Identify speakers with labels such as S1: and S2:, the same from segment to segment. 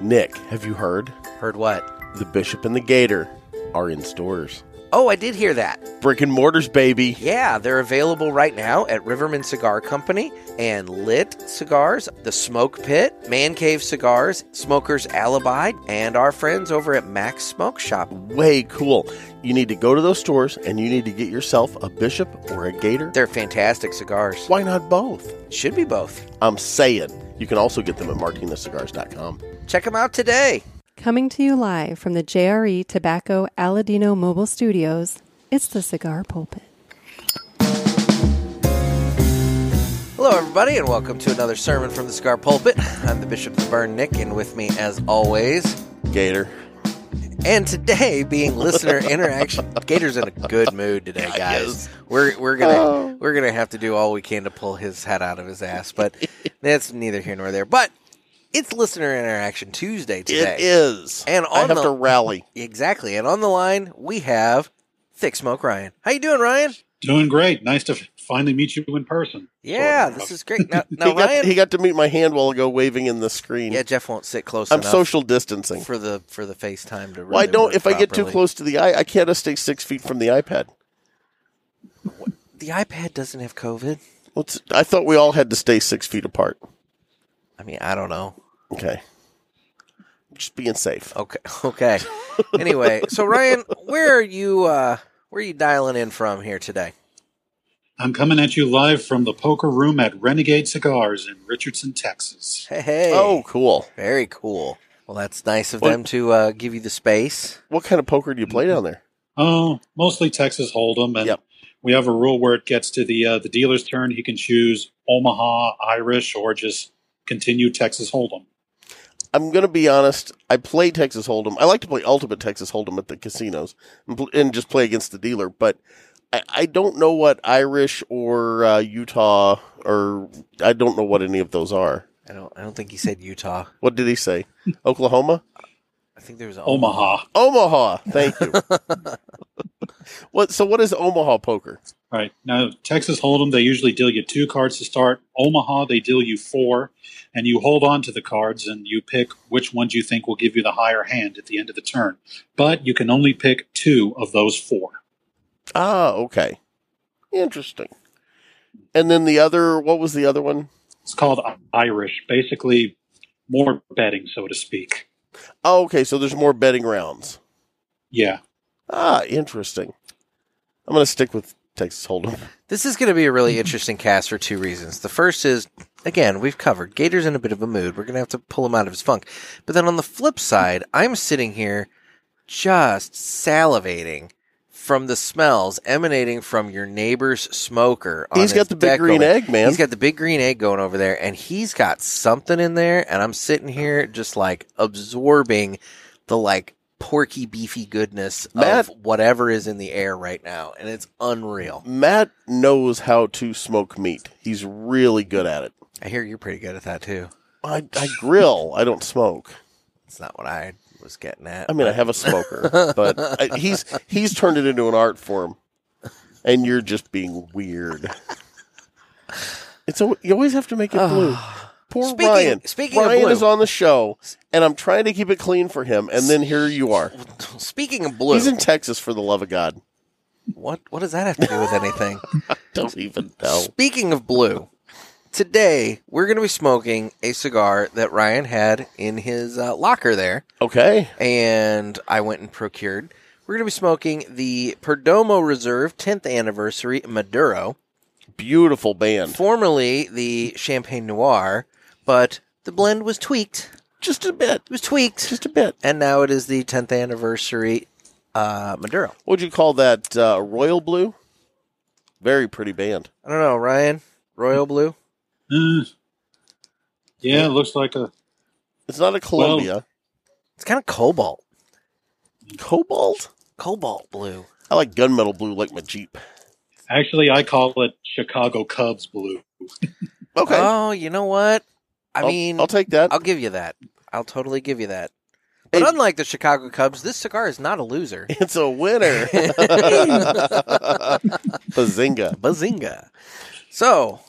S1: Nick, have you heard?
S2: Heard what?
S1: The Bishop and the Gator are in stores.
S2: Oh, I did hear that.
S1: Brick and mortars, baby.
S2: Yeah, they're available right now at Riverman Cigar Company and Lit Cigars, The Smoke Pit, Man Cave Cigars, Smoker's Alibi, and our friends over at Max Smoke Shop.
S1: Way cool. You need to go to those stores and you need to get yourself a Bishop or a Gator.
S2: They're fantastic cigars.
S1: Why not both?
S2: Should be both.
S1: I'm saying. You can also get them at martinezcigars.com.
S2: Check them out today.
S3: Coming to you live from the JRE Tobacco Aladino Mobile Studios, it's the Cigar Pulpit.
S2: Hello, everybody, and welcome to another sermon from the Cigar Pulpit. I'm the Bishop of the Burn, Nick, and with me, as always,
S1: Gator.
S2: And today, being listener interaction, Gator's in a good mood today, guys. We're we're gonna we're gonna have to do all we can to pull his head out of his ass, but that's neither here nor there. But it's listener interaction Tuesday today.
S1: It is.
S2: And
S1: I
S2: on
S1: have
S2: the-
S1: to rally.
S2: Exactly, and on the line we have Thick Smoke Ryan. How you doing, Ryan?
S4: Doing great. Nice to finally meet you in person.
S2: Yeah,
S4: Sort of.
S2: this is great. Now, now
S1: he, got,
S2: Ryan,
S1: he got to meet my hand while ago waving in the screen.
S2: yeah, Jeff won't sit close
S1: I'm
S2: enough
S1: social distancing.
S2: for the for the FaceTime to. Really
S1: Why don't,
S2: work
S1: if I get too
S2: properly.
S1: close to the eye, I can't stay six feet from the iPad.
S2: the iPad doesn't have COVID.
S1: What's, I thought we all had to stay six feet apart.
S2: I mean, I don't know.
S1: Okay. Just being safe.
S2: Okay. Okay. anyway, so Ryan, where are you? Uh, where are you dialing in from here today?
S4: I'm coming at you live from the poker room at Renegade Cigars in Richardson, Texas.
S2: Hey. hey.
S1: Oh, cool.
S2: very cool. Well, that's nice of
S1: What-
S2: them to uh, give you the space.
S1: What kind of poker do you play down there?
S4: Oh, mostly Texas Hold'em, and
S1: Yep.
S4: we have a rule where it gets to the uh, the dealer's turn. He can choose Omaha, Irish, or just continue Texas Hold'em.
S1: I'm going to be honest. I play Texas Hold'em. I like to play Ultimate Texas Hold'em at the casinos and, pl- and just play against the dealer. But I, I don't know what Irish or uh, Utah or I don't know what any of those are.
S2: I don't. I don't think he said Utah.
S1: What did he say? Oklahoma,
S2: I think there was
S4: Omaha.
S1: Omaha. Thank you. what? So what is Omaha poker?
S4: All right. Now, Texas Hold'em, they usually deal you two cards to start. Omaha, they deal you four, and you hold on to the cards and you pick which ones you think will give you the higher hand at the end of the turn. But you can only pick two of those four.
S1: Ah, okay, interesting. And then the other, what was the other one?
S4: It's called Irish, basically more betting, so to speak.
S1: Oh, okay. So there's more betting rounds.
S4: Yeah.
S1: Ah, interesting. I'm going to stick with Texas Hold'em.
S2: This is going to be a
S1: Mm-hmm.
S2: really interesting cast for two reasons. The first is, again, we've covered Gator's in a bit of a mood. We're going to have to pull him out of his funk. But then on the flip side, I'm sitting here just salivating from the smells emanating from your neighbor's smoker. On
S1: He's
S2: his
S1: got the big
S2: deck
S1: green
S2: over-
S1: egg, man.
S2: He's got the big green egg going over there, and he's got something in there. And I'm sitting here just like absorbing the like porky, beefy goodness
S1: Matt-
S2: of whatever is in the air right now, and it's unreal.
S1: Matt knows how to smoke meat. He's really good at it.
S2: I hear you're pretty good at that too.
S1: I, I grill. I don't smoke.
S2: It's not what I was getting at.
S1: I mean, I have a smoker, but I, he's he's turned it into an art form. And you're just being weird. It's a, you always have to make it blue. Poor
S2: Ah. Speaking-
S1: Ryan.
S2: speaking of
S1: Ryan
S2: blue.
S1: is on the show, and I'm trying to keep it clean for him. And then here you are.
S2: Speaking of blue,
S1: He's in Texas for the love of God.
S2: what what does that have to do with anything?
S1: Don't even know.
S2: Speaking of blue, today we're going to be smoking a cigar that Ryan had in his uh, locker there,
S1: Okay.
S2: and I went and procured. We're going to be smoking the Perdomo Reserve 10th Anniversary Maduro,
S1: Beautiful band.
S2: formerly the Champagne Noir, but the blend was tweaked.
S1: Just a bit.
S2: It was tweaked,
S1: Just a bit.
S2: and now it is the 10th Anniversary uh, Maduro.
S1: What'd you call that? Uh, Royal Blue? Very pretty band.
S2: I don't know, Ryan. Royal blue.
S4: Uh, yeah, it looks like a.
S1: It's not a Columbia.
S2: It's kind of cobalt.
S1: Cobalt?
S2: Cobalt blue.
S1: I like gunmetal blue like my Jeep.
S4: Actually, I call it Chicago Cubs blue.
S1: Okay.
S2: Oh, you know what? I
S1: I'll-
S2: mean,
S1: Uh, I'll
S2: I'll,
S1: take that.
S2: give you that. I'll totally give you that. But
S1: Hey.
S2: unlike the Chicago Cubs, this cigar is not a loser.
S1: it's a winner. Bazinga.
S2: Bazinga. So,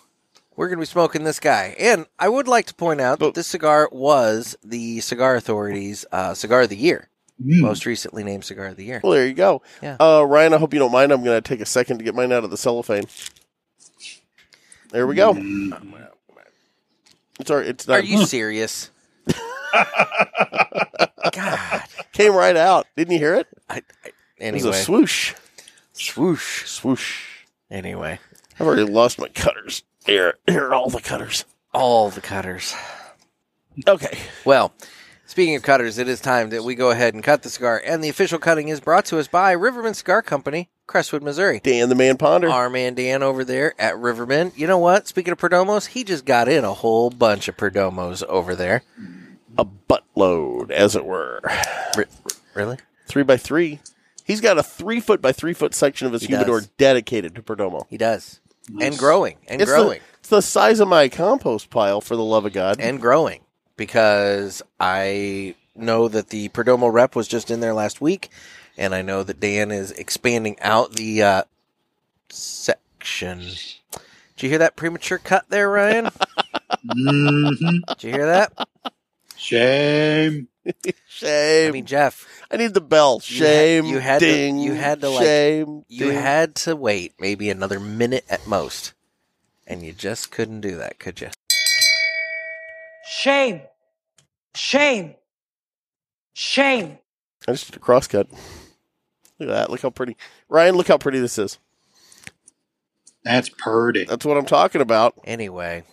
S2: We're going to be smoking this guy. And I would like to point out that
S1: But-
S2: this cigar was the Cigar Authority's uh, Cigar of the Year,
S4: Mm.
S2: most recently named Cigar of the Year.
S1: Well, there you go.
S2: Yeah.
S1: Uh, Ryan, I hope you don't mind. I'm going to take a second to get mine out of the cellophane. There we go. It's all right. It's
S2: Are
S1: not,
S2: you serious? God.
S1: came right out. Didn't you hear it?
S2: I, I,
S1: It was
S2: anyway,
S1: a swoosh.
S2: swoosh.
S1: Swoosh.
S2: Anyway,
S1: I've already lost my cutters. Here, here are all the cutters.
S2: all the cutters.
S1: Okay.
S2: Well, speaking of cutters, it is time that we go ahead and cut the cigar. And the official cutting is brought to us by Riverman Cigar Company, Crestwood, Missouri.
S1: Dan the Man Ponder.
S2: Our man Dan over there at Riverman. You know what? Speaking of Perdomos, he just got in a whole bunch of Perdomos over there.
S1: A buttload, as it were.
S2: Re- really?
S1: Three by three. He's got a three foot by three foot section of his
S2: He
S1: humidor
S2: does.
S1: dedicated to Perdomo.
S2: He does. And
S4: Nice.
S2: growing. And
S1: It's the,
S2: growing.
S1: it's the size of my compost pile, for the love of God.
S2: and growing because I know that the Perdomo rep was just in there last week, and I know that Dan is expanding out the uh, section. Did you hear that premature cut there, Ryan?
S4: Mhm.
S2: Did you hear that?
S4: Shame.
S1: shame.
S2: I mean, Jeff,
S1: I need the bell.
S2: You had-
S1: Shame.
S2: you had to-
S1: ding.
S2: you had to, like-
S1: Shame.
S2: you
S1: ding.
S2: had to wait maybe another minute at most, and you just couldn't do that, could you?
S5: Shame. Shame. Shame.
S1: I just did a crosscut. Look at that. Look how pretty. Ryan, look how pretty this is.
S4: That's purdy.
S1: That's what I'm talking about.
S2: Anyway,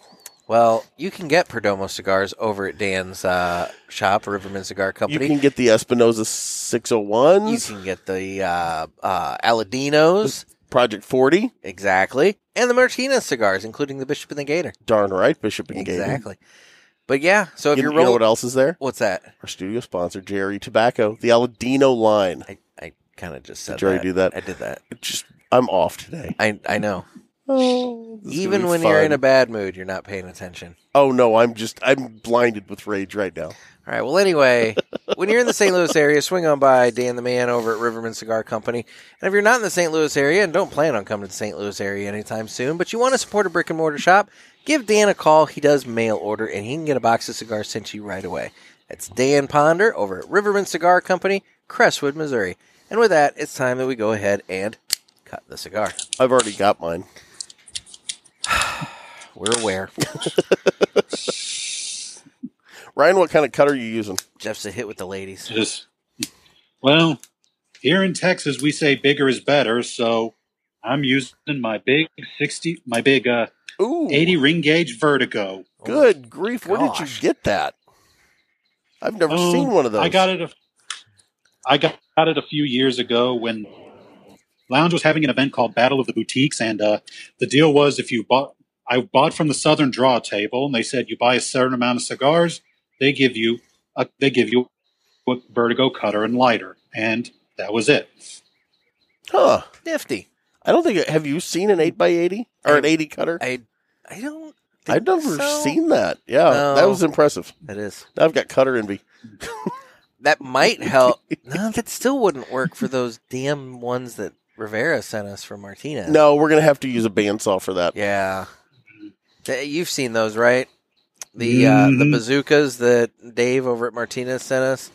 S2: well, you can get Perdomo cigars over at Dan's uh, shop, Riverman Cigar Company.
S1: You can get the oh Espinosa 601s,
S2: You can get the uh, uh, Aladinos,
S1: Project 40.
S2: exactly, and the Martinez cigars, including the Bishop and the Gator,
S1: Darn right, Bishop and Gator.
S2: exactly. But yeah, so if
S1: You,
S2: you're
S1: you know
S2: rolling,
S1: what else is there?
S2: what's that?
S1: Our studio sponsor, Jerry Tobacco, the Aladino line.
S2: I, I kind of just said
S1: Did you already
S2: that.
S1: do that?
S2: I did that.
S1: It just, I'm off today.
S2: I I know.
S1: Oh, this is
S2: Even
S1: gonna be
S2: when you're in a
S1: fun.
S2: bad mood, you're not paying attention.
S1: oh no, I'm just, I'm blinded with rage right now.
S2: All right. Well, anyway, when you're in the St. Louis area, swing on by Dan the Man over at Riverman Cigar Company. And if you're not in the St. Louis area and don't plan on coming to the St. Louis area anytime soon, but you want to support a brick and mortar shop, give Dan a call. He does mail order and he can get a box of cigars sent to you right away. That's Dan Ponder over at Riverman Cigar Company, Crestwood, Missouri. And with that, it's time that we go ahead and cut the cigar.
S1: I've already got mine.
S2: We're aware.
S1: Ryan, what kind of cut are you using?
S2: Jeff's a hit with the ladies.
S4: Just, well, here in Texas, we say bigger is better, so I'm using my big sixty, my big uh,
S1: Ooh,
S4: eighty ring gauge Vertigo.
S1: Good grief! Where did
S2: gosh.
S1: you get that? I've never
S4: Um,
S1: seen one of those.
S4: I got it. A, I got got it a few years ago when Lounge was having an event called Battle of the Boutiques, and uh, the deal was if you bought, I bought from the Southern Draw table, and they said you buy a certain amount of cigars, they give you a, they give you a Vertigo cutter and lighter, and that was it.
S1: Huh?
S2: Nifty.
S1: I don't think. Have you seen an eight by eighty or an
S2: I-
S1: eighty cutter?
S2: I I don't.
S1: I,
S2: think
S1: have never
S2: so.
S1: seen that. Yeah,
S2: No.
S1: that was impressive.
S2: That is.
S1: Now I've got cutter envy.
S2: that might help. no, that still wouldn't work for those damn ones that Rivera sent us from Martinez.
S1: No, we're gonna have to use a bandsaw for that.
S2: Yeah. Th- You've seen those, right? The uh, the
S4: Mhm.
S2: bazookas that Dave over at Martinez sent us.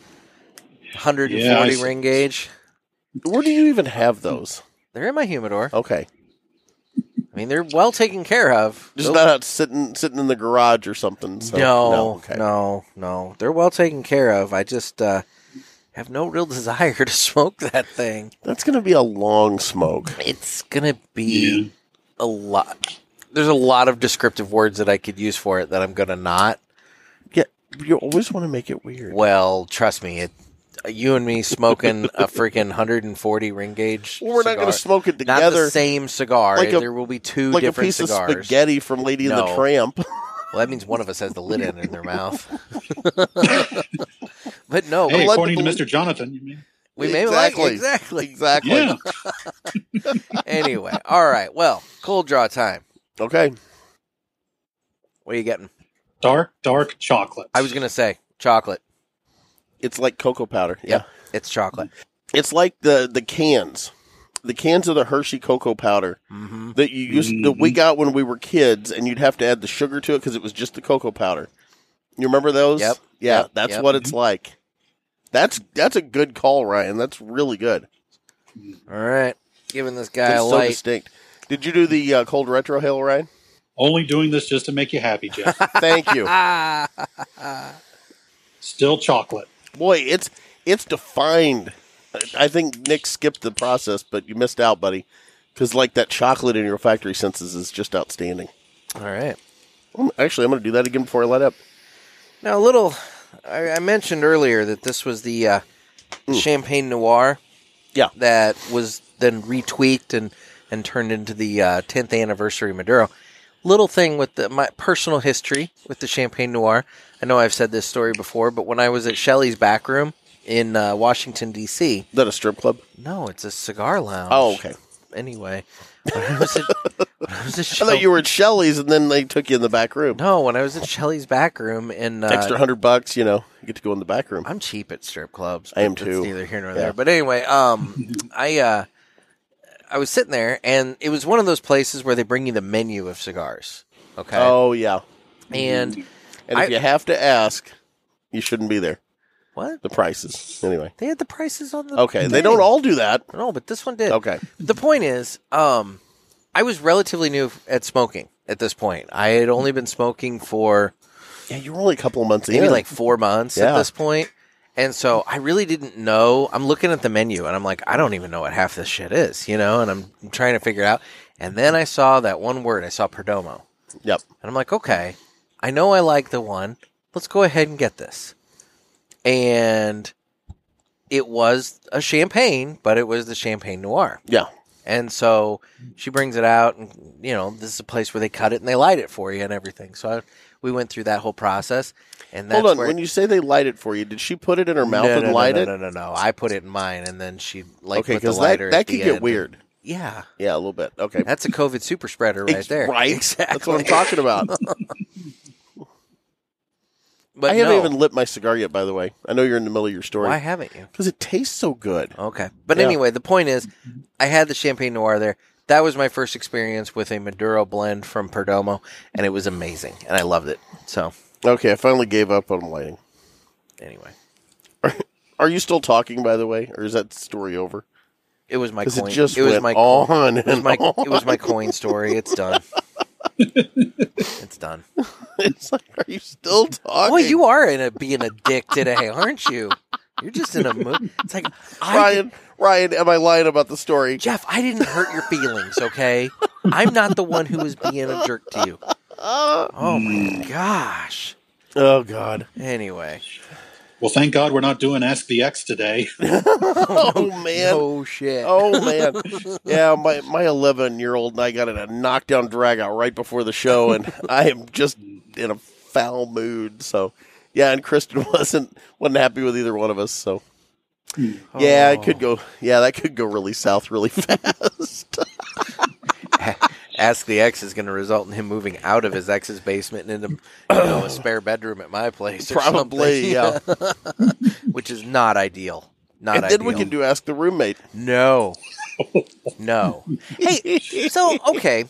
S2: 140
S4: Yeah, I see.
S2: ring gauge.
S1: Where do you even have those?
S2: They're in my humidor.
S1: Okay,
S2: I mean, they're well taken care of.
S1: just
S2: Those-
S1: not out sitting sitting in the garage or something. So,
S2: no,
S1: okay.
S2: no, no. They're well taken care of. I just uh, have no real desire to smoke that thing.
S1: That's gonna be a long smoke.
S2: It's gonna be a lot. There's a lot of descriptive words that I could use for it that I'm gonna not.
S1: You always want to make it weird.
S2: Well, trust me, it. You and me smoking a freaking 140 ring gauge.
S1: Well, we're not
S2: cigar-
S1: gonna smoke it
S2: Not
S1: together
S2: the same cigar.
S1: Like a-
S2: there will be two
S1: like a
S2: different
S1: piece
S2: cigars.
S1: of spaghetti from Lady and the
S2: No.
S1: Tramp.
S2: Well, that means one of us has the lid end in their mouth. but no,
S4: Hey,
S1: I'd like
S4: according
S1: to
S4: to
S1: believe-
S4: Mr. Jonathan, you mean?
S2: we may like
S1: Exactly.
S2: exactly.
S1: exactly.
S4: Yeah.
S2: Anyway, all right. Well, cold draw time.
S1: Okay.
S2: What are you getting?
S4: Dark, dark chocolate.
S2: I was gonna say chocolate.
S1: It's like cocoa powder.
S2: Yep. It's chocolate.
S1: It's like the the cans the cans of the Hershey cocoa powder
S2: Mm-hmm.
S1: that you used that we got when we were kids, and you'd have to add the sugar to it because it was just the cocoa powder. You remember those?
S2: Yep.
S1: Yeah,
S2: Yep.
S1: that's
S2: Yep. Mm-hmm.
S1: what it's like. That's that's a good call, Ryan. That's really good.
S2: All right, giving this guy
S1: It's
S2: a
S1: so
S2: light.
S1: distinct. Did you do the uh, cold retro hail, Ryan?
S4: Only doing this just to make you happy, Jeff.
S1: Thank you.
S2: Ah,
S4: Still chocolate.
S1: Boy, it's it's defined. I think Nick skipped the process, but you missed out, buddy. Because like that chocolate in your factory senses is just outstanding.
S2: all right.
S1: Um, Actually, I'm going to do that again before I let up.
S2: Now, a little. I, I mentioned earlier that this was the uh, Champagne Noir.
S1: Yeah.
S2: That was then retweaked and and turned into the uh, 10th anniversary Maduro. Little thing with the, my personal history with the Champagne Noir. I know I've said this story before, but when I was at Shelley's back room in uh, Washington D.C.,
S1: Is that a strip club?
S2: no, it's a cigar lounge.
S1: Oh, okay.
S2: Anyway, when I was at, when I was at
S1: I thought you were at Shelley's, and then they took you in the back room.
S2: No, when I was in Shelley's back room in uh,
S1: Extra hundred bucks, you know, you get to go in the back room.
S2: I'm cheap at strip clubs.
S1: I am too.
S2: but That's neither here nor
S1: Yeah.
S2: there. But anyway, um, I uh, I was sitting there, and it was one of those places where they bring you the menu of cigars. Okay,
S1: Oh yeah,
S2: and
S1: and if
S2: I-
S1: you have to ask, you shouldn't be there.
S2: what
S1: The prices, anyway.
S2: they had the prices on the
S1: Okay, they
S2: thing.
S1: don't all do that.
S2: no, but this one did.
S1: Okay,
S2: the point is, um, I was relatively new at smoking at this point. I had only been smoking for
S1: yeah, you were only a couple of months
S2: maybe
S1: in.
S2: like four months at
S1: Yeah.
S2: this point. And so I really didn't know. I'm looking at the menu and I'm like, I don't even know what half this shit is, you know, and I'm, I'm trying to figure it out. And then I saw that one word, I saw Perdomo.
S1: yep,
S2: And I'm like, okay, I know I like the one. Let's go ahead and get this. And it was a champagne, but it was the champagne noir.
S1: yeah,
S2: And so she brings it out, and you know, this is a place where they cut it and they light it for you and everything. So I, we went through that whole process. And that's
S1: Hold on.
S2: where
S1: When you say they light it for you, did she put it in her mouth
S2: no,
S1: and
S2: no, no,
S1: light
S2: no,
S1: it?
S2: No, no, no. I put it in mine, and then she like
S1: okay,
S2: put the
S1: because that
S2: lighter.
S1: that
S2: at the
S1: could get
S2: end.
S1: weird.
S2: Yeah,
S1: Yeah, a little bit. Okay,
S2: that's a COVID super spreader right there.
S1: Right,
S2: exactly. Oh,
S1: That's what I'm talking about.
S2: But
S1: I haven't
S2: no.
S1: even lit my cigar yet. By the way, I know you're in the middle of your
S2: Why
S1: story
S2: haven't you?
S1: because it tastes so good.
S2: Okay, but
S1: Yeah.
S2: anyway, the point is, I had the champagne noir there. That was my first experience with a Maduro blend from Perdomo, and it was amazing, and I loved it. So
S1: Okay, I finally gave up on lighting.
S2: anyway,
S1: Are you still talking, by the way, or is that story over?
S2: it was my
S1: Because
S2: coin.
S1: it just
S2: was
S1: went
S2: my
S1: on
S2: coin.
S1: and
S2: It was my
S1: on.
S2: it was my coin story. It's done. it's done.
S1: it's like, are you still talking?
S2: Boy, you are in a being a dick today, aren't you? You're just in a mood. It's like I
S1: Ryan. Ryan, am I lying about the story?
S2: Jeff, I didn't hurt your feelings, okay? I'm not the one who was being a jerk to you. Oh my gosh.
S1: Oh God!
S2: Anyway.
S4: Well, thank God we're not doing Ask the X today.
S1: Oh man!
S2: Oh shit.
S1: Oh man! yeah, my my 11 year old and I got in a knockdown drag out right before the show, and I am just in a foul mood. So, yeah, and Kristen wasn't wasn't happy with either one of us. So, yeah, it could
S2: Oh.
S1: go. Yeah, that could go really south really fast.
S2: Ask the ex is gonna result in him moving out of his ex's basement and into you know, a spare bedroom at my place. or something.
S1: Probably, yeah.
S2: Which is not ideal. Not
S1: and
S2: ideal.
S1: then we can do ask the roommate.
S2: No. No. hey, so okay.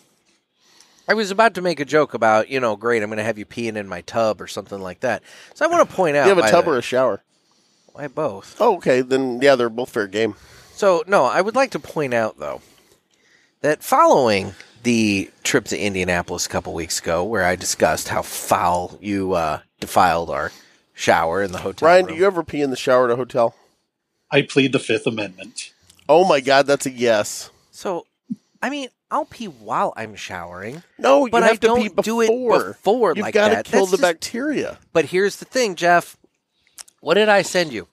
S2: I was about to make a joke about, you know, great, I'm going to have you peeing in my tub or something like that. So I want to point out
S1: Do you have
S2: by
S1: a tub
S2: the-
S1: or a shower?
S2: why both.
S1: Oh, okay. Then yeah, they're both fair game.
S2: So no, I would like to point out though that following the trip to Indianapolis a couple weeks ago where I discussed how foul you uh, defiled our shower in the hotel
S1: Ryan, do
S2: room.
S1: you ever pee in the shower at a hotel?
S4: I plead the Fifth Amendment.
S1: Oh my God, that's a yes.
S2: so I mean, I'll pee while I'm showering.
S1: No, you
S2: But I
S1: have to pee
S2: don't
S1: before.
S2: do it before
S1: You've
S2: like
S1: got
S2: that.
S1: to kill
S2: That's
S1: the
S2: just-
S1: bacteria.
S2: But here's the thing, Jeff. What did I send you?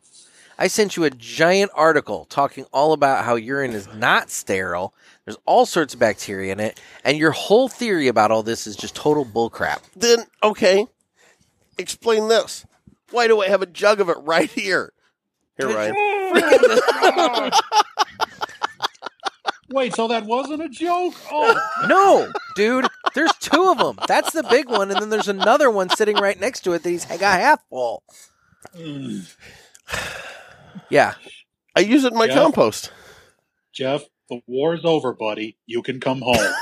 S2: I sent you a giant article talking all about how urine is not sterile. There's all sorts of bacteria in it, and your whole theory about all this is just total bullcrap.
S1: Then okay, explain this. Why do I have a jug of it right here? Here, Ryan.
S4: Wait, so that wasn't a joke? Oh,
S2: No, dude, there's two of them. That's the big one, and then there's another one sitting right next to it that he's got half full. Yeah,
S4: Oh.
S1: I use it in my
S4: Yeah.
S1: compost.
S4: Jeff, The war's over, buddy. You can come home.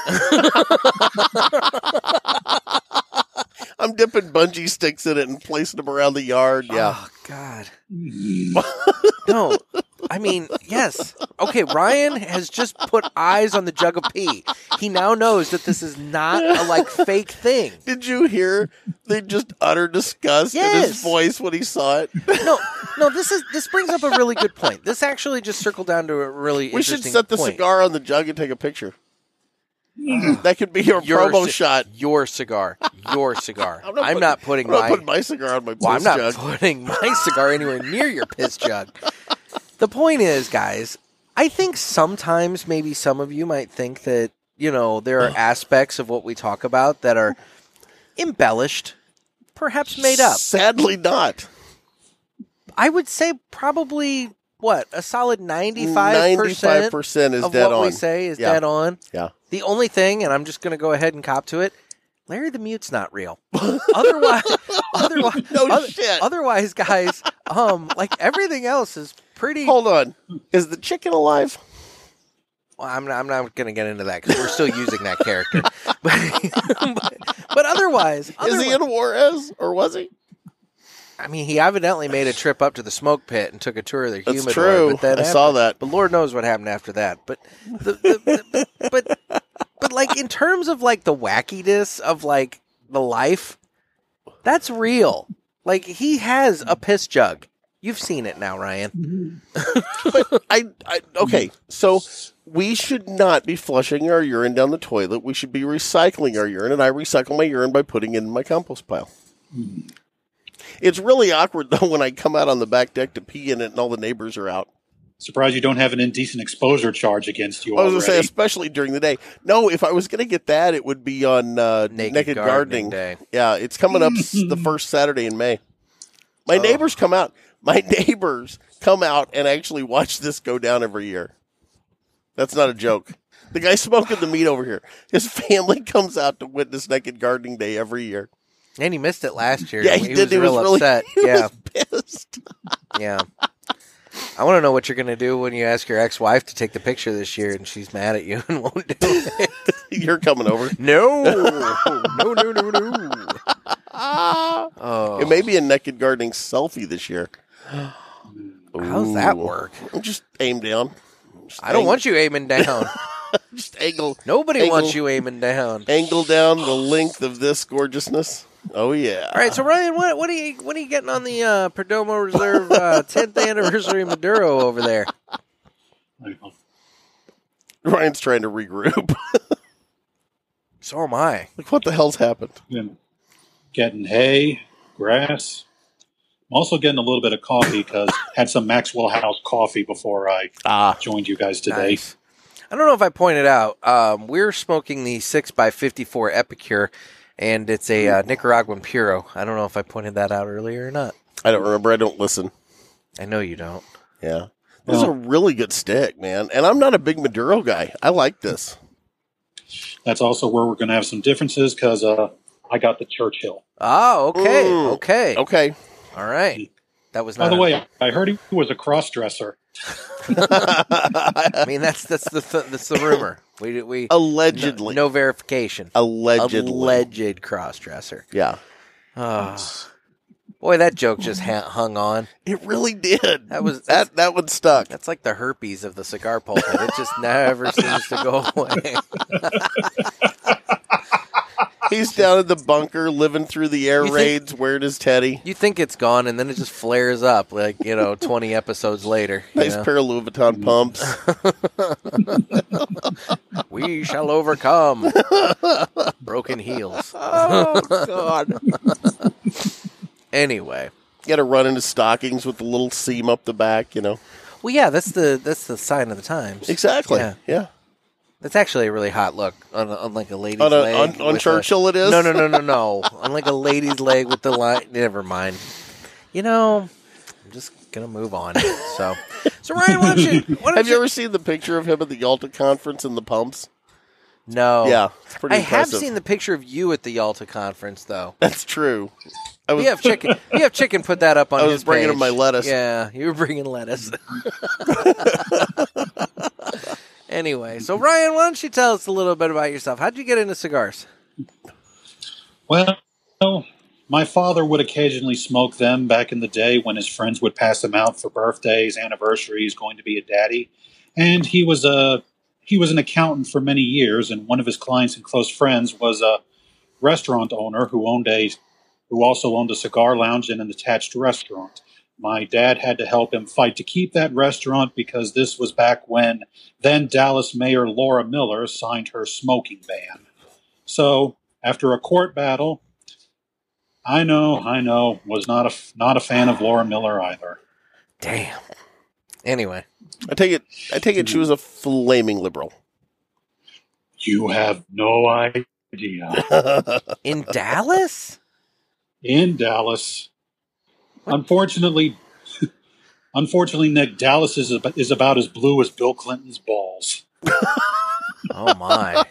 S1: I'm dipping bungee sticks in it and placing them around the yard. Yeah.
S2: Oh God.
S4: Mm.
S2: No. I mean, yes. Okay, Ryan has just put eyes on the jug of pee. He now knows that this is not a like fake thing.
S1: Did you hear the just utter disgust in his
S2: Yes.
S1: voice when he saw it?
S2: No, no, this is this brings up a really good point. This actually just circled down to a really
S1: We should
S2: interesting
S1: set the
S2: point.
S1: cigar on the jug and take a picture. that could be your,
S2: Your
S1: promo
S2: ci-
S1: shot.
S2: Your cigar. Your cigar. I'm not,
S1: putting-
S2: putting
S1: I'm not
S2: my
S1: putting my cigar on my
S2: Well, I'm
S1: piss
S2: not
S1: jug.
S2: putting my cigar anywhere near your piss jug. The point is, guys, I think sometimes maybe some of you might think that, you know, there are aspects of what we talk about that are embellished, perhaps made up.
S1: Sadly, not.
S2: I would say probably what, a solid 95%
S1: Ninety-five percent is
S2: of
S1: dead
S2: what
S1: on.
S2: we say is
S1: Yeah.
S2: dead on.
S1: Yeah.
S2: The only thing, and I'm just going to go ahead and cop to it, Larry the Mute's not real. otherwise, otherwise,
S1: No
S2: oth-
S1: shit.
S2: otherwise, guys, um, like everything else is pretty. Well,
S1: Hold on. Is the chicken alive?
S2: I'm not, I'm not going to get into that because we're still using that character. but, but, but otherwise,
S1: Is
S2: otherwise-
S1: he in Juarez or was he?
S2: I mean, he evidently made a trip up to the smoke pit and took a tour of their
S1: That's
S2: humidor.
S1: true.
S2: But then
S1: I saw
S2: after-
S1: that.
S2: But Lord knows what happened after that. But the, the, the- but but like in terms of like the wackiness of like the life, that's real. Like he has a piss jug. You've seen it now, Ryan.
S1: I, I okay. So we should not be flushing our urine down the toilet. We should be recycling our urine, and I recycle my urine by putting it in my compost pile. It's really awkward though when I come out on the back deck to pee in it, and all the neighbors are out.
S4: Surprised you don't have an indecent exposure charge against you
S1: I was
S4: already.
S1: going to say, especially during the day. No, if I was going to get that, it would be on uh,
S2: Naked
S1: Naked, Gardening.
S2: Gardening Day.
S1: Yeah, it's coming up s- the first Saturday in May. My
S2: Oh.
S1: neighbors come out. My neighbors come out and actually watch this go down every year. That's not a joke. The guy smoking the meat over here. His family comes out to witness Naked Gardening Day every year.
S2: And he missed it last year.
S1: Yeah, he, did.
S2: Was real upset.
S1: He
S2: yeah,
S1: was pissed.
S2: yeah. I want to know what you're going to do when you ask your ex-wife to take the picture this year, and she's mad at you and won't do it.
S1: You're coming over.
S2: No, Oh, no, no, no, no. Oh,
S1: It may be a Naked Gardening selfie this year.
S2: how's that
S1: Ooh.
S2: work?
S1: Just aim down. Just
S2: I don't
S1: aim-
S2: want you aiming down.
S1: just angle
S2: Nobody
S1: Angle.
S2: wants you aiming down.
S1: angle down the length of this gorgeousness. Oh yeah.
S2: All right, so Ryan, what what are you what are you getting on the uh, Perdomo Reserve uh, 10th anniversary Maduro over there?
S1: Ryan's trying to regroup.
S2: So am I.
S1: like what the hell's happened?
S4: Been getting hay, grass. I'm also getting a little bit of coffee because had some Maxwell House coffee before I
S1: Ah.
S4: joined you guys today.
S2: Nice. I don't know if I pointed out. Um, we're smoking the six x fifty four Epicure, and it's a uh, Nicaraguan Puro. I don't know if I pointed that out earlier or not.
S1: I don't remember. I don't listen.
S2: I know you don't.
S1: Yeah. This is a really good stick, man. And I'm not a big Maduro guy. I like this.
S4: That's also where we're going to have some differences because uh, I got the Churchill.
S2: Oh, okay,
S1: Ooh.
S2: okay,
S1: Okay.
S2: all right. That was
S4: Oh. By
S2: not.
S4: the
S2: a-
S4: way, I heard he was a cross dresser.
S2: I mean that's that's the th- that's the rumor. We we
S1: Allegedly.
S2: no verification.
S1: Allegedly.
S2: Alleged crossdresser.
S1: yeah.
S2: Oh. Boy, that joke just ha- hung on.
S1: It really did.
S2: That was-
S1: that that one stuck.
S2: That's like the herpes of the cigar pulpit. It just never seems to go away.
S1: He's down in the bunker living through the air
S2: You think-
S1: raids. Where does Teddy?
S2: You think it's gone, and then it just flares up, like you know, twenty episodes later. you
S1: Nice
S2: know?
S1: pair of Louis Vuitton pumps.
S2: We shall overcome broken heels.
S1: oh God.
S2: Anyway,
S1: Got to run into stockings with the little seam up the back, you know.
S2: well, yeah, that's the that's the sign of the times.
S1: Exactly.
S2: Yeah.
S1: Yeah.
S2: That's actually a really hot look on, on like a lady's
S1: On, a,
S2: leg.
S1: on, on
S2: with a-
S1: Churchill, it is.
S2: No, no, no, no, no. on like a lady's leg with the line. Never mind. You know, I'm just gonna move on. So, so Ryan, why don't you? Why don't
S1: Have you ever seen the picture of him at the Yalta conference in the pumps?
S2: No.
S1: Yeah, it's pretty
S2: I
S1: impressive.
S2: have seen the picture of you at the Yalta conference, though.
S1: That's true. I was
S2: We have chicken. We have chicken. Put that up on.
S1: I was
S2: his
S1: bringing
S2: page.
S1: him my lettuce.
S2: Yeah, you were bringing lettuce. Anyway, so Ryan, why don't you tell us a little bit about yourself? How'd you get into cigars?
S4: Well, my father would occasionally smoke them back in the day when his friends would pass them out for birthdays, anniversaries, going to be a daddy. And he was a he was an accountant for many years, and one of his clients and close friends was a restaurant owner who owned a who also owned a cigar lounge and an attached restaurant. My dad had to help him fight to keep that restaurant because this was back when then Dallas Mayor Laura Miller signed her smoking ban. So after a court battle, I know, I know, was not a not a fan of Laura Miller either.
S2: Damn. Anyway,
S1: I take it. I take it she was a flaming liberal.
S4: You have no idea.
S2: in Dallas?
S4: In Dallas, unfortunately, unfortunately, Nick, Dallas is ab- is about as blue as Bill Clinton's balls.
S2: Oh my.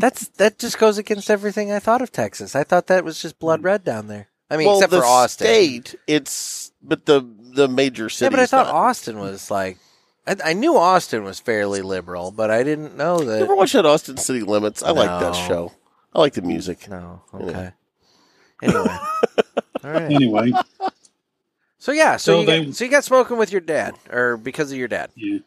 S2: That's that just goes against everything I thought of Texas. I thought that was just blood red down there. I mean,
S1: Mm. well,
S2: except
S1: the
S2: for Austin.
S1: state, it's but the the major city.
S2: yeah, but I thought Austin was like I, I knew Austin was fairly liberal, but I didn't know
S1: You ever
S2: that.
S1: watch that Austin City Limits? I like that
S2: No.
S1: show. I like the music.
S2: No,
S1: Yeah.
S2: okay. Anyway, all right.
S4: Anyway,
S2: So yeah, so,
S4: So
S2: you
S4: they-
S2: got, so you got smoking with your dad, or because of your dad?
S4: yeah,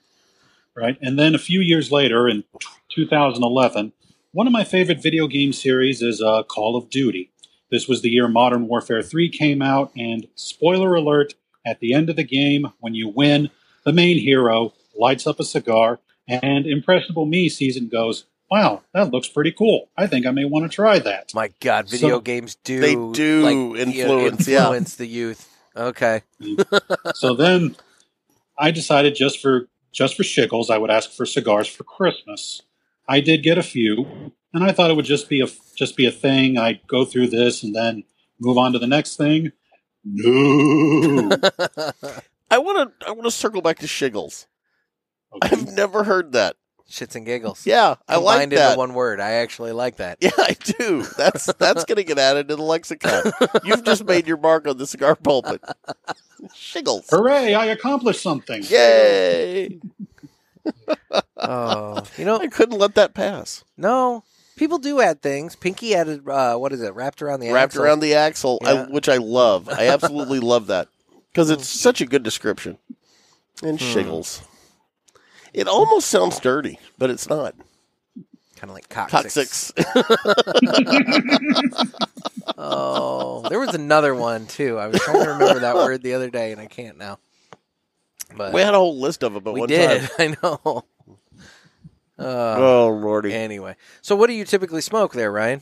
S4: right. And then a few years later, in t- 2011, one of my favorite video game series is uh, Call of Duty. This was the year Modern Warfare 3 came out, and spoiler alert: at the end of the game, when you win, the main hero lights up a cigar, and impressionable me season goes. Wow, that looks pretty cool. I think I may want to try that.
S2: My God, video
S4: So-
S2: games do
S1: They do
S2: like,
S1: influence,
S2: you
S1: yeah.
S2: know, influence the youth. Okay,
S4: so then I decided just for just for shickles, I would ask for cigars for Christmas. I did get a few, and I thought it would just be a just be a thing. I'd go through this and then move on to the next thing. No,
S1: I want to. I want to circle back to Shiggles.
S4: Okay.
S1: I've never heard that.
S2: shits and giggles.
S1: Yeah, I like
S2: Combined into
S1: that.
S2: one word. I actually like that.
S1: Yeah, I do. That's that's gonna get added to the lexicon. You've just made your mark on the cigar pulpit. Shiggles.
S4: hooray! I accomplished something.
S1: Yay!
S2: Oh, you know,
S1: I couldn't let that pass.
S2: no. People do add things. Pinky added uh, what is it? Wrapped around the
S1: Wrapped
S2: axle.
S1: around the axle, I,
S2: Yeah.
S1: which I love. I absolutely love that because it's such a good description. And
S2: Hmm.
S1: shiggles. It almost sounds dirty, but it's not.
S2: kind of like coccyx.
S1: Coccyx.
S2: Oh, there was another one too. I was trying to remember that word the other day, and I can't now. But
S1: we had a whole list of them at
S2: we
S1: one
S2: did.
S1: time.
S2: I know. Uh,
S1: Oh lordy!
S2: Anyway, so what do you typically smoke there, Ryan?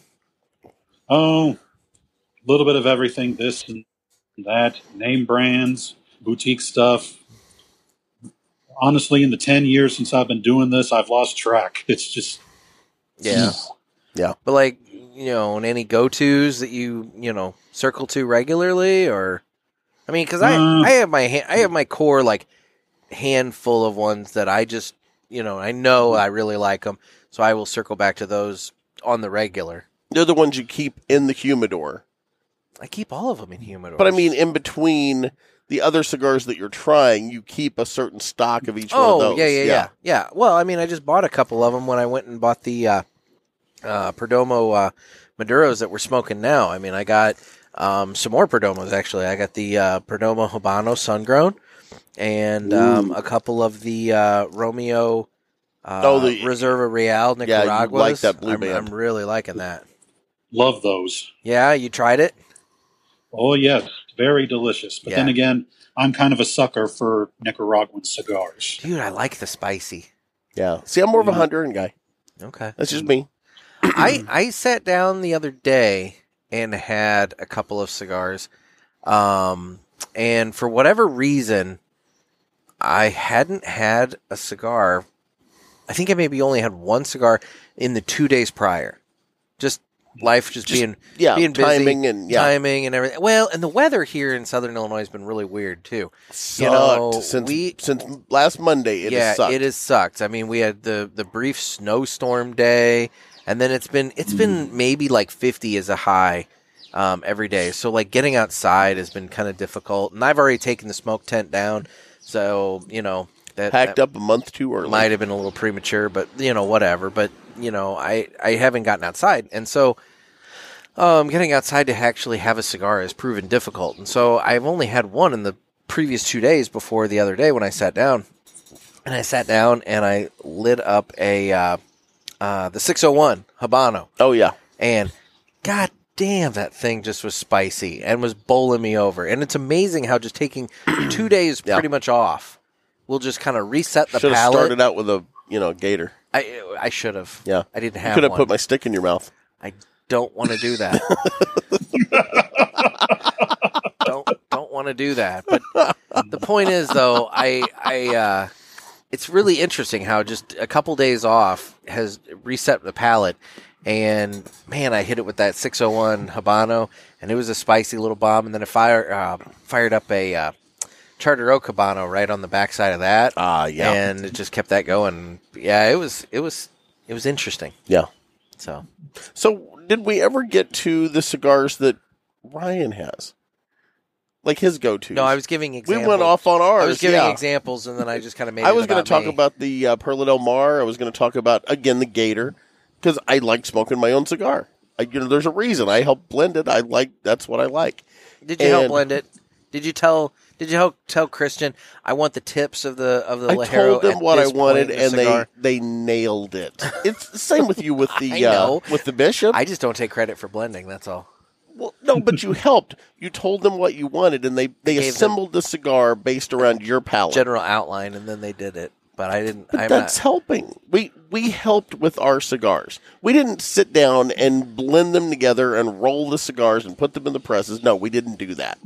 S4: Oh, a little bit of everything. This and that. Name brands, boutique stuff. Honestly, in the ten years since I've been doing this, I've lost track. It's just
S2: but like you know, and any go tos that you you know circle to regularly, or I mean, because I
S4: Uh.
S2: I have my ha- I have my core like handful of ones that I just you know I know I really like them, so I will circle back to those on the regular.
S1: They're the ones you keep in the humidor,
S2: I keep all of them in humidor.
S1: but I mean, in between the other cigars that you're trying, you keep a certain stock of each one
S2: Oh
S1: of those.
S2: yeah, yeah, yeah, yeah, Well, I mean, I just bought a couple of them when I went and bought the uh, uh, Perdomo uh, Maduros that we're smoking now. I mean, I got um, some more Perdomos actually. I got the uh, Perdomo Habano Sun Grown and um, a couple of the uh, Romeo. Uh,
S1: Oh, the-
S2: Reserva Real
S1: Yeah, you
S2: Nicaraguas.
S1: like that blue
S2: I'm,
S1: band.
S2: I'm really liking that.
S4: love those.
S2: Yeah, you tried it.
S4: Oh yes, very delicious. But then
S2: Yeah.
S4: again, I'm kind of a sucker for Nicaraguan cigars.
S2: Dude, I like the spicy.
S1: Yeah. See, I'm more of a
S2: Mm-hmm.
S4: Mhm.
S1: hunter and guy.
S2: Okay.
S1: That's just me.
S2: I, I sat down the other day and had a couple of cigars. Um, and for whatever reason, I hadn't had a cigar. I think I maybe only had one cigar in the two days prior. Just life just,
S1: Just-
S2: being
S1: Yeah,
S2: Being busy,
S1: timing and yeah,
S2: timing and everything. Well, and the weather here in southern Illinois has been really weird too.
S1: sucked
S2: you know,
S1: since
S2: we-
S1: since last Monday. It
S2: yeah,
S1: has sucked.
S2: it has sucked. I mean, we had the the brief snowstorm day, and then it's been it's
S1: Mm.
S2: been maybe like fifty is a high um, every day. So like getting outside has been kind of difficult, and I've already taken the smoke tent down. So you know, That,
S1: Packed
S2: that
S1: up a month too early.
S2: might have been a little premature, but you know, whatever. But you know, I I haven't gotten outside, and so um, getting outside to actually have a cigar has proven difficult. And so I've only had one in the previous two days before the other day when I sat down, and I sat down and I lit up a uh, uh, the 601 Habano,
S1: oh yeah,
S2: and god damn that thing just was spicy and was bowling me over and it's amazing how just taking two days
S1: Yeah.
S2: pretty much off will just kind of reset the
S1: should have
S2: palate
S1: started out with a you know gator.
S2: I I should have.
S1: Yeah.
S2: I didn't
S1: You
S2: have.
S1: could have
S2: one.
S1: put my stick in your mouth.
S2: I don't want to do that. don't don't want to do that. But the point is, though, I I uh, it's really interesting how just a couple days off has reset the palate. And man, I hit it with that 601 Habano, and it was a spicy little bomb. And then I fire uh, fired up a uh, Charter Oak Habano right on the backside of that,
S1: Ah yeah,
S2: and it just kept that going. Yeah, it was it was it was interesting.
S1: yeah.
S2: So
S1: So did we ever get to the cigars that Ryan has, like his go-to?
S2: no, I was giving
S1: We
S2: examples.
S1: went off on ours.
S2: I was giving
S1: yeah.
S2: examples, and then I just kind of made.
S1: I
S2: it
S1: was going
S2: about
S1: to talk
S2: me.
S1: about the uh, Perla Del Mar. I was going to talk about again the Gator because I like smoking my own cigar. I, you know, there's a reason I help blend it. I like that's what I like.
S2: Did you help
S1: and-
S2: blend it? Did you tell? Did you help tell Christian? I want the tips of the of the.
S1: I
S2: Lajero
S1: told them
S2: at
S1: what I
S2: this point
S1: wanted,
S2: in the
S1: and
S2: cigar."
S1: they they nailed it. It's the same with you with
S2: I
S1: the uh,
S2: know.
S1: with the bishop.
S2: I just don't take credit for blending. That's all.
S1: well, no, but you helped. You told them what you wanted, and they they
S2: gave them-
S1: assembled the cigar based around your palate.
S2: General outline, and then they did it. But I didn't.
S1: But
S2: I'm
S1: that's
S2: not.
S1: helping. We we helped with our cigars. We didn't sit down and blend them together and roll the cigars and put them in the presses. No, we didn't do that.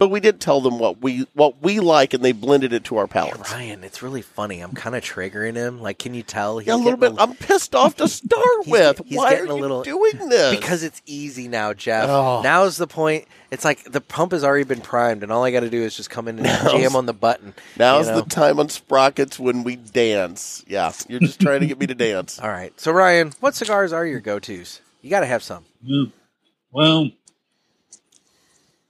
S1: But we did tell them what we what we like, and they blended it to our palates.
S2: Ryan, it's really funny. I'm kind of triggering him. Like, can you tell? He's
S1: Yeah, a little bit.
S2: getting
S1: I'm pissed off to start
S2: He's
S1: with.
S2: get- he's
S1: Why are
S2: getting
S1: you
S2: a little-
S1: doing this?
S2: because it's easy now, Jeff.
S1: Oh.
S2: Now's the point. It's like the pump has already been primed, and all I got to do is just come in and jam on the button.
S1: now's
S2: you know?
S1: the time on sprockets when we dance. Yeah, you're just trying to get me to dance.
S2: All right. So Ryan, what cigars are your go-tos? You got to have some.
S4: Yeah. Mm. Well,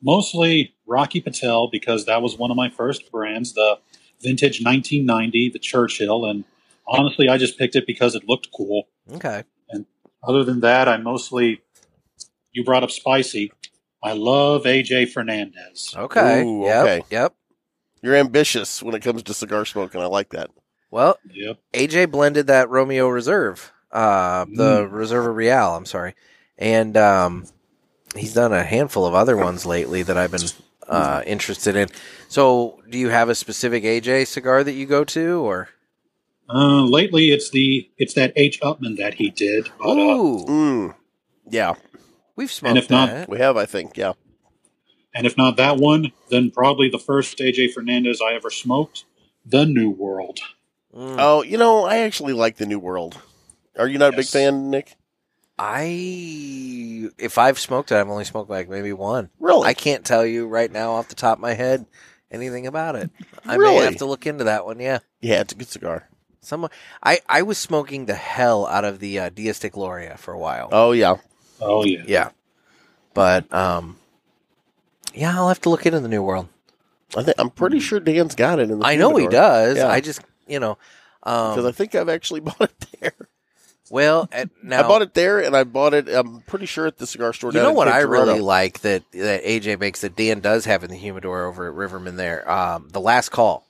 S4: mostly Rocky Patel because that was one of my first brands, the vintage 1990, the Churchill, and honestly, I just picked it because it looked cool.
S2: Okay.
S4: Other than that, I mostly you brought up spicy. I love AJ Fernandez.
S2: Okay.
S1: Ooh,
S2: yep.
S1: okay.
S2: Yep.
S1: You're ambitious when it comes to cigar smoking. I like that.
S2: Well,
S4: Yep.
S2: AJ blended that Romeo Reserve, uh, the
S1: Mm.
S2: Reserva Real. I'm sorry, and um, he's done a handful of other ones lately that I've been uh, interested in. So, do you have a specific AJ cigar that you go to, or
S4: Uh, lately, it's the it's that H Upman that he did. But, uh,
S2: ooh,
S1: Mm. Yeah,
S2: we've smoked
S4: and if not-
S2: that.
S1: we have. I think. Yeah.
S4: and if not that one, then probably the first AJ Fernandez I ever smoked, the New World.
S2: Mm.
S1: Oh, you know, I actually like the New World. Are you not a big
S4: Yes.
S1: fan, Nick?
S2: I, if I've smoked it, I've only smoked like maybe one.
S1: Really?
S2: I can't tell you right now off the top of my head anything about it. I may
S1: Really?
S2: have to look into that one. Yeah,
S1: yeah, it's a good cigar.
S2: someone. I I was smoking the hell out of the uh, Diastic Gloria for a while.
S1: Oh yeah,
S4: Oh yeah.
S2: Yeah, but um, yeah, I'll have to look into the New World.
S1: I think I'm pretty sure Dan's got it in the.
S2: Hmm. I know he does.
S1: Yeah.
S2: I just you know,
S1: because
S2: um,
S1: I think I've actually bought it there.
S2: well at, now
S1: I bought it there, and I bought it. I'm pretty sure at the cigar store.
S2: You
S1: down
S2: know
S1: in
S2: what I
S1: Cape Girardeau.
S2: really like that that AJ makes that Dan does have in the humidor over at Riverman there. Um, the last call,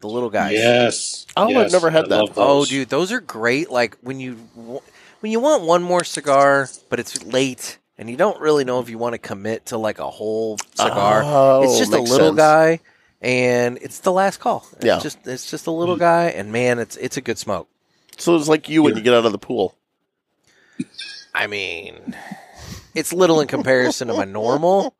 S2: the little guys.
S4: Yes.
S1: Oh, I've
S4: Yes.
S1: never had
S4: I
S1: that.
S4: love
S2: Oh,
S4: those.
S2: dude, those are great. Like when you wa- when you want one more cigar, but it's late and you don't really know if you want to commit to like a whole cigar.
S1: Oh,
S2: it's just a
S1: makes
S2: little
S1: sense.
S2: guy, and it's the last call. It's
S1: Yeah.
S2: just it's just a little guy, and man, it's it's a good smoke.
S1: So it's like you when you get out of the pool.
S2: I mean, it's little in comparison to my normal,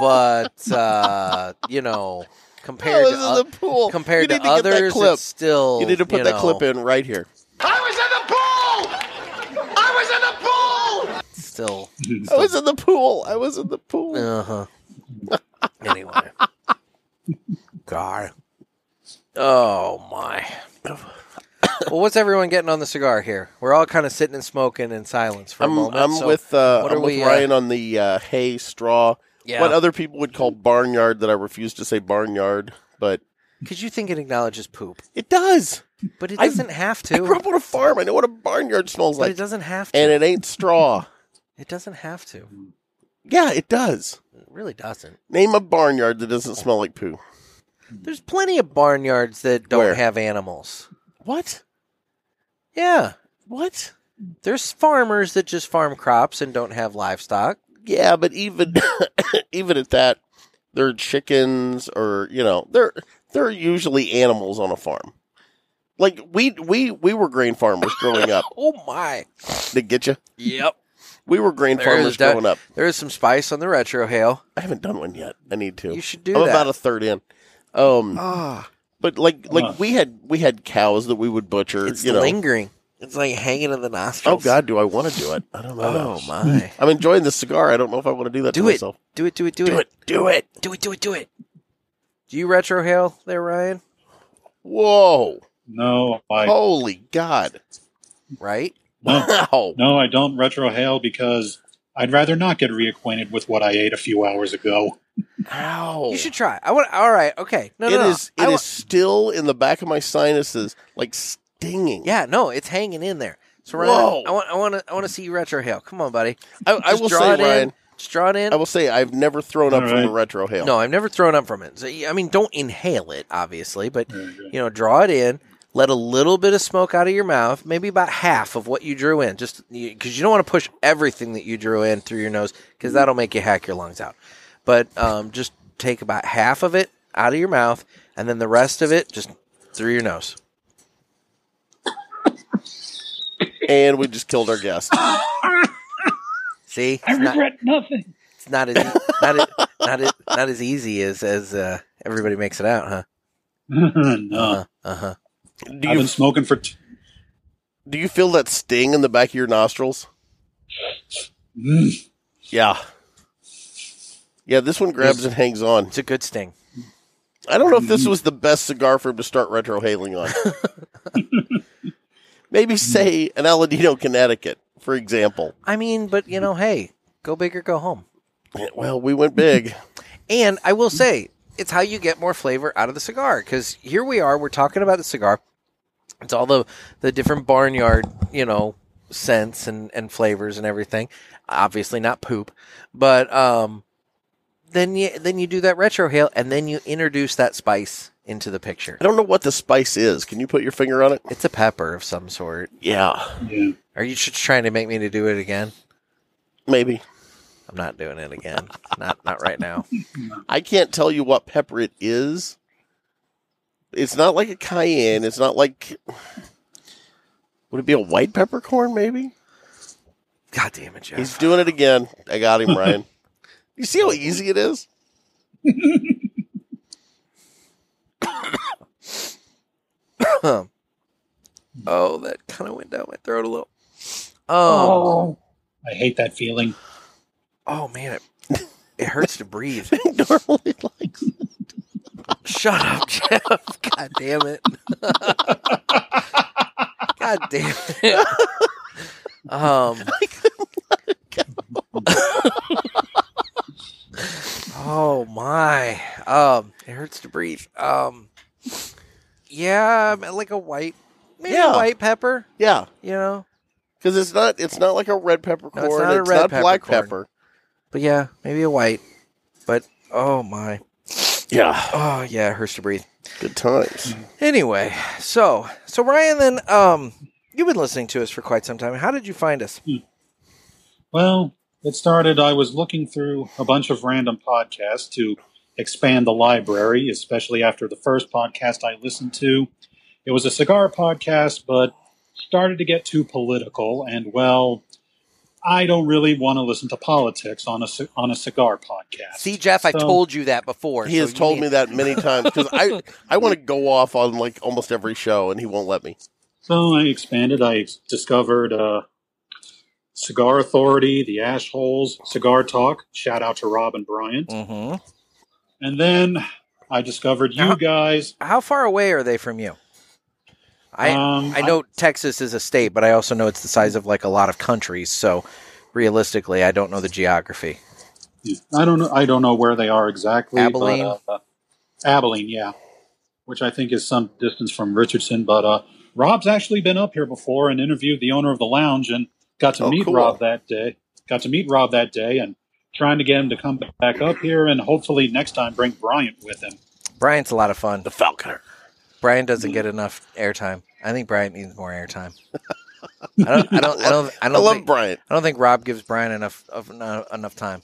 S2: but uh, you know, compared
S1: I was
S2: to oth-
S1: in Oh, the pool.
S2: compared
S1: you
S2: to
S1: need to get that
S2: others,
S1: clip.
S2: it's still
S1: you need to put that
S2: know,
S1: clip in right here.
S6: I was in the pool! I was in the pool!
S2: Still,
S1: I was in the pool. I was in the pool.
S2: uh huh. anyway, God, oh my. Well, what's everyone getting on the cigar here? We're all kind of sitting and smoking in silence for a
S1: I'm,
S2: moment.
S1: I'm
S2: so
S1: with uh,
S2: what are
S1: I'm with
S2: we, uh,
S1: Ryan on the uh, hay straw.
S2: Yeah.
S1: What other people would call barnyard that I refuse to say barnyard, but
S2: because you think it acknowledges poop,
S1: It does.
S2: but it
S1: I-
S2: doesn't have
S1: I grew
S2: to.
S1: up on a farm. I know what a barnyard smells
S2: But
S1: like.
S2: it doesn't have to.
S1: and it ain't straw.
S2: It doesn't have to.
S1: yeah, it does.
S2: It really doesn't.
S1: Name a barnyard that doesn't smell like poo.
S2: There's plenty of barnyards that don't
S1: Where?
S2: have animals.
S1: What?
S2: Yeah,
S1: What?
S2: there's farmers that just farm crops and don't have livestock.
S1: Yeah, but even even at that, there are chickens or you know, there there are usually animals on a farm. Like we we we were grain farmers growing up.
S2: Oh my!
S1: Did get you?
S2: Yep.
S1: We were grain
S2: There
S1: farmers
S2: is that-
S1: growing up.
S2: There is some spice on the retrohale.
S1: I haven't done one yet. I need to.
S2: You should do
S1: I'm
S2: that.
S1: about a third in. Um,
S2: Ah,
S1: but like like
S4: Ugh.
S1: we had we had cows that we would butcher.
S2: it's
S1: you know.
S2: lingering. It's like hanging in the
S1: Oh
S2: nostrils.
S1: God, do I want to do it? I don't know.
S2: Oh my!
S1: I'm enjoying this cigar. I don't know if I want to do that
S2: Do
S1: to
S2: it.
S1: myself.
S2: Do it! Do it! Do,
S1: Do
S2: it!
S1: it. Do it.
S2: Do it! Do it! Do it! Do you retrohale there, Ryan?
S1: Whoa.
S4: No, I
S1: Oh. Holy God.
S2: Right?
S4: no,
S1: Wow.
S4: no, I don't retrohale because I'd rather not get reacquainted with what I ate a few hours ago.
S1: Ow.
S2: You should try. I want. All right. Okay. No.
S1: Oh. It
S2: no. no.
S1: is-
S2: I
S1: it
S2: wa-
S1: is still in the back of my sinuses, like stinging.
S2: Yeah. No. It's hanging in there. So Ryan,
S1: Whoa.
S2: I want. I want to. I want to see you retrohale. Come on, buddy.
S1: I, I
S2: Just
S1: will
S2: draw
S1: say,
S2: it in.
S1: Ryan.
S2: Just draw it in.
S1: I will say, I've never thrown up
S4: All
S1: from a
S4: right.
S1: retro hail.
S2: No, I've never thrown up from it. So, I mean, don't inhale it, obviously, but
S4: Mhm.
S2: you know, draw it in. Let a little bit of smoke out of your mouth, maybe about half of what you drew in, just because you don't want to push everything that you drew in through your nose, because that'll make you hack your lungs out. But um, just take about half of it out of your mouth, and then the rest of it just through your nose.
S1: And we just killed our guest.
S2: See,
S4: I
S2: It's not-
S4: regret nothing.
S2: It's not as e, not as, not as, not as easy as as uh, everybody makes it out, huh?
S4: no,
S2: Uh huh.
S1: Do
S4: I've
S1: you
S4: been smoking for. T-
S1: do you feel that sting in the back of your nostrils?
S4: Mm.
S1: Yeah. Yeah, this one grabs and hangs on.
S2: It's a good sting.
S1: I don't know if this was the best cigar for him to start retrohaling on. Maybe say an Aladino, Connecticut, for example.
S2: I mean, but you know, hey, go big or go home.
S1: Well, we went big.
S2: And I will say, it's how you get more flavor out of the cigar. Because here we are, we're talking about the cigar. It's all the the different barnyard, you know, scents and and flavors and everything. Obviously not poop, but um, then you then you do that retrohale, and then you introduce that spice into the picture.
S1: I don't know what the spice is. Can you put your finger on it?
S2: It's a pepper of some sort.
S1: Yeah,
S4: yeah.
S2: Are you just trying to make me to do it again?
S1: maybe.
S2: I'm not doing it again. not not right now.
S1: I can't tell you what pepper it is. It's not like a cayenne. It's not like. Would it be a white peppercorn, maybe?
S2: God damn it, Jeff.
S1: He's doing it again. I got him, Ryan. you see how easy it is?
S2: oh, that kind of went down my throat a little. Um, oh.
S4: Oh, I hate that feeling.
S2: man, it, it hurts to breathe.
S1: Normally, like.
S2: Shut up, Jeff. God damn it. God damn it. Um. oh my. Um. It hurts to breathe. Um. Yeah, like a white, maybe
S1: Yeah.
S2: a white pepper.
S1: Yeah.
S2: You know,
S1: Because it's not it's not like a red peppercorn. it's
S2: not
S1: not,
S2: a red
S1: black
S2: peppercorn.
S1: pepper.
S2: but yeah, maybe a white. But oh my.
S1: Yeah.
S2: Oh yeah, it hurts to breathe.
S1: Good times.
S2: Anyway, so so Ryan, then um, you've been listening to us for quite some time. How did you find us?
S4: Well, it started. I was looking through a bunch of random podcasts to expand the library, especially after the first podcast I listened to. It was a cigar podcast, but started to get too political, and well, I don't really want to listen to politics on a ci- on a cigar podcast.
S2: See, Jeff, I
S4: So-
S2: told you that before.
S1: He has told me that many times because I I want to go off on like almost every show and he won't let me.
S4: So I expanded. I ex- discovered uh, Cigar Authority, The Ash Holes, Cigar Talk. Shout out to Rob and Bryant.
S2: hmm
S4: And then I discovered
S2: How-
S4: you guys.
S2: How far away are they from you? I
S4: Um,
S2: I know Texas is a state, but I also know it's the size of like a lot of countries. So realistically, I don't know the geography.
S4: I, I don't know. I don't know where they are exactly.
S2: Abilene?
S4: But, uh, Abilene, yeah. which I think is some distance from Richardson. But uh, Rob's actually been up here before and interviewed the owner of the lounge and got to
S1: Oh,
S4: meet
S1: cool.
S4: Rob that day. Got to meet Rob that day and trying to get him to come back up here and hopefully next time bring Bryant with him.
S2: Brian's a lot of fun.
S1: The Falconer.
S2: Brian doesn't get enough airtime. I think Brian needs more airtime. I don't. I don't. I don't. I
S1: I,
S2: don't.
S1: love
S2: think,
S1: Bryant.
S2: I don't think Rob gives Brian enough of no- enough time.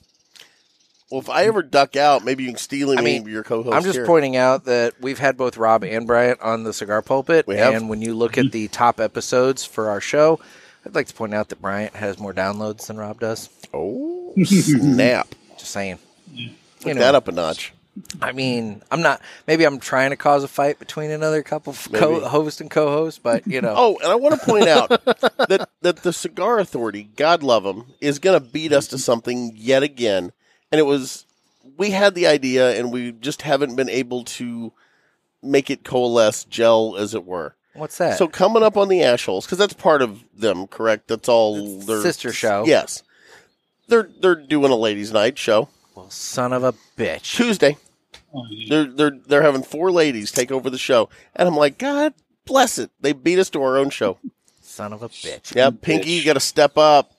S1: Well, if I ever duck out, maybe you can steal him.
S2: I mean,
S1: and your co-host.
S2: I'm just
S1: here.
S2: pointing out that we've had both Rob and Bryant on the cigar pulpit,
S1: We have.
S2: and when you look at the top episodes for our show, I'd like to point out that Bryant has more downloads than Rob does.
S1: Oh snap!
S2: Just saying.
S1: Put
S2: Anyway.
S1: that up a notch.
S2: I mean, I'm not. Maybe I'm trying to cause a fight between another couple, co-
S1: Maybe.
S2: host and co-host, but you know.
S1: Oh, and I want to point out that that the Cigar Authority, God love them, is going to beat us to something yet again. And it was we had the idea, and we just haven't been able to make it coalesce, gel, as it were.
S2: what's that?
S1: Oh, So coming up on the Ashholes, because that's part of them, correct? That's all
S2: It's
S1: their
S2: sister show.
S1: Yes, they're they're doing a ladies' night show
S2: well, son of a bitch.
S1: Tuesday.
S4: Oh, yeah.
S1: They're they're they're having four ladies take over the show, and I'm like, God bless it. They beat us to our own show.
S2: Son of a bitch.
S1: Yeah, Pinky, you got to step up.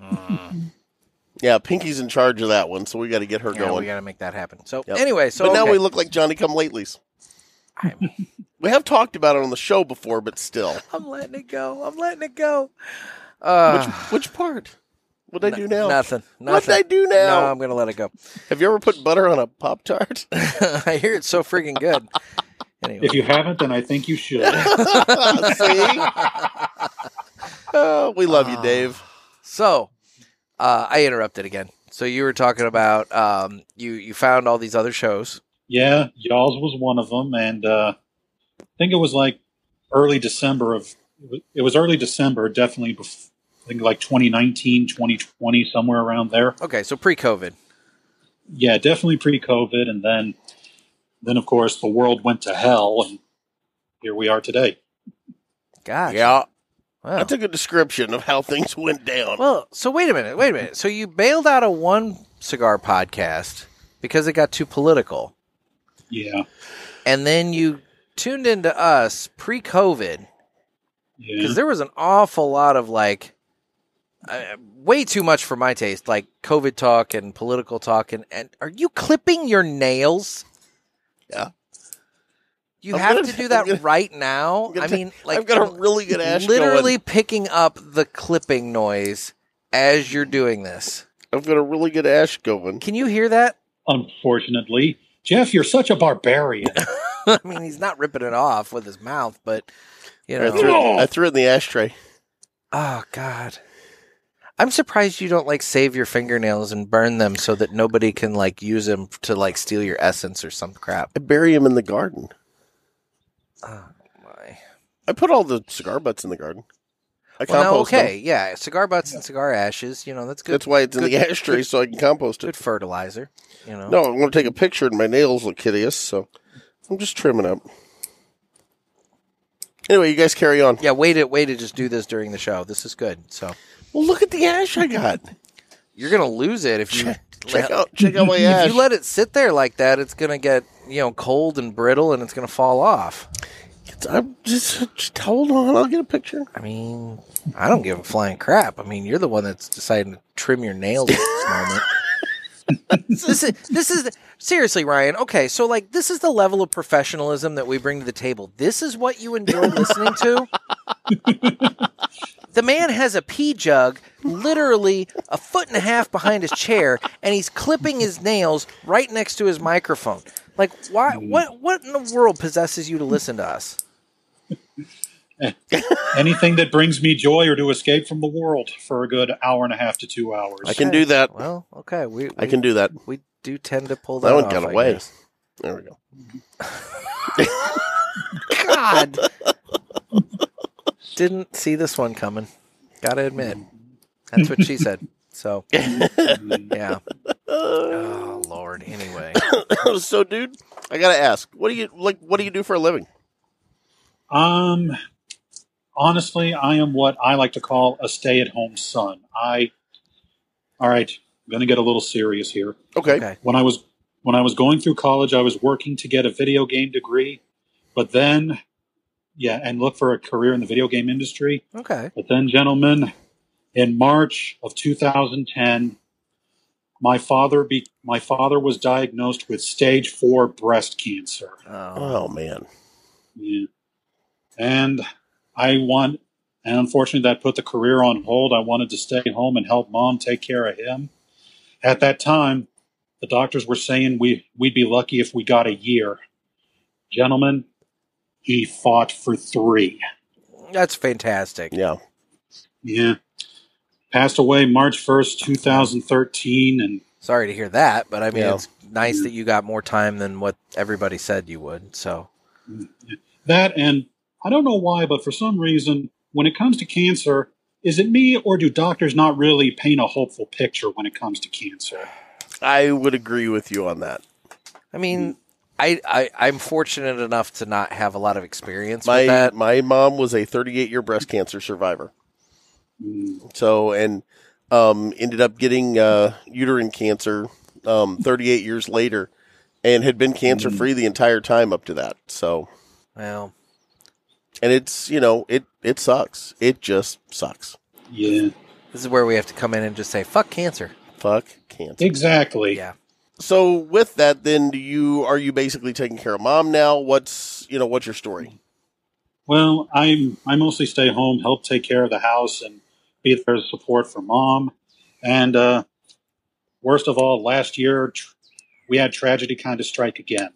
S2: Uh.
S1: yeah, Pinky's in charge of that one, so we got to get her
S2: Yeah,
S1: going.
S2: we got to make that happen. So
S1: Yep.
S2: anyway, so
S1: but now
S2: okay.
S1: we look like Johnny Come Latelys.
S2: I'm,
S1: We have talked about it on the show before, but still,
S2: I'm letting it go. I'm letting it go. Uh,
S1: which part? What did I do now?
S2: Nothing. Nothing.
S1: What'd I do now?
S2: No, I'm gonna let it go.
S1: Have you ever put butter on a pop tart?
S2: I hear it's so freaking good. Anyway,
S4: If you haven't, then I think you should.
S1: See? oh, we
S2: Ah.
S1: love you, Dave.
S2: so uh, I interrupted again. So you were talking about um, you you found all these other shows.
S4: Yeah, Y'all's was one of them, and uh, I think it was like early December of it was early December, definitely. Before, I think like 2019, 2020, somewhere around there.
S2: Okay, so pre-COVID.
S4: Yeah, definitely pre-COVID, and then then of course the world went to hell, and here we are today.
S2: Gosh.
S1: Yeah,
S2: Wow.
S1: that's a good description of how things went down.
S2: Well, so wait a minute, wait a minute. So you bailed out of one cigar podcast because it got too political,
S4: Yeah,
S2: and then you tuned into us pre-COVID
S4: yeah,
S1: Mm-hmm.
S2: because there was an awful lot of like, uh, way too much for my taste, like COVID talk and political talk, and and are you clipping your nails?
S1: Yeah.
S2: You
S1: I'm
S2: have
S1: gonna-
S2: to do
S1: I'm
S2: that
S1: gonna-
S2: right now.
S1: I'm gonna
S2: I
S1: ta-
S2: mean, like
S1: I've got a really good ash.
S2: literally
S1: going.
S2: picking up the clipping noise as you're doing this.
S1: I've got a really good ash going.
S2: Can you hear that?
S4: unfortunately, Jeff, you're such a barbarian.
S2: I mean, he's not ripping it off with his mouth, but you
S1: I
S2: know.
S1: threw, it, I threw it in the ashtray.
S2: Oh God, I'm surprised you don't like save your fingernails and burn them so that nobody can like use them to like steal your essence or some crap.
S1: I bury him in the garden.
S2: Oh my.
S1: I put all the cigar butts in the garden. I
S2: Well, now,
S1: compost
S2: okay,
S1: them.
S2: yeah, cigar butts and cigar ashes. You know that's good.
S1: That's why it's in the
S2: good-
S1: ashtray,
S2: good-
S1: so I can compost
S2: good
S1: it.
S2: fertilizer. You know.
S1: No, I'm going to take a picture, and my nails look hideous, so I'm just trimming up. Anyway, you guys carry on.
S2: Yeah, way to way to just do this during the show. This is good. So
S1: Well, look at the ash I got.
S2: you're gonna lose it if you
S1: Check out, check out my ash.
S2: if you let it sit there like that. It's gonna get you know cold and brittle and it's gonna fall off.
S1: It's- I'm just, just hold on. I'll get a picture.
S2: I mean, I don't give a flying crap. I mean, you're the one that's deciding to trim your nails at this moment. this is this is seriously, Ryan. Okay, so like this is the level of professionalism that we bring to the table. This is what you enjoy listening to. The man has a pee jug literally a foot and a half behind his chair, and he's clipping his nails right next to his microphone. Like, why? What? What in the world possesses you to listen to us?
S4: Anything that brings me joy or to escape from the world for a good hour and a half to two hours.
S1: I can do that.
S2: Well, okay, we,
S1: I
S2: we-
S1: can do that.
S2: we do tend to pull that,
S1: That one
S2: off,
S1: got
S2: I
S1: away.
S2: guess.
S1: There we go.
S2: God, didn't see this one coming. Gotta admit, that's what she said. So,
S4: Mm.
S2: yeah. Oh Lord. Anyway,
S1: so, dude, I gotta ask, what do you like? What do you do for a living?
S4: Um, honestly, I am what I like to call a stay-at-home son. I, all right, I'm going to get a little serious here.
S1: Okay.
S2: Okay.
S4: When I was When I was going through college, I was working to get a video game degree, but then, yeah, and look for a career in the video game industry.
S2: Okay.
S4: But then, gentlemen, in March of 2010, my father be- my father was diagnosed with stage four breast cancer.
S2: Oh.
S1: Oh man.
S4: Yeah. And I want, and unfortunately, that put the career on hold. I wanted to stay home and help mom take care of him. At that time, the doctors were saying we, we'd be lucky if we got a year. Gentlemen, he fought for three.
S2: That's fantastic.
S1: Yeah.
S4: Yeah. Passed away March 1st, 2013. And
S2: Sorry to hear that, but I mean,
S1: Yeah.
S2: it's nice that you got more time than what everybody said you would. So,
S4: that, and I don't know why, but for some reason, when it comes to cancer, is it me or do doctors not really paint a hopeful picture when it comes to cancer?
S1: I would agree with you on that.
S2: I
S1: Mm.
S2: mean, I, I I'm fortunate enough to not have a lot of experience with
S1: My
S2: that.
S1: my mom was a 38 year breast cancer survivor.
S4: Mm.
S1: So and um, ended up getting uh, uterine cancer um, 38 years later, and had been cancer free the entire time up to that. So
S2: Well,
S1: and it's you know it it sucks. It just sucks.
S4: Yeah,
S2: this is where we have to come in and just say fuck cancer.
S1: Fuck cancer.
S4: exactly.
S2: Yeah.
S1: So with that, then do you are you basically taking care of mom now? What's you know what's your story?
S4: Well, I'm I mostly stay home, help take care of the house, and be there as support for mom. And uh, worst of all, last year tr- we had tragedy kind of strike again.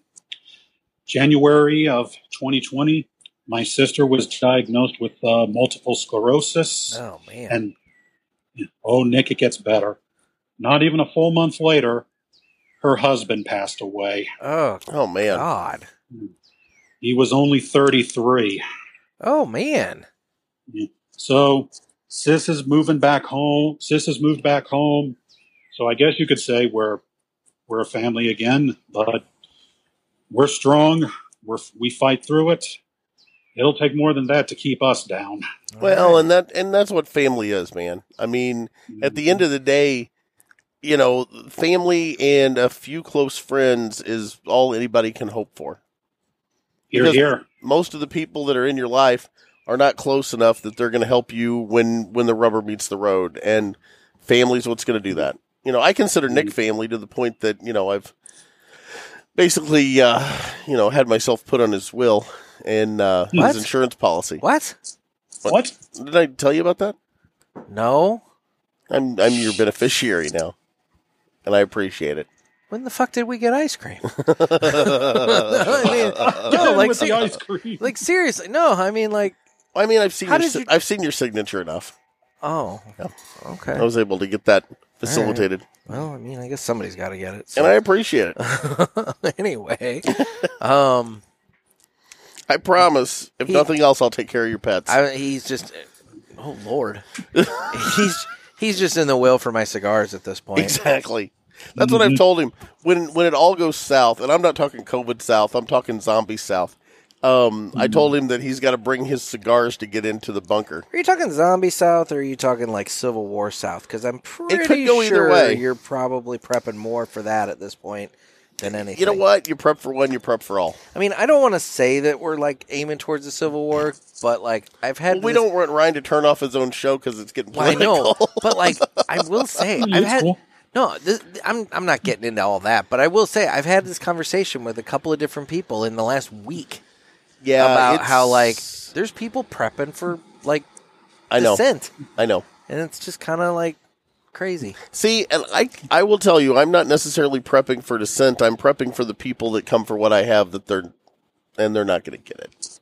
S4: January of 2020, my sister was diagnosed with uh, multiple sclerosis,
S2: Oh man.
S4: and oh, Nick, it gets better. Not even a full month later, her husband passed away.
S2: oh
S1: Oh man.
S2: god.
S4: He was only 33.
S2: Oh man.
S4: So Sis is moving back home. Sis has moved back home. So I guess you could say we're we're a family again, but we're strong. We're we fight through it. It'll take more than that to keep us down.
S1: Well, and that and that's what family is, man. I mean, at the
S2: Mm-hmm.
S1: end of the day, you know, family and a few close friends is all anybody can hope for.
S4: here,
S1: because-
S4: here,
S1: Most of the people that are in your life are not close enough that they're going to help you when when the rubber meets the road, and family's what's going to do that. You know, I consider
S2: Mm-hmm.
S1: Nick family to the point that you know I've basically uh, you know had myself put on his will and uh,
S2: What?
S1: his insurance policy.
S2: what?
S1: What?
S4: what?
S1: Did I tell you about that?
S2: No.
S1: I'm I'm your beneficiary now, and I appreciate it.
S2: When the fuck did we get ice cream? I mean, no,
S4: Yeah,
S2: like,
S4: with the
S2: ser-
S4: ice cream.
S2: like seriously. No, I mean like
S1: I mean, I've seen
S2: How
S1: your,
S2: did
S1: si-
S2: you-
S1: I've seen your signature enough.
S2: oh.
S1: Yeah.
S2: Okay.
S1: I was able to get that facilitated,
S2: Well, I mean, I guess somebody's got to get it.
S1: and
S2: So.
S1: I appreciate it.
S2: anyway, um,
S1: I promise. If
S2: He-
S1: nothing else, I'll take care of your pets.
S2: I, he's just, oh lord, he's he's just in the will for my cigars at this point.
S1: exactly. That's what I've told him. When when it all goes south, and I'm not talking COVID south, I'm talking zombie south. Um,
S2: Hmm.
S1: I told him that he's got to bring his cigars to get into the bunker.
S2: Are you talking zombie South or are you talking like Civil War South? Because I'm pretty
S1: go either
S2: sure
S1: way.
S2: you're probably prepping more for that at this point than anything.
S1: You know what? You prep for one, you prep for all.
S2: I mean, I don't want to say that we're like aiming towards the Civil War, but like I've had
S1: Well, we
S2: this-
S1: don't want Ryan to turn off his own show because it's getting
S2: Well, I
S1: political.
S2: know, but like I will say, I've
S4: it's
S2: had
S4: cool.
S2: no. This, I'm I'm not getting into all that, but I will say I've had this conversation with a couple of different people in the last week
S1: yeah,
S2: about
S1: Uh, it's-
S2: how like there's people prepping for like
S1: I know,
S2: dissent,
S1: I know.
S2: and it's just kind of like crazy.
S1: See, and I I will tell you, I'm not necessarily prepping for dissent. I'm prepping for the people that come for what I have that they're and they're not going to get it.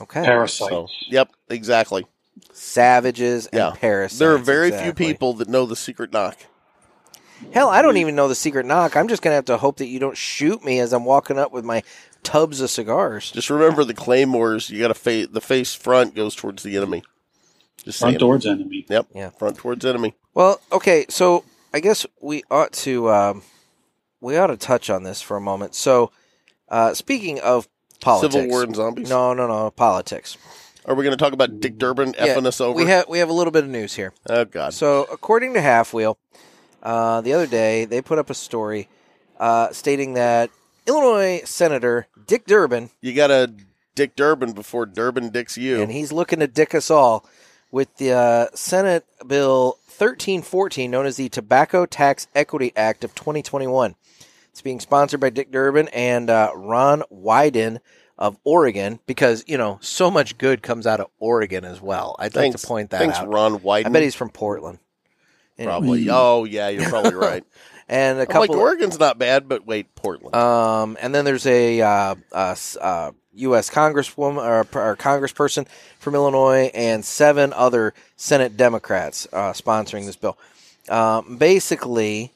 S2: Okay,
S4: Parasites.
S1: So, yep, exactly.
S2: savages
S1: Yeah,
S2: and parasites.
S1: there are very
S2: exactly.
S1: few people that know the secret knock.
S2: Hell, I
S1: Mm.
S2: don't even know the secret knock. I'm just gonna have to hope that you don't shoot me as I'm walking up with my tubs of cigars.
S1: Just remember the claymores. You got to face the face front goes towards the enemy. Just
S4: Front
S1: saying.
S4: door's enemy.
S1: Yep.
S2: Yeah.
S1: Front towards enemy.
S2: Well, okay, so I guess we ought to um, we ought to touch on this for a moment. So, uh, speaking of politics,
S1: Civil war and zombies.
S2: No, no, no, politics.
S1: Are we going to talk about Dick Durbin
S2: Yeah,
S1: effing us over?
S2: We have we have a little bit of news here.
S1: oh God.
S2: So, according to Half Wheel, uh, the other day they put up a story uh, stating that Illinois Senator Dick Durbin
S1: You got to Dick Durbin before Durbin dicks you.
S2: and he's looking to dick us all with the uh, Senate Bill 1314, known as the Tobacco Tax Equity Act of 2021. It's being sponsored by Dick Durbin and uh, Ron Wyden of Oregon because, you know, so much good comes out of Oregon as well. I'd like
S1: thanks.
S2: to point that
S1: thanks,
S2: out.
S1: Ron Wyden.
S2: I bet he's from Portland. Anyway.
S1: probably. Oh yeah, you're probably right. Uh,
S2: And a
S1: I'm like
S2: couple.
S1: Oregon's not bad, but wait, Portland.
S2: Um, and then there's a, uh, uh, s- uh, U.S. Congresswoman or, or Congressperson from Illinois and seven other Senate Democrats uh, sponsoring this bill. Um, basically,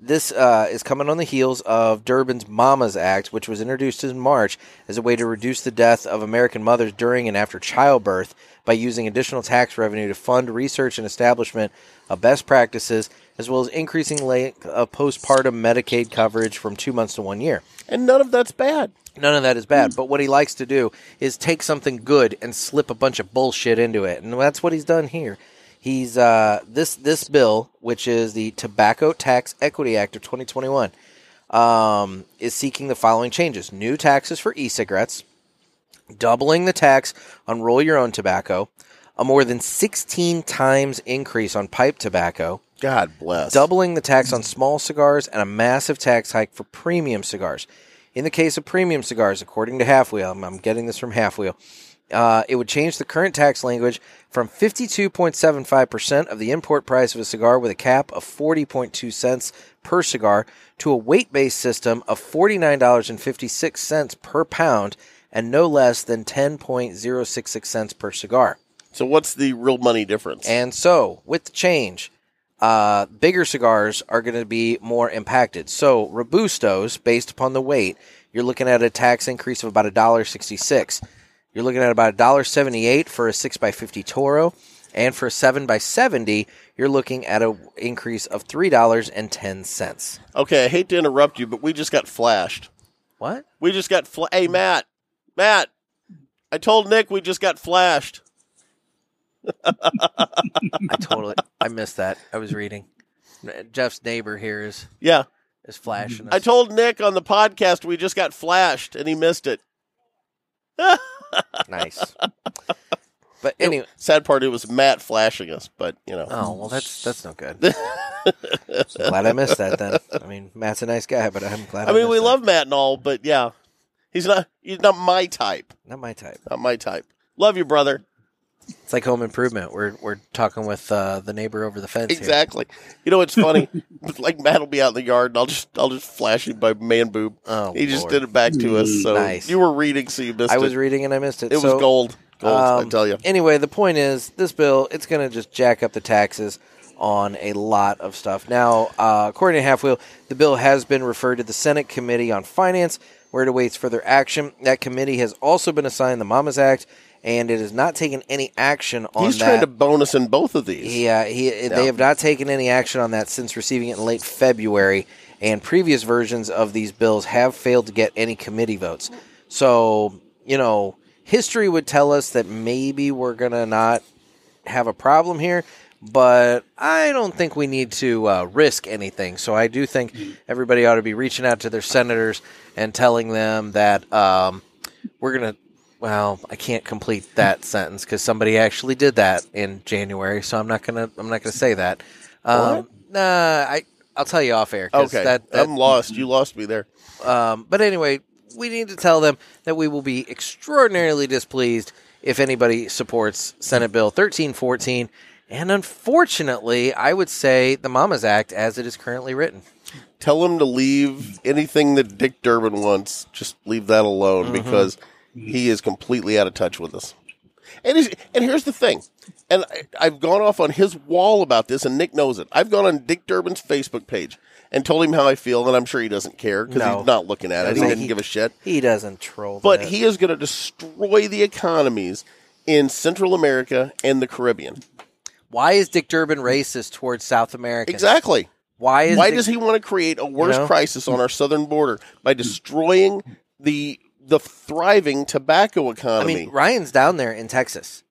S2: this uh, is coming on the heels of Durbin's Mamas Act, which was introduced in March as a way to reduce the death of American mothers during and after childbirth by using additional tax revenue to fund research and establishment of best practices, as well as increasing length of postpartum Medicaid coverage from two months to one year.
S1: and none of that's bad.
S2: None of that is bad, but what he likes to do is take something good and slip a bunch of bullshit into it, and that's what he's done here. He's uh, this this bill, which is the Tobacco Tax Equity Act of 2021, um, is seeking the following changes: new taxes for e-cigarettes, doubling the tax on roll your own tobacco, a more than 16 times increase on pipe tobacco,
S1: God bless.
S2: doubling the tax on small cigars and a massive tax hike for premium cigars. In the case of premium cigars, according to Half Wheel, I'm, I'm getting this from Half Wheel, uh, it would change the current tax language from 52.75% of the import price of a cigar with a cap of 40.2 cents per cigar to a weight based system of $49.56 per pound and no less than 10.066 cents per cigar.
S1: So what's the real money difference?
S2: And so, with the change, uh, bigger cigars are going to be more impacted. So, Robustos, based upon the weight, you're looking at a tax increase of about $1.66. You're looking at about $1.78 for a 6x50 Toro. And for a 7x70, you're looking at an increase of $3.10.
S1: okay, I hate to interrupt you, but we just got flashed.
S2: What?
S1: We just got fla- Hey, Matt. Matt. I told Nick we just got flashed.
S2: I totally I missed that. I was reading. Jeff's neighbor here is
S1: Yeah.
S2: is flashing.
S1: I
S2: us.
S1: told Nick on the podcast we just got flashed and he missed it.
S2: nice. But anyway,
S1: Sad part it was Matt flashing us, but you know.
S2: Oh well, that's that's no good. I'm glad I missed that. Then I mean, Matt's a nice guy, but I'm glad. I,
S1: I mean, we
S2: missed that.
S1: love Matt and all, but yeah. He's not he's not my type.
S2: not my type.
S1: Not my type. Love you, brother.
S2: It's like Home Improvement. We're we're talking with uh, the neighbor over the fence. here.
S1: Exactly. You know what's funny? like Matt'll be out in the yard and I'll just I'll just flash him by man boob.
S2: Oh,
S1: he just
S2: Lord.
S1: did it back to us. So
S2: Mm, Nice.
S1: you were reading, so you missed
S2: I was
S1: it.
S2: reading and I missed it.
S1: it
S2: So,
S1: was gold. Gold, I
S2: um,
S1: tell you.
S2: Anyway, the point is, this bill it's going to just jack up the taxes on a lot of stuff. Now, uh, according to Half Wheel, the bill has been referred to the Senate Committee on Finance, where it awaits further action. That committee has also been assigned the Mamas Act, and it has not taken any action on
S1: He's
S2: that.
S1: trying to bonus in both of these.
S2: Yeah, he, they have not taken any action on that since receiving it in late February, and previous versions of these bills have failed to get any committee votes. So, you know, history would tell us that maybe we're going to not have a problem here, but I don't think we need to uh, risk anything. So I do think everybody ought to be reaching out to their senators and telling them that um, we're going to. Well, I can't complete that sentence because somebody actually did that in January, so I'm not gonna I'm not gonna say that. Um, Nah, I I'll tell you off air. 'cause
S1: Okay.
S2: that, that
S1: I'm lost. You lost me there.
S2: um, but anyway, we need to tell them that we will be extraordinarily displeased if anybody supports Senate Bill 1314. And unfortunately, I would say the Mamas Act as it is currently written.
S1: Tell him to leave anything that Dick Durbin wants. Just leave that alone because he is completely out of touch with us. And he's, and here's the thing. And I, I've gone off on his wall about this, and Nick knows it. I've gone on Dick Durbin's Facebook page and told him how I feel, and I'm sure he doesn't care because
S2: No.
S1: he's not looking at it. He
S2: No,
S1: didn't
S2: he-
S1: give a shit.
S2: He doesn't troll.
S1: But
S2: that.
S1: he is going to destroy the economies in Central America and the Caribbean.
S2: why is Dick Durbin racist towards South Americans?
S1: Exactly.
S2: Why is
S1: Why
S2: Dick-
S1: does he want to create a worse
S2: You know?
S1: crisis on our southern border by destroying the the thriving tobacco
S2: I
S1: economy?
S2: mean, Ryan's down there in Texas.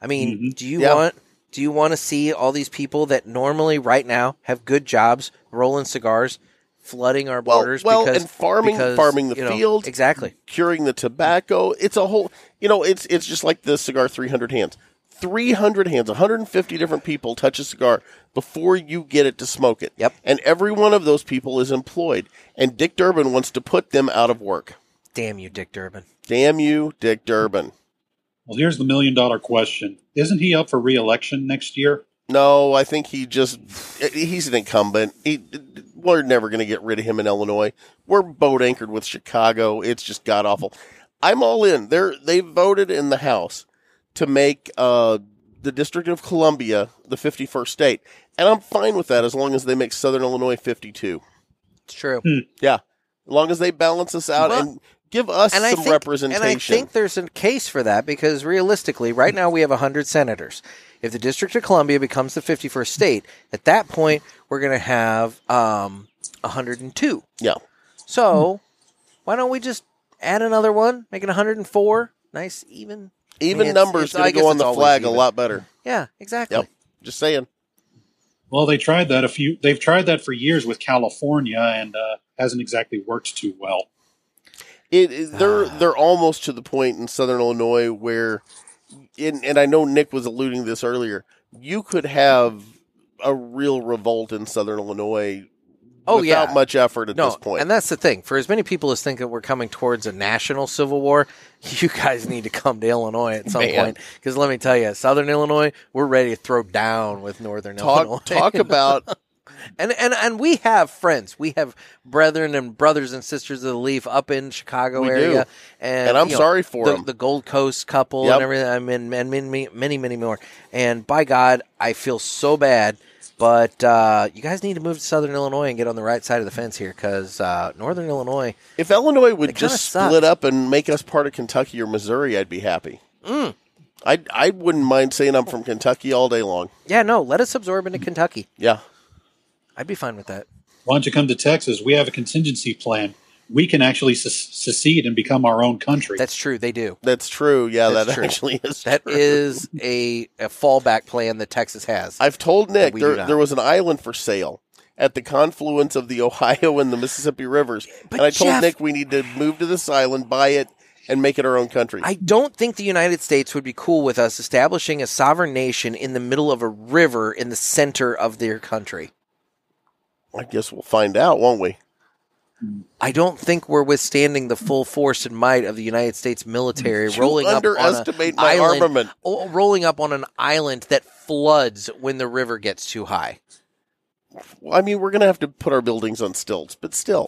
S2: I mean, do you
S1: Mm-hmm. Yeah.
S2: want do you want to see all these people that normally right now have good jobs rolling cigars flooding our
S1: Well-
S2: borders.
S1: well,
S2: because,
S1: and farming-
S2: because,
S1: farming the
S2: you know,
S1: fields.
S2: Exactly.
S1: curing the tobacco. It's a whole, you know, it's it's just like the cigar 300 hands. 300 hands, 150 different people touch a cigar before you get it to smoke it.
S2: Yep.
S1: And every one of those people is employed. And Dick Durbin wants to put them out of work.
S2: Damn you, Dick Durbin.
S1: Damn you, Dick Durbin.
S4: Well, here's the million dollar question. Isn't he up for re-election next year?
S1: No, I think he just, he's an incumbent. He, we're never going to get rid of him in Illinois. We're boat anchored with Chicago. It's just god awful. I'm all in. They're, they voted in the House to make uh, the District of Columbia the 51st state. And I'm fine with that as long as they make Southern Illinois 52.
S2: It's true.
S1: Yeah. As long as they balance us out
S2: Well,
S1: and give us
S2: and
S1: some
S2: I think,
S1: representation.
S2: And I think there's a case for that because realistically, right now we have 100 senators. If the District of Columbia becomes the 51st state, at that point we're going to have um, 102.
S1: yeah.
S2: So why don't we just add another one, make it 104? Nice, even.
S1: Even
S2: it's-
S1: numbers
S2: it's- I
S1: going to
S2: guess
S1: go on
S2: it's
S1: the
S2: always
S1: flag a
S2: even.
S1: lot better.
S2: Yeah, exactly.
S1: Yep. Just saying.
S4: Well, they tried that a few. They've tried that for years with California, and uh, hasn't exactly worked too well.
S1: It, it- they're
S2: Ah.
S1: they're almost to the point in Southern Illinois where, and, and I know Nick was alluding to this earlier. You could have a real revolt in Southern Illinois.
S2: Oh,
S1: without
S2: yeah.
S1: much effort at
S2: no,
S1: this point.
S2: and that's the thing. For as many people as think that we're coming towards a national civil war, you guys need to come to Illinois at some
S1: Man.
S2: point. Because let me tell you, Southern Illinois, we're ready to throw down with Northern Illinois.
S1: talk talk about
S2: And and and we have friends. We have brethren and brothers and sisters of the Leaf up in Chicago
S1: We do.
S2: area. And,
S1: And I'm
S2: you know,
S1: sorry for
S2: the,
S1: 'em.
S2: the Gold Coast couple
S1: Yep.
S2: and everything. I'm in and many, many many more. And by God, I feel so bad. But uh, you guys need to move to Southern Illinois and get on the right side of the fence here, because uh, Northern Illinois.
S1: if Illinois would
S2: It kinda
S1: just
S2: sucks.
S1: split up and make us part of Kentucky or Missouri, I'd be happy.
S2: Mm.
S1: I I wouldn't mind saying I'm from Kentucky all day long.
S2: Yeah, no, let us absorb into Kentucky.
S1: Yeah,
S2: I'd be fine with that.
S4: Why don't you come to Texas? We have a contingency plan. We can actually se- secede and become our own country.
S2: That's true. They do.
S1: that's true. Yeah,
S2: That's
S1: that
S2: true.
S1: actually is
S2: That
S1: true.
S2: is a, a fallback plan that Texas has.
S1: I've told
S2: that
S1: Nick
S2: we do
S1: there,
S2: not.
S1: there was an island for sale at the confluence of the Ohio and the Mississippi rivers.
S2: But
S1: and I told
S2: Jeff-
S1: Nick we need to move to this island, buy it, and make it our own country.
S2: I don't think the United States would be cool with us establishing a sovereign nation in the middle of a river in the center of their country.
S1: I guess we'll find out, won't we?
S2: I don't think we're withstanding the full force and might of the United States military
S1: You
S2: rolling up on a
S1: underestimate my
S2: island,
S1: armament.
S2: o- rolling up on an island that floods when the river gets too high.
S1: Well, I mean, we're going to have to put our buildings on stilts, but still.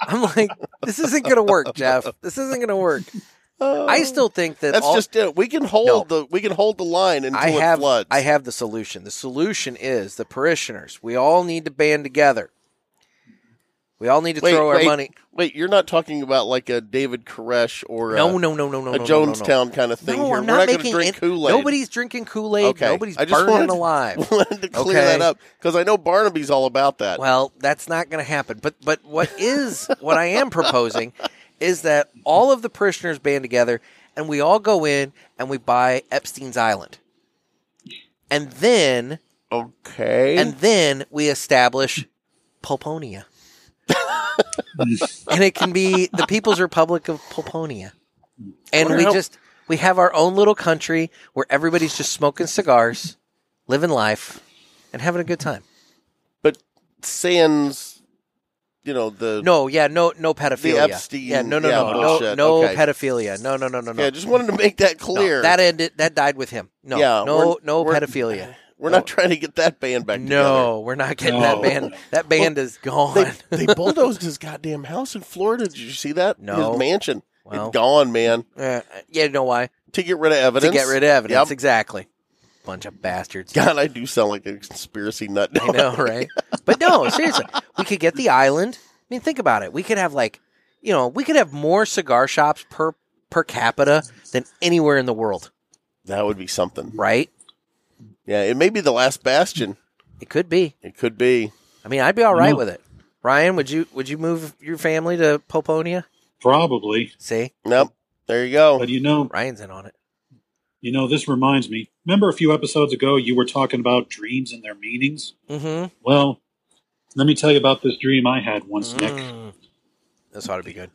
S2: I'm like, this isn't going to work, Jeff. This isn't going to work. I still think that
S1: Uh, That's
S2: all,
S1: just it. We can hold the we can hold the line until
S2: I have
S1: it floods.
S2: I have the solution. The solution is the parishioners. We all need to band together. We all need to
S1: Wait,
S2: throw our
S1: wait,
S2: money.
S1: Wait, you're not talking about like a David Koresh or a,
S2: No, no, no, no, no,
S1: a
S2: no, no, no.
S1: Jonestown kind of thing
S2: No,
S1: here.
S2: I'm
S1: we're
S2: not
S1: not going to
S2: making
S1: drink
S2: any-
S1: Kool Aid.
S2: Nobody's drinking Kool Aid.
S1: Okay.
S2: Nobody's
S1: I just
S2: burning
S1: wanted,
S2: alive.
S1: Wanted to clear
S2: Okay.
S1: that up because I know Barnaby's all about that.
S2: Well, that's not going to happen. But but what is what I am proposing is that all of the parishioners band together and we all go in and we buy Epstein's Island. And then
S1: okay.
S2: and then we establish Pulponia. and it can be the People's Republic of Pulponia. And we
S1: Well-
S2: just we have our own little country where everybody's just smoking cigars, living life, and having a good time.
S1: but sans, you know the
S2: No, yeah, no, no pedophilia.
S1: Epstein,
S2: yeah, no, no,
S1: yeah,
S2: no, no,
S1: bullshit.
S2: no
S1: Okay.
S2: pedophilia. No, no, no, no, no.
S1: Yeah, just wanted to make that
S2: No,
S1: clear.
S2: that ended. That died with him. No,
S1: Yeah,
S2: no,
S1: we're-
S2: no
S1: we're-
S2: pedophilia.
S1: we're
S2: no.
S1: not trying to get that band back
S2: No, we're not getting that
S4: No.
S2: band. That band is gone.
S1: together. They, they bulldozed his goddamn house in Florida. Did you see that?
S2: No.
S1: His mansion.
S2: Well.
S1: It's gone, man.
S2: Uh, yeah, you know why?
S1: To get rid of evidence.
S2: To get rid of evidence,
S1: Yep.
S2: exactly. Bunch of bastards.
S1: God, I do sound like a conspiracy nut.
S2: I know, right? But no, seriously, we could get the island. I mean, think about it. We could have like, you know, we could have more cigar shops per per capita than anywhere in the world,
S1: That would be something.
S2: right?
S1: Yeah, it may be the last bastion.
S2: It could be.
S1: It could be.
S2: I mean, I'd be all right
S4: No.
S2: with it. Ryan, would you would you move your family to Poponia?
S4: Probably,
S2: See,
S1: Nope. There you go.
S4: but you know,
S2: Ryan's in on it.
S4: you know. This reminds me. Remember a few episodes ago, you were talking about dreams and their meanings.
S2: Mm-hmm.
S4: Well, Let me tell you about this dream I had once, Nick.
S2: Mm. This ought to be good.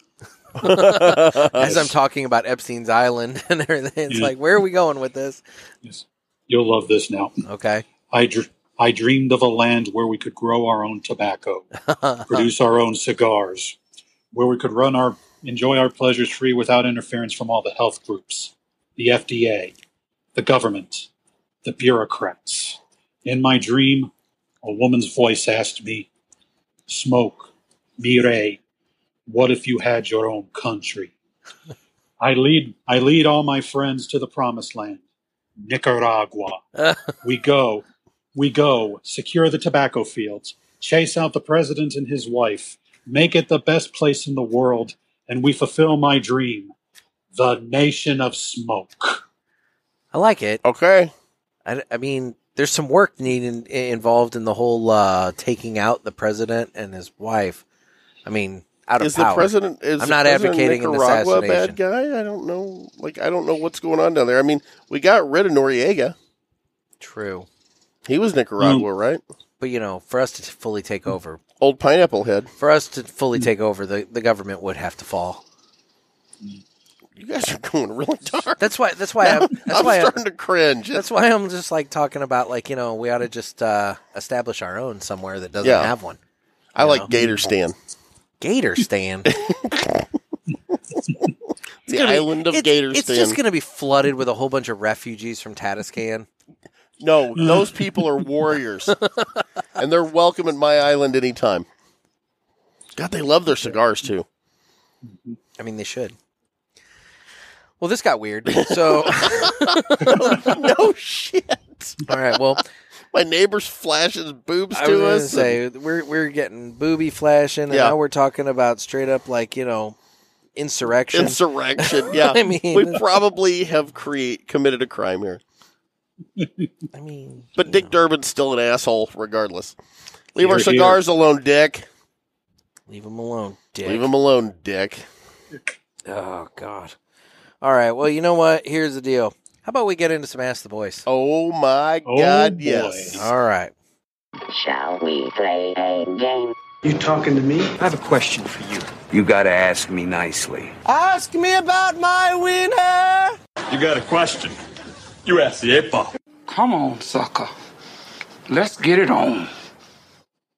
S2: As I'm talking about Epstein's Island and everything, it's
S4: Yeah.
S2: like, where are we going with this?
S4: Yes. You'll love this now.
S2: Okay.
S4: I, dr- I dreamed of a land where we could grow our own tobacco, produce our own cigars, where we could run our enjoy our pleasures free without interference from all the health groups, the FDA, the government, the bureaucrats. In my dream, a woman's voice asked me, "Smoke, Mireille, what if you had your own country?" I lead I lead all my friends to the promised land, Nicaragua. We go, we go, secure the tobacco fields, chase out the president and his wife, make it the best place in the world, and we fulfill my dream the nation of smoke.
S2: I like it.
S1: okay.
S2: I, I mean, there's some work needed involved in the whole uh, taking out the president and his wife. I mean, out of
S1: Is
S2: power.
S1: the president? Is the
S2: I'm not
S1: president
S2: advocating an
S1: Nicaragua a
S2: assassination.
S1: bad guy? I don't know. Like I don't know what's going on down there. I mean, we got rid of Noriega.
S2: True,
S1: He was Nicaragua, right?
S2: but you know, for us to t- fully take over,
S1: Old pineapple head.
S2: for us to fully take over, the, the government would have to fall.
S1: You guys are going really dark.
S2: That's why. That's why. I, that's
S1: I'm
S2: why. I,
S1: starting to cringe.
S2: that's why I'm just like talking about like you know we ought to just uh, establish our own somewhere that doesn't
S1: Yeah.
S2: have one.
S1: I like
S2: know.
S1: Gator Stand.
S2: Gator stand.
S1: The island of
S2: it's,
S1: Gator
S2: It's
S1: Stand.
S2: just going to be flooded with a whole bunch of refugees from Tatiscan.
S1: No, those people are warriors, and they're welcome at my island anytime. God, they love their cigars too.
S2: I mean, they should. Well, this got weird. So,
S1: no shit.
S2: all right. Well,
S1: My neighbor's flashing boobs
S2: I was
S1: to
S2: going to
S1: us.
S2: say we're we're getting booby flashing, and
S1: Yeah.
S2: now we're talking about straight up like you know insurrection.
S1: Insurrection. Yeah,
S2: I mean-
S1: we probably have create committed a crime here.
S2: I mean,
S1: But Dick Durbin's still an asshole, regardless. Leave our
S4: Here, here.
S1: cigars alone, Dick.
S2: leave them alone, Dick.
S1: Leave them alone, Dick.
S2: Oh God. All right. Well, you know what? Here's the deal. How about we get into some ask the boys?
S1: Oh my
S4: Oh,
S1: God!
S4: boy.
S1: Yes.
S2: All right.
S7: Shall we play a game?
S8: You talking to me?
S5: I have a question for you.
S9: You gotta ask me nicely.
S2: Ask me about my winner.
S10: You got a question. You ask the eight ball.
S6: Come on, sucker. Let's get it on.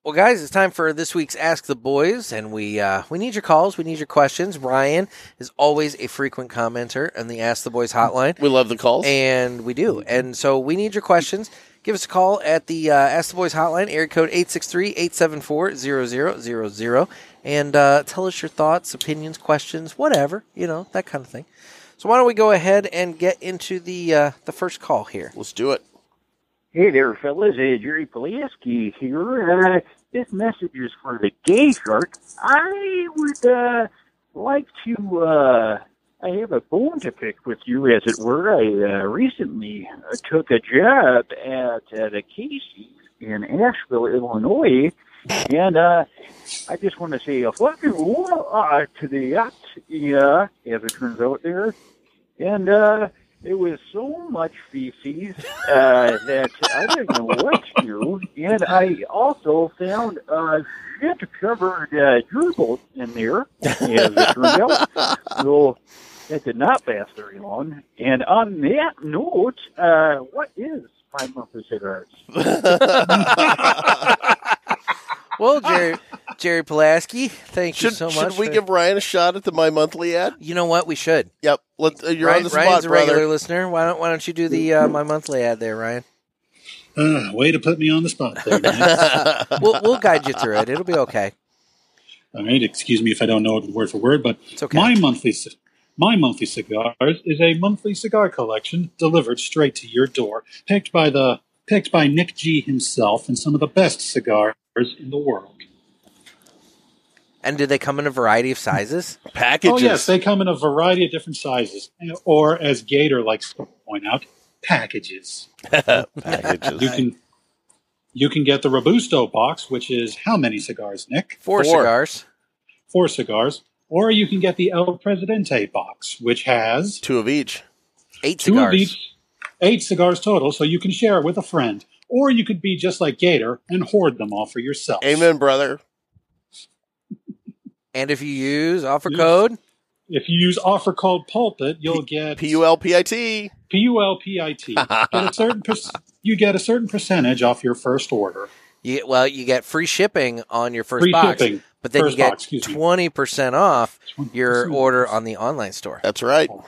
S2: Well, guys, it's time for this week's Ask the Boys, and we uh, we need your calls. We need your questions. Ryan is always a frequent commenter on the Ask the Boys hotline.
S1: We love the calls.
S2: And we do. And so we need your questions. Give us a call at the uh, Ask the Boys hotline, area code 863-874-0000, and uh, tell us your thoughts, opinions, questions, whatever, you know, that kind of thing. So why don't we go ahead and get into the uh, the first call here.
S1: Let's do it.
S11: Hey there, fellas. Uh, Jerry Polieski here. Uh, this message is for the gay shark. I would uh, like to. Uh, I have a bone to pick with you, as it were. I uh, recently uh, took a job at uh, the Casey's in Asheville, Illinois, and uh, I just want to say a fuck you uh, to the yacht, yeah, as it turns out there. And uh, it was so much feces uh, that I didn't know what to do. And I also found uh, a shit covered uh, gerbil in there, as it turned out. So that did not last very long. And on that note, uh, what is five months of cigars?
S2: Well, Jerry Jerry Pulaski, thank
S1: Should,
S2: you so much.
S1: should we
S2: for-
S1: give Ryan a shot at the my monthly ad?
S2: You know what? We should.
S1: Yep. Let, uh, you're
S2: Ryan-
S1: on the
S2: Ryan's
S1: spot,
S2: a regular
S1: brother.
S2: listener. Why don't Why don't you do the uh, my monthly ad there, Ryan?
S4: Ah, way to put me on the spot there, Nick.
S2: We'll We'll guide you through it. It'll be okay.
S4: All right, excuse me if I don't know it word for word, but
S2: It's okay.
S4: my monthly ci- my monthly cigars is a monthly cigar collection delivered straight to your door, picked by the picked by Nick G himself and some of the best cigars in the world.
S2: And did they come in a variety of sizes?
S1: Packages.
S4: Oh yes, they come in a variety of different sizes, or as Gator likes to point out, packages. You
S1: Packages.
S4: can you can get the Robusto box, which is how many cigars, Nick?
S2: Four,
S1: Four.
S2: cigars.
S4: Four cigars. Or you can get the El Presidente box, which has
S1: Two of each.
S2: Eight
S4: two
S2: cigars.
S4: of each, eight cigars total, so you can share it with a friend. or you could be just like Gator and hoard them all for yourself.
S1: Amen, brother.
S2: And if you use offer
S4: Yes.
S2: code,
S4: If you use offer code pulpit, you'll get
S1: P U L P I E. T.
S4: P U L P I T. Get a certain per- you get a certain percentage off your first order.
S2: you get, well, you get free shipping on your first
S4: Free
S2: box,
S4: shipping.
S2: but then
S4: First
S2: you get
S4: box, excuse me.
S2: twenty percent off your
S4: 20%
S2: order on the online store.
S1: That's right.
S2: Oh.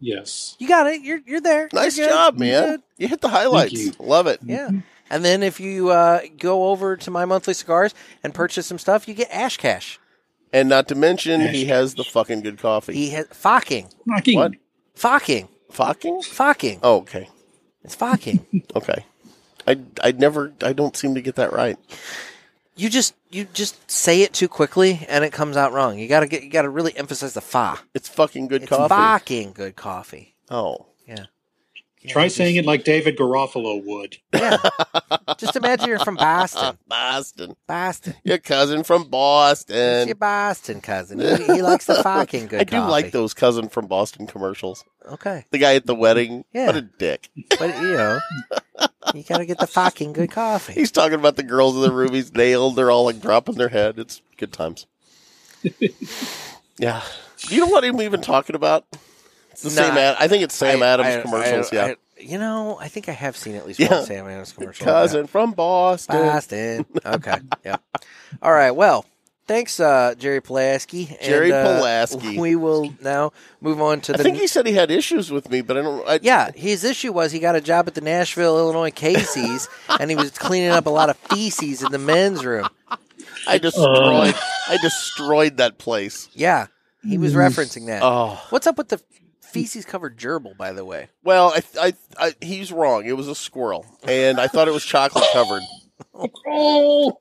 S4: Yes.
S2: You got it. You're you're there.
S1: Nice
S2: You're good.
S1: job,
S2: You're
S1: man.
S2: good.
S1: You hit the highlights.
S4: Thank
S1: Love it.
S2: Yeah.
S4: Mm-hmm.
S2: And then if you uh, go over to my monthly cigars and purchase some stuff, you get Ash Cash.
S1: And not to mention, he has the fucking good coffee.
S2: He has fucking,
S4: Fucking-
S1: What?
S2: fucking,
S1: fucking?
S2: fucking.
S1: Oh, okay.
S2: It's fucking.
S1: Okay. I, I never, I don't seem to get that right.
S2: you just you just say it too quickly and it comes out wrong. You gotta get you gotta really emphasize the fa.
S1: It's fucking good
S2: it's
S1: coffee.
S2: fucking good coffee.
S1: oh.
S2: Yeah.
S4: Try saying it like David Garofalo would.
S2: Yeah. just imagine you're from Boston.
S1: Boston.
S2: Boston.
S1: Your cousin from
S2: It's
S1: Boston.
S2: your Boston cousin. He, he likes the fucking good
S1: I do
S2: coffee.
S1: like those cousin from Boston commercials.
S2: Okay.
S1: The guy at the wedding.
S2: Yeah.
S1: What a dick.
S2: But you know you gotta get the fucking good coffee.
S1: He's talking about the girls in the room. He's nailed. They're all like dropping their head. It's good times. yeah. You know what I'm even talking about? It's the
S2: Nah,
S1: same. Ad- I think it's Sam
S2: I-
S1: Adams
S2: I-
S1: commercials.
S2: I-
S1: yeah.
S2: I- you know, I think I have seen at least
S1: Yeah.
S2: one Sam Adams commercial. like that.
S1: cousin from Boston.
S2: Boston. Okay. yeah. All right. Well, thanks, uh, Jerry Pulaski. And,
S1: Jerry
S2: uh,
S1: Pulaski.
S2: we will now move on to
S1: I
S2: the.
S1: think he said he had issues with me, but I don't. I,
S2: yeah, his issue was he got a job at the Nashville, Illinois Casey's, and he was cleaning up a lot of feces in the men's room. Uh.
S1: I destroyed. I destroyed that place.
S2: Yeah, he was referencing that.
S1: Oh.
S2: What's up with the feces covered gerbil, by the way?
S1: Well, I, I, I, he's wrong. It was a squirrel, and I thought it was chocolate covered.
S4: Oh,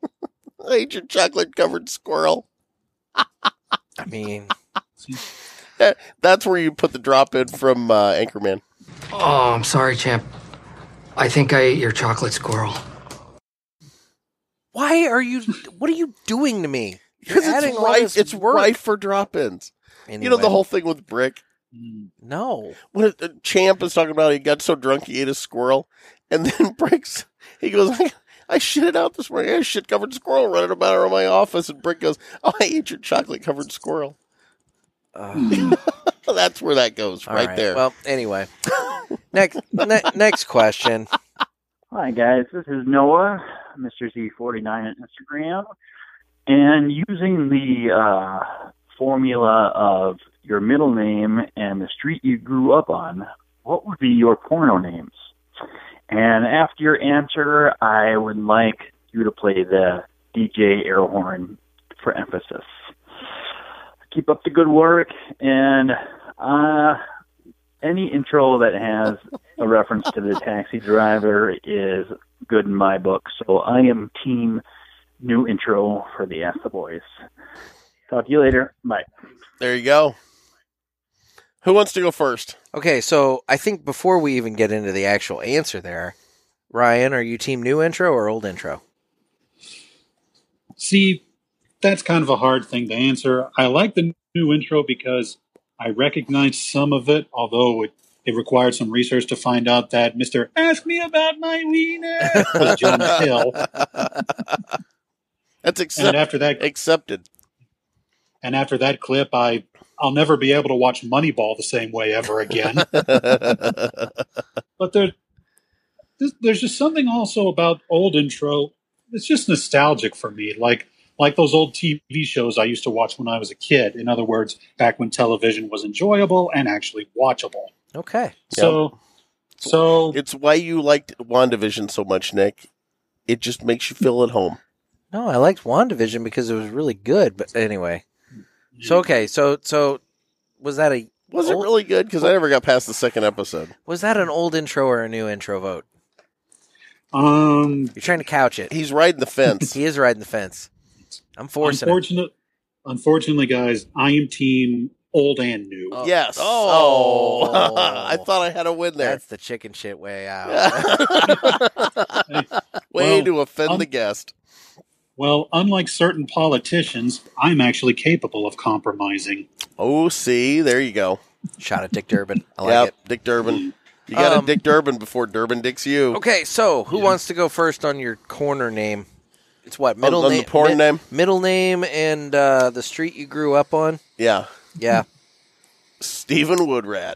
S1: I ate your chocolate covered squirrel.
S2: I mean,
S1: That- Eh, that's where you put the drop in from uh, Anchorman.
S6: Oh, I'm sorry, champ. I think I ate your chocolate squirrel.
S2: why are you? What are you doing to me? You're
S1: Because
S2: adding
S1: it's
S2: all
S1: rife.
S2: this
S1: It's
S2: work.
S1: rife for drop ins. You know
S2: Anyway,
S1: the whole thing with Brick.
S2: no.
S1: When it- uh, Champ is talking about he got so drunk he ate a squirrel, and then Brick's he goes. I, I shitted out this morning. I had a shit covered squirrel running about around my office, and Brick goes, "Oh, I ate your chocolate covered squirrel."
S2: Ugh.
S1: That's where that goes,
S2: All
S1: right, there.
S2: Well, anyway, next ne- next question.
S11: Hi guys, this is Noah, Mr. Z49 on Instagram, and using the uh, formula of your middle name and the street you grew up on, what would be your porno names? And after your answer, I would like you to play the DJ air horn for emphasis. Keep up the good work, and uh, any intro that has a reference to the taxi driver is good in my book. So I am team new intro for the Ask the Boys. Talk to you later. Bye.
S1: there you go. Who wants to go first?
S2: Okay, so I think before we even get into the actual answer, there, Ryan, are you team new intro or old intro?
S4: See, that's kind of a hard thing to answer. I like the new intro because I recognize some of it, although it, it required some research to find out that Mr. Ask Me About My Wiener was John Hill.
S1: That's
S4: And
S1: accept-
S4: after that
S1: accepted.
S4: and after that clip I I'll never be able to watch Moneyball the same way ever again. but there, there's, there's just something also about old intro. It's just nostalgic for me, like like those old TV shows I used to watch when I was a kid. In other words, back when television was enjoyable and actually watchable.
S2: Okay,
S4: So, so
S1: It's why you liked WandaVision so much, Nick. It just makes you feel at home.
S2: no, I liked Wandavision because it was really good. But anyway, so okay, so so was that a
S1: Was it
S2: Old-
S1: really good? Because I never got past the second episode.
S2: was that an old intro or a new intro vote?
S4: um,
S2: You're trying to couch it.
S1: He's riding the fence.
S2: He is riding the fence. I'm forcing it.
S4: unfortunate, unfortunately, guys, I am team old and new.
S2: Oh.
S1: yes.
S2: Oh.
S1: Oh, I thought I had a win there.
S2: That's the chicken shit way out.
S1: Way
S4: Well,
S1: to offend
S4: um,
S1: the guest.
S4: Well, unlike certain politicians, I'm actually capable of compromising.
S1: Oh, see, there you go.
S2: Shot at Dick Durbin. I like
S1: yep,
S2: it.
S1: Dick Durbin. You got to
S2: Um,
S1: Dick Durbin before Durbin dicks you.
S2: Okay, so who wants to go first on your corner name? It's what middle
S1: on the
S2: name,
S1: porn name?
S2: middle name, and uh, the street you grew up on.
S1: Yeah.
S2: Yeah,
S1: Stephen Woodrat.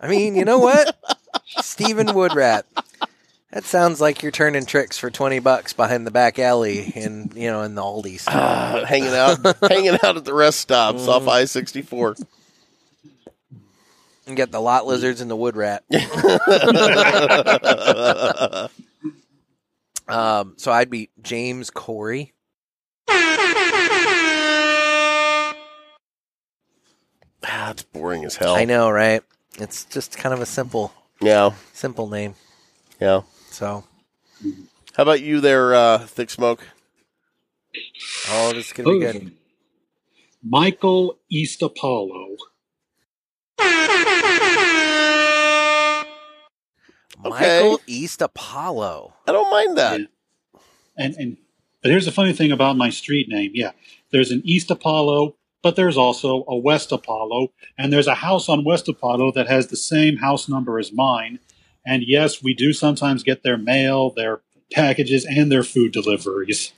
S2: I mean, you know what, Stephen Woodrat. That sounds like you're turning tricks for twenty bucks behind the back alley in you know in the Aldi's.
S1: Ah, hanging out, hanging out at the rest stops off
S2: Mm.
S1: I sixty four.
S2: and get the lot lizards and the wood rat. um, so I'd be James Corey.
S1: Ah, it's boring as hell.
S2: I know, right? It's just kind of a simple,
S1: Yeah,
S2: simple name.
S1: yeah.
S2: So,
S1: How about you there, uh, Thick Smoke?
S2: oh, this is gonna be good.
S4: Michael East Apollo.
S1: Okay.
S2: Michael East Apollo.
S1: I don't mind that.
S4: Yeah. And and but here's the funny thing about my street name. Yeah, there's an East Apollo, but there's also a West Apollo, and there's a house on West Apollo that has the same house number as mine. And yes, we do sometimes get their mail, their packages, and their food deliveries.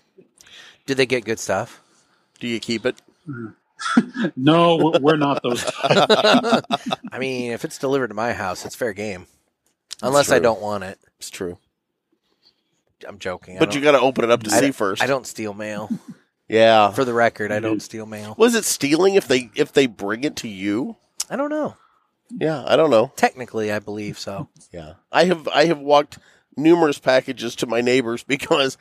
S2: Did they get good stuff?
S1: Do you keep it?
S4: No, we're- we're not those. Type.
S2: I mean, if it's delivered to my house, it's fair game. Unless I
S1: true.
S2: don't want it.
S1: It's true.
S2: I'm joking. I
S1: But
S2: don't-
S1: you got to open it up to
S2: I
S1: see
S2: don't-
S1: first.
S2: I don't steal mail.
S1: Yeah.
S2: For the record, I don't steal mail.
S1: Was it stealing if they if they bring it to you?
S2: I don't know.
S1: Yeah, I don't know.
S2: Technically, I believe so.
S1: Yeah. I have I have walked numerous packages to my neighbors because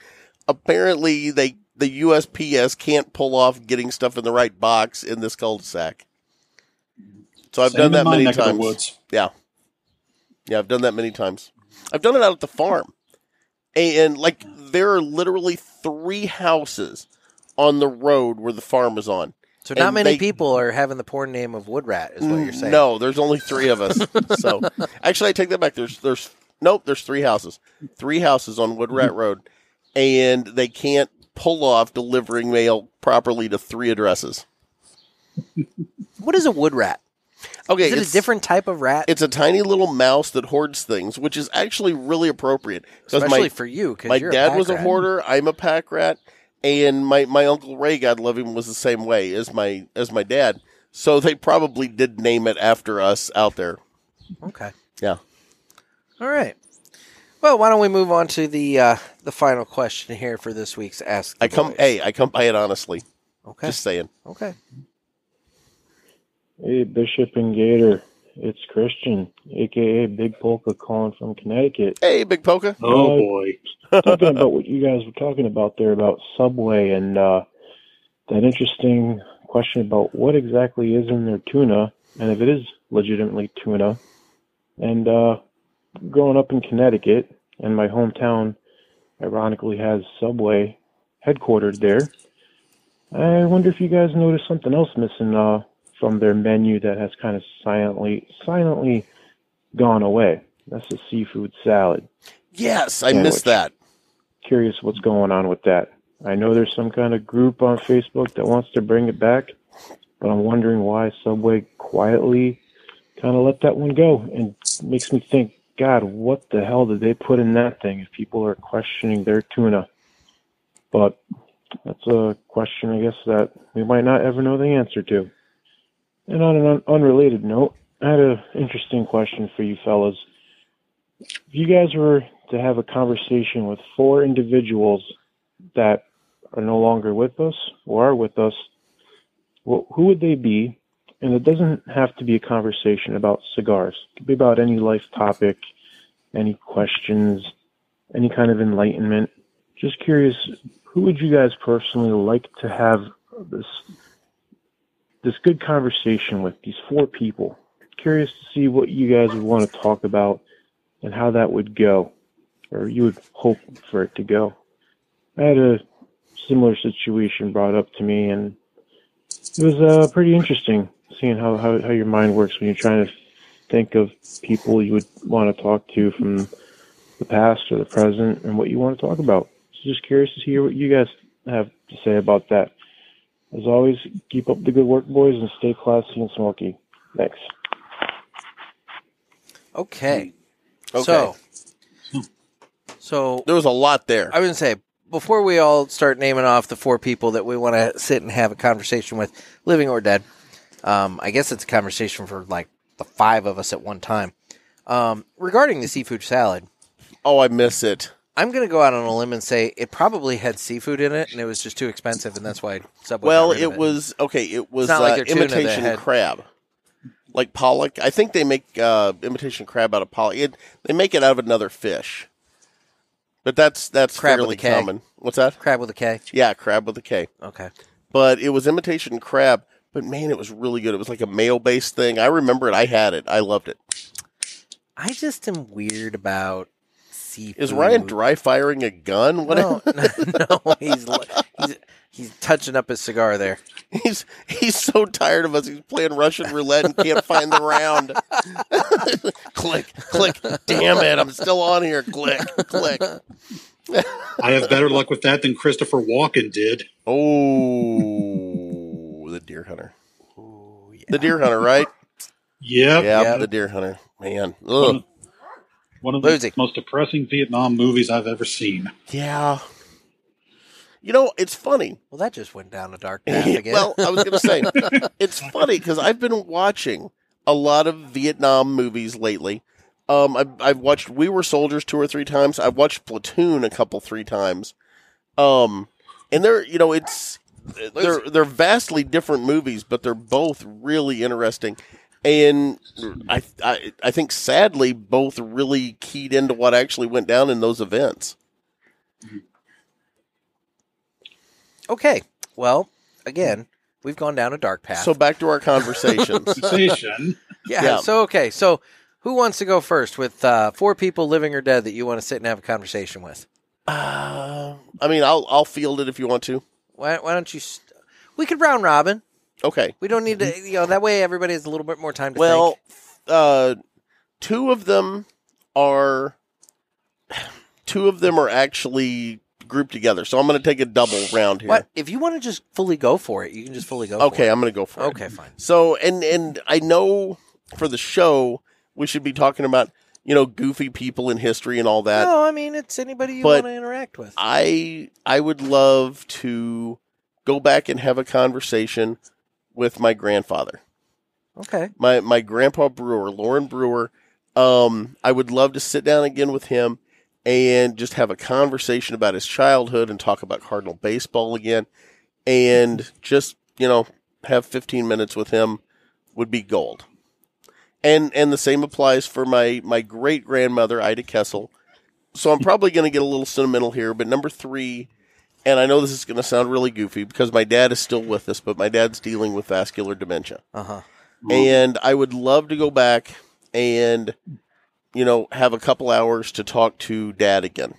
S1: apparently they the USPS can't pull off getting stuff in the right box in this cul-de-sac. So I've
S4: Same
S1: done
S4: in
S1: that
S4: my
S1: many
S4: neck of the
S1: times.
S4: woods.
S1: Yeah. Yeah, I've done that many times. I've done it out at the farm. And like there are literally 3 houses on the road where the farm is on.
S2: So not
S1: And
S2: many
S1: they-
S2: people are having the porn name of wood rat, is what you're saying.
S1: No, there's only three of us. so actually, I take that back. There's there's nope. There's three houses. Three houses on Wood Rat Road, and they can't pull off delivering mail properly to three addresses.
S2: What is a wood rat?
S1: Okay,
S2: Is it a
S1: it's-
S2: different type of rat?
S1: It's a tiny little mouse that hoards things, which is actually really appropriate. 'Cause
S2: Especially
S1: my,
S2: for you, because
S1: my
S2: you're
S1: dad
S2: a pack
S1: was a
S2: rat.
S1: hoarder. I'm a pack rat, and my my uncle Ray, God love him, was the same way as my as my dad. So they probably did name it after us out there.
S2: Okay.
S1: Yeah.
S2: All right. Well, why don't we move on to the uh, the final question here for this week's Ask? the
S1: I come,
S2: Boys.
S1: hey, I come by it honestly.
S2: Okay.
S1: Just saying.
S2: okay.
S11: Hey, Bishop and Gator. It's Christian, aka Big Polka, calling from Connecticut.
S1: Hey, Big Polka.
S4: Oh
S11: Uh,
S4: boy,
S11: Talking about what you guys were talking about there about Subway and uh, that interesting question about what exactly is in their tuna and if it is legitimately tuna. And uh, growing up in Connecticut, and my hometown ironically has Subway headquartered there. I wonder if you guys noticed something else missing uh, from their menu that has kind of silently silently gone away. That's the seafood salad.
S1: Yes, I
S11: Yeah,
S1: missed
S11: which-
S1: that.
S11: Curious what's going on with that. I know there's some kind of group on Facebook that wants to bring it back, but I'm wondering why Subway quietly kind of let that one go and makes me think, God, what the hell did they put in that thing if people are questioning their tuna? But that's a question, I guess, that we might not ever know the answer to. And on an un- unrelated note, I had an interesting question for you fellas. If you guys were to have a conversation with four individuals that are no longer with us or are with us, well, who would they be? And it doesn't have to be a conversation about cigars. It could be about any life topic, any questions, any kind of enlightenment. Just curious, who would you guys personally like to have this this good conversation with these four people? Curious to see what you guys would want to talk about and how that would go, or you would hope for it to go. I had a similar situation brought up to me, and it was uh, pretty interesting seeing how, how, how your mind works when you're trying to think of people you would want to talk to from the past or the present and what you want to talk about. So just curious to hear what you guys have to say about that.
S8: As always, keep up the good work, boys, and stay classy and smoky. Thanks.
S2: Okay.
S1: Okay.
S2: So, so
S1: there was a lot there.
S2: I was gonna say before we all start naming off the four people that we want to sit and have a conversation with, living or dead. Um, I guess it's a conversation for like the five of us at one time. Um, regarding the seafood salad,
S1: oh, I miss it.
S2: I'm gonna go out on a limb and say it probably had seafood in it, and it was just too expensive, and that's why Subway.
S1: well,
S2: got rid of
S1: it was okay. It was
S2: not like
S1: uh,
S2: their tuna that
S1: imitation
S2: had-
S1: crab, like pollock. I think they make uh, imitation crab out of pollock. It, they make it out of another fish, but that's that's
S2: Crab with
S1: fairly
S2: a K.
S1: common. What's that?
S2: crab with a K.
S1: Yeah, crab with a K.
S2: Okay.
S1: But it was imitation crab. But man, it was really good. It was like a mayo based thing. I remember it. I had it. I loved it.
S2: I just am weird about seafood.
S1: Is Ryan dry firing a gun? What?
S2: Mm. No, no, no, he's, he's he's touching up his cigar there.
S1: He's he's so tired of us. He's playing Russian roulette and can't find the round. click, click. Damn it! I'm still on here. Click, click.
S4: I have better luck with that than Christopher Walken did.
S1: Oh, the deer hunter. The deer hunter, right?
S4: Yep.
S1: Yeah,
S2: Yep. Mm.
S1: the deer hunter. Man, ugh.
S4: One of the
S2: Losing.
S4: most depressing Vietnam movies I've ever seen.
S1: yeah. You know, it's funny.
S2: Well, that just went down a dark path again.
S1: well, I was going to say it's funny because I've been watching a lot of Vietnam movies lately. Um, I've, I've watched We Were Soldiers two or three times. I've watched Platoon a couple three times. Um, and they're you know it's they're they're vastly different movies, but they're both really interesting. And I, I I think sadly both really keyed into what actually went down in those events.
S2: okay. Well, again, we've gone down a dark path.
S1: So back to our conversations.
S4: Sensation.
S2: yeah,
S1: yeah.
S2: So okay. So who wants to go first with uh, four people, living or dead, that you want to sit and have a conversation with?
S1: uh, I mean, I'll I'll field it if you want to.
S2: Why, why don't you? St- we could round robin.
S1: Okay.
S2: We don't need to. You know, that way everybody has a little bit more time
S1: Mm-hmm.
S2: to
S1: Well,
S2: think.
S1: uh, two of them are two of them are actually grouped together. So I'm going to take a double round here.
S2: What if you want to just fully go for it? You can just fully go.
S1: Okay,
S2: For it.
S1: I'm going to go for it.
S2: Okay. Fine.
S1: So and and I know for the show we should be talking about you know goofy people in history and all that.
S2: no, I mean it's anybody you
S1: but
S2: want to interact with.
S1: I I would love to go back and have a conversation with my grandfather.
S2: okay.
S1: my my grandpa Brewer, Lauren Brewer. Um, I would love to sit down again with him and just have a conversation about his childhood and talk about Cardinal baseball again, and just you know have 15 minutes with him would be gold. And and the same applies for my my great grandmother Ida Kessel. So I'm probably going to get a little sentimental here, but number three. And I know this is going to sound really goofy because my dad is still with us, but my dad's dealing with vascular dementia
S2: Uh huh.
S1: and I would love to go back and you know have a couple hours to talk to dad again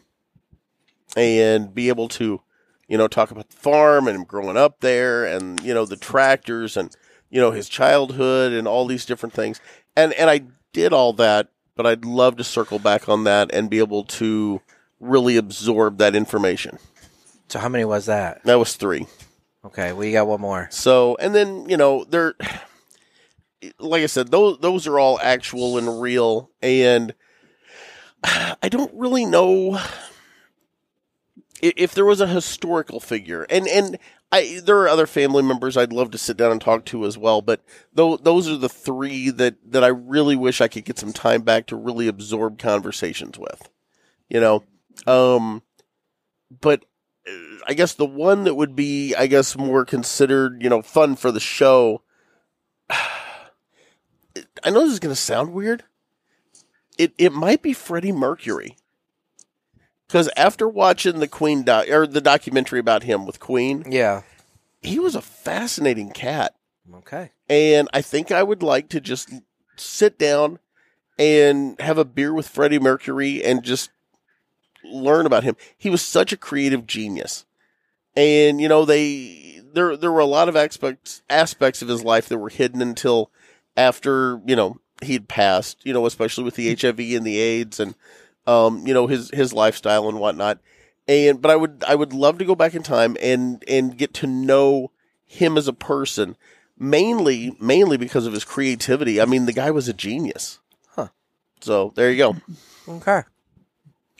S1: and be able to you know talk about the farm and him growing up there and you know the tractors and you know his childhood and all these different things and and I did all that but I'd love to circle back on that and be able to really absorb that information
S2: So how many was that?
S1: that was 3
S2: Okay, we got one more.
S1: So, and then you know, they're like I said, those those are all actual and real, and I don't really know i- if there was a historical figure, and and I there are other family members I'd love to sit down and talk to as well, but tho- those are the three that that I really wish I could get some time back to really absorb conversations with, you know, um, but uh, I guess the one that would be, I guess, more considered, you know, fun for the show. I know this is going to sound weird. It it might be Freddie Mercury. Because after watching the Queen doc, or the documentary about him with Queen,
S2: Yeah.
S1: he was a fascinating cat,
S2: Okay.
S1: and I think I would like to just sit down and have a beer with Freddie Mercury and just learn about him. He was such a creative genius. And you know, they there there were a lot of aspects aspects of his life that were hidden until after, you know, he'd passed, you know, especially with the HIV and the AIDS and um, you know, his his lifestyle and whatnot. And but I would I would love to go back in time and and get to know him as a person, mainly mainly because of his creativity. I mean, the guy was a genius.
S2: Huh.
S1: So there you go.
S2: Okay.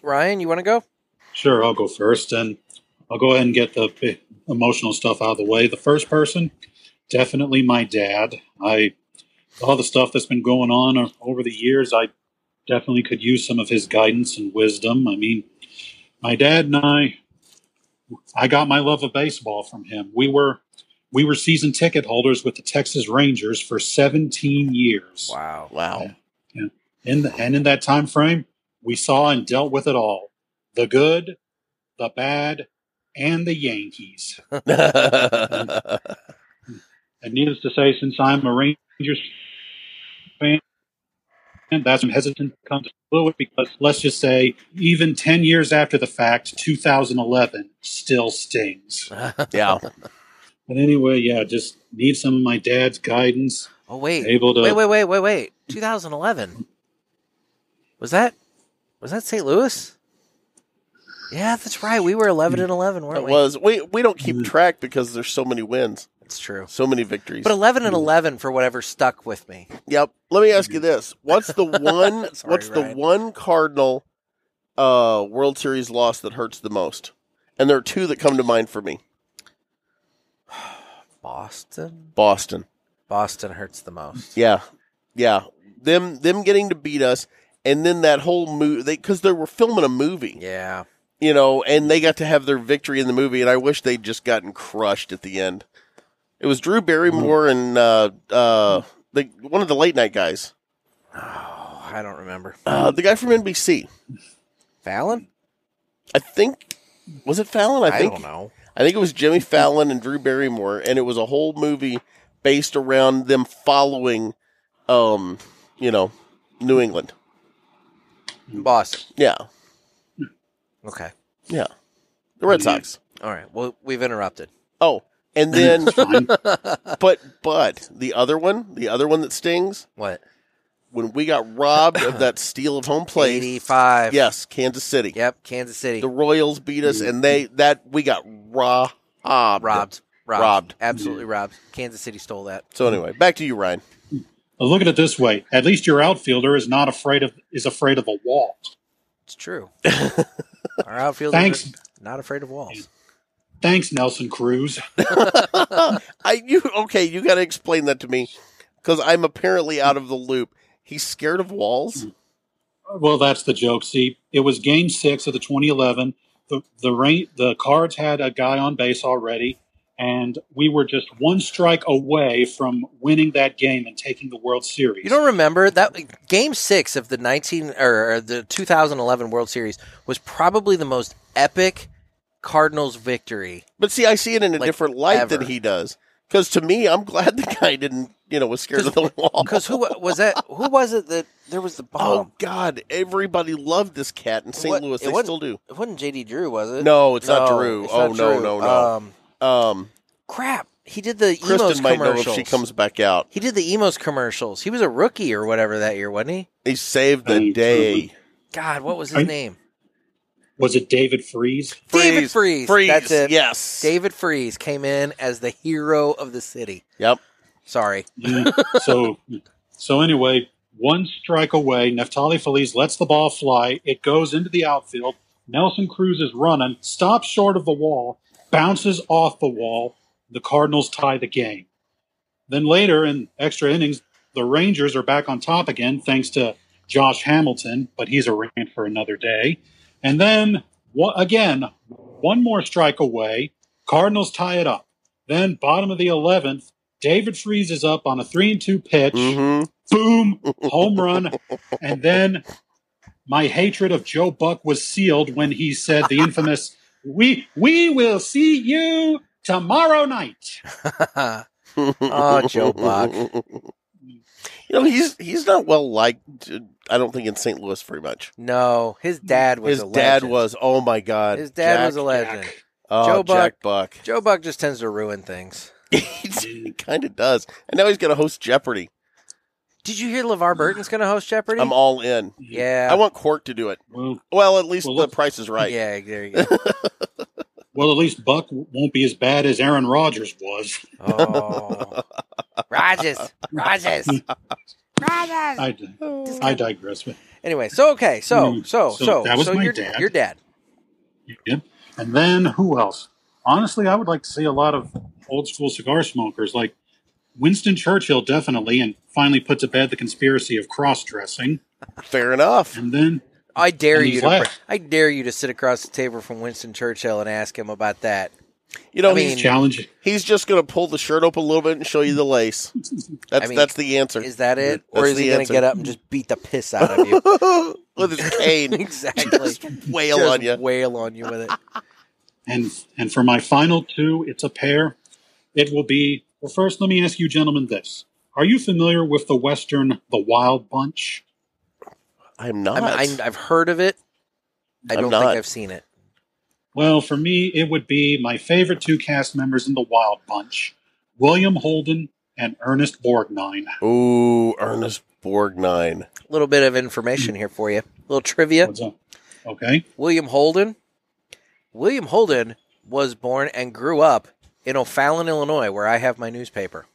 S2: Ryan, you want to go?
S4: Sure, I'll go first, and I'll go ahead and get the p- emotional stuff out of the way. The first person, definitely my dad. I all the stuff that's been going on o- over the years, I definitely could use some of his guidance and wisdom. I mean, my dad and I, I got my love of baseball from him. We were we were season ticket holders with the Texas Rangers for 17 years.
S2: Wow.
S1: Wow.
S4: In the, and in that time frame, we saw and dealt with it all. The good, the bad, and the Yankees. And needless to say, since I'm a Rangers fan, and that's I'm hesitant to come to fluid because let's just say, even 10 years after the fact, 2011 still stings.
S1: yeah.
S4: But anyway, yeah, just need some of my dad's guidance.
S2: oh wait.
S4: Able to-
S2: Wait, wait, wait, wait, wait. 2011. Was that was that St. Louis? Yeah, that's right. We were 11 and 11, weren't
S1: It
S2: we?
S1: was. We we don't
S2: Mm.
S1: keep track because there's so many wins,
S2: That's true.
S1: so many victories.
S2: But 11 and 11 for whatever stuck with me.
S1: Yep. Let me ask you this: What's the one?
S2: Mm-hmm. Sorry,
S1: what's the
S2: Ryan.
S1: one Cardinal uh, World Series loss that hurts the most? And there are two that come to mind for me:
S2: Boston.
S1: Boston.
S2: Boston hurts the most.
S1: Yeah, yeah. Them them getting to beat us, and then that whole movie because they, were filming a movie,
S2: Yeah.
S1: you know, and they got to have their victory in the movie, and I wish they'd just gotten crushed at the end. It was Drew Barrymore
S2: Mm.
S1: and uh, uh, the one of the late night guys,
S2: Oh, I don't remember.
S1: uh, the guy from NBC.
S2: Fallon?
S1: I think was it Fallon? I,
S2: I,
S1: think
S2: don't know.
S1: I think it was Jimmy Fallon and Drew Barrymore, and it was a whole movie based around them following, um, you know, New England.
S2: Boston.
S1: Yeah,
S2: Okay.
S1: yeah, the Red
S4: Mhm.
S1: Sox.
S2: All right. Well, we've interrupted.
S1: Oh, and then
S4: Fine.
S1: but but the other one, the other one that stings
S2: What?
S1: when we got robbed of that steal of home plate.
S2: 85.
S1: Yes, Kansas City.
S2: Yep. Kansas City.
S1: The Royals beat us, and they that we got robbed.
S2: robbed. Robbed.
S1: Robbed.
S2: Absolutely robbed. Kansas City stole that.
S1: So anyway, back to you, Ryan.
S4: But look at it this way: at least your outfielder is not afraid of is afraid of a wall.
S2: It's true. Our outfielders
S4: Thanks.
S2: are not afraid of walls.
S4: Thanks, Nelson Cruz.
S1: I you okay? You got to explain that to me because I'm apparently out of the loop. He's scared of walls.
S4: Well, that's the joke. See, it was Game Six of the 2011. The the rain, the Cards had a guy on base already, and we were just one strike away from winning that game and taking the World Series.
S2: You don't remember that game six of the nineteen or or the two thousand eleven World Series was probably the most epic Cardinals victory.
S1: But see, I see it in a
S2: Like,
S1: different light
S2: ever.
S1: than he does. Because to me, I'm glad the guy didn't, you know, was scared of the wall.
S2: Because who wa- was that? Who was it that there was the
S1: Oh
S2: bomb?
S1: God! Everybody loved this cat in St.
S2: What-
S1: Louis.
S2: it
S1: They
S2: wasn't-
S1: still do.
S2: It wasn't JD Drew, was it?
S1: No, it's not Drew.
S2: it's
S1: Oh,
S2: not
S1: no,
S2: Drew.
S1: no, no.
S2: Um,
S1: Um,
S2: crap. He did the emos
S1: Kristen might know
S2: commercials.
S1: if she comes back out.
S2: He did the emos commercials. He was a rookie or whatever that year, wasn't he?
S1: He saved the
S4: Hey,
S1: day.
S2: God, what was his
S4: Are you-
S2: name?
S4: Was it David Freeze?
S2: David Freeze.
S1: Freeze.
S2: That's it.
S1: Yes.
S2: David Freeze came in as the hero of the city.
S1: Yep.
S2: Sorry.
S4: Yeah. Mm. so, so anyway, one strike away. Neftali Feliz lets the ball fly. It goes into the outfield. Nelson Cruz is running, stops short of the wall, bounces off the wall. The Cardinals tie the game. Then later in extra innings, the Rangers are back on top again, thanks to Josh Hamilton, but he's a rant for another day. And then wha- again, one more strike away. Cardinals tie it up. Then bottom of the eleventh, David Freeze is up on a three and two pitch.
S1: Mm-hmm.
S4: Boom, home run. and then my hatred of Joe Buck was sealed when he said the infamous "We we will see you tomorrow night."
S2: Oh, Joe Buck.
S1: Mm-hmm. You know he's he's not well liked. uh, I don't think in St. Louis very much.
S2: No, his dad was
S1: His
S2: a
S1: dad
S2: legend.
S1: was. Oh my God.
S2: his dad
S1: Jack-
S2: was a legend.
S1: Oh,
S2: Joe
S1: Jack Buck.
S2: Joe Buck Mm. just tends to ruin things.
S1: he kind of does, and now he's going to host Jeopardy.
S2: Did you hear LeVar Burton's going to host Jeopardy?
S1: I'm all in.
S2: yeah.
S1: I want Cork to do it.
S4: Well,
S1: Well, at least
S4: Well,
S1: the
S4: let's-
S1: price is right.
S2: Yeah, there you go.
S4: Well, at least Buck w- won't be as bad as Aaron Rodgers was.
S2: Oh. Rogers. Rogers. Rogers.
S4: I, I digress.
S2: Anyway, so okay, so
S1: Hmm.
S4: Mm,
S2: so so
S4: so
S2: so,
S4: that was my
S2: your
S4: dad.
S2: your dad.
S4: Yep. And then who else? Honestly, I would like to see a lot of old school cigar smokers like Winston Churchill, definitely, and finally put to bed the conspiracy of cross dressing.
S1: Fair enough.
S4: And then,
S2: I dare
S4: And
S2: you
S4: he's
S2: to
S4: left.
S2: I dare you to sit across the table from Winston Churchill and ask him about that.
S1: You know,
S2: I mean,
S1: he's,
S4: challenge
S1: he's just going to pull the shirt up a little bit and show you the lace. That's
S2: I mean,
S1: that's the answer.
S2: Is that it?
S1: That's
S2: or is he
S1: the
S2: going to
S1: answer.
S2: get up and just beat the piss out of you?
S1: With his cane,
S2: exactly.
S1: just wail
S2: Just
S1: on you.
S2: Wail on you with it.
S4: and and for my final two, it's a pair. It will be well. First, let me ask you, gentlemen, this: Are you familiar with the Western The Wild Bunch?
S1: I'm not.
S2: I'm, I'm, I've heard of it. I
S1: I'm
S2: don't
S1: not.
S2: think I've seen it.
S4: Well, for me, it would be my favorite two cast members in The Wild Bunch: William Holden and Ernest Borgnine.
S1: Ooh, Ernest Borgnine.
S2: A little bit of information here for you. A little trivia.
S4: What's up? Okay.
S2: William Holden. William Holden was born and grew up in O'Fallon, Illinois, where I have my newspaper.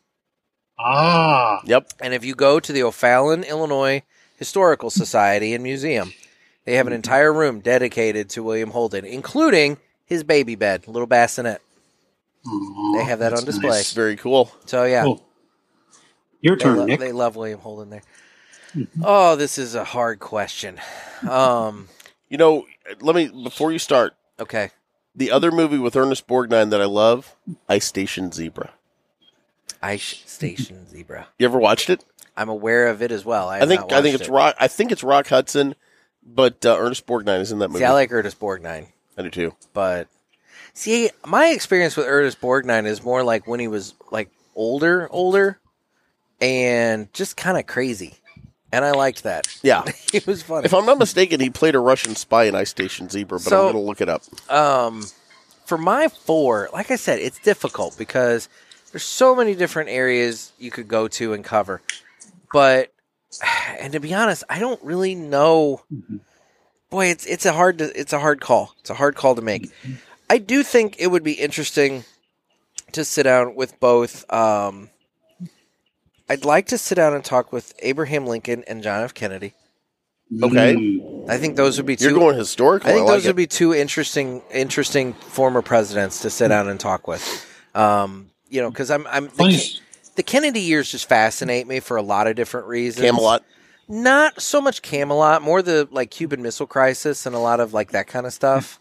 S4: Ah,
S1: Yep.
S2: And if you go to the O'Fallon, Illinois Historical Society and Museum, they have an entire room dedicated to William Holden, including his baby bed, little bassinet. They have that
S4: That's
S2: on display.
S1: It's very cool.
S2: So yeah,
S4: Cool. Your
S2: they,
S4: turn,
S2: lo-
S4: Nick. Mm-hmm.
S2: they love William Holden there. Oh, this is a hard question. Um,
S1: You know, let me before you start.
S2: okay,
S1: The other movie with Ernest Borgnine that I love, Ice Station Zebra.
S2: Ice Station Zebra.
S1: You ever watched it?
S2: I'm aware of it as well. I,
S1: I think I think it's
S2: right.
S1: Rock. I think it's Rock Hudson, but uh, Ernest Borgnine is in that movie.
S2: See, I like Curtis Borgnine.
S1: I do too.
S2: but see, my experience with Ernest Borgnine is more like when he was like older, older, and just kind of crazy, and I liked that.
S1: Yeah.
S2: it was funny.
S1: If I'm not mistaken, he played a Russian spy in Ice Station Zebra, but
S2: So-
S1: I'm going to look it up.
S2: Um, for my four, like I said, it's difficult because there's so many different areas you could go to and cover, but and to be honest, I don't really know.
S1: Mm-hmm.
S2: Boy, it's it's a hard to, it's a hard call. It's a hard call to make.
S1: Mm-hmm.
S2: I do think it would be interesting to sit down with both. Um, I'd like to sit down and talk with Abraham Lincoln and John F. Kennedy.
S1: Okay.
S4: Mm.
S2: I think those would be 2
S1: You're going historical.
S2: I
S1: I,
S2: think
S1: like
S2: those
S1: it.
S2: would be two interesting, interesting former presidents to sit down and talk with. Um, you know, because I'm, I'm
S4: Funny.
S2: the, the Kennedy years just fascinate me for a lot of different reasons.
S1: Camelot.
S2: not so much Camelot, more the like Cuban Missile Crisis and a lot of like that kind of stuff.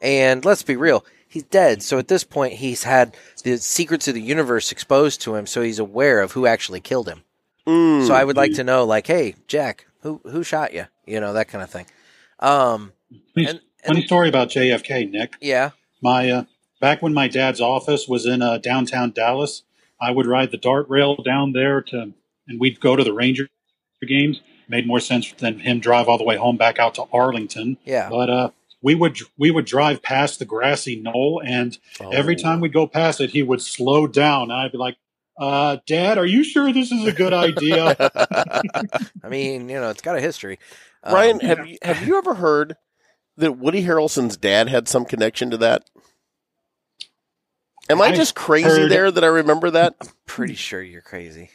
S2: And let's be real, he's dead. So at this point, he's had the secrets of the universe exposed to him, so he's aware of who actually killed him.
S1: Mm.
S2: So I would like to know, like, hey, Jack, who who shot you? You know, that kind of thing. Um,
S4: Funny-
S2: and-
S4: funny
S2: and-
S4: story about JFK, Nick.
S2: yeah.
S4: My uh, back when my dad's office was in uh, downtown Dallas, I would ride the dart rail down there to, and we'd go to the Ranger games. Made more sense than him drive all the way home back out to Arlington.
S2: Yeah.
S4: But uh, we would we would drive past the grassy knoll, and every time we'd go past it, he would slow down, and I'd be like, uh, "Dad, are you sure this is a good idea?"
S2: I mean, you know, it's got a history. Um,
S1: Ryan, have you, have you ever heard that Woody Harrelson's dad had some connection to that? Am I
S4: I've
S1: just crazy
S4: heard-
S1: there that I remember that?
S2: pretty sure you're crazy.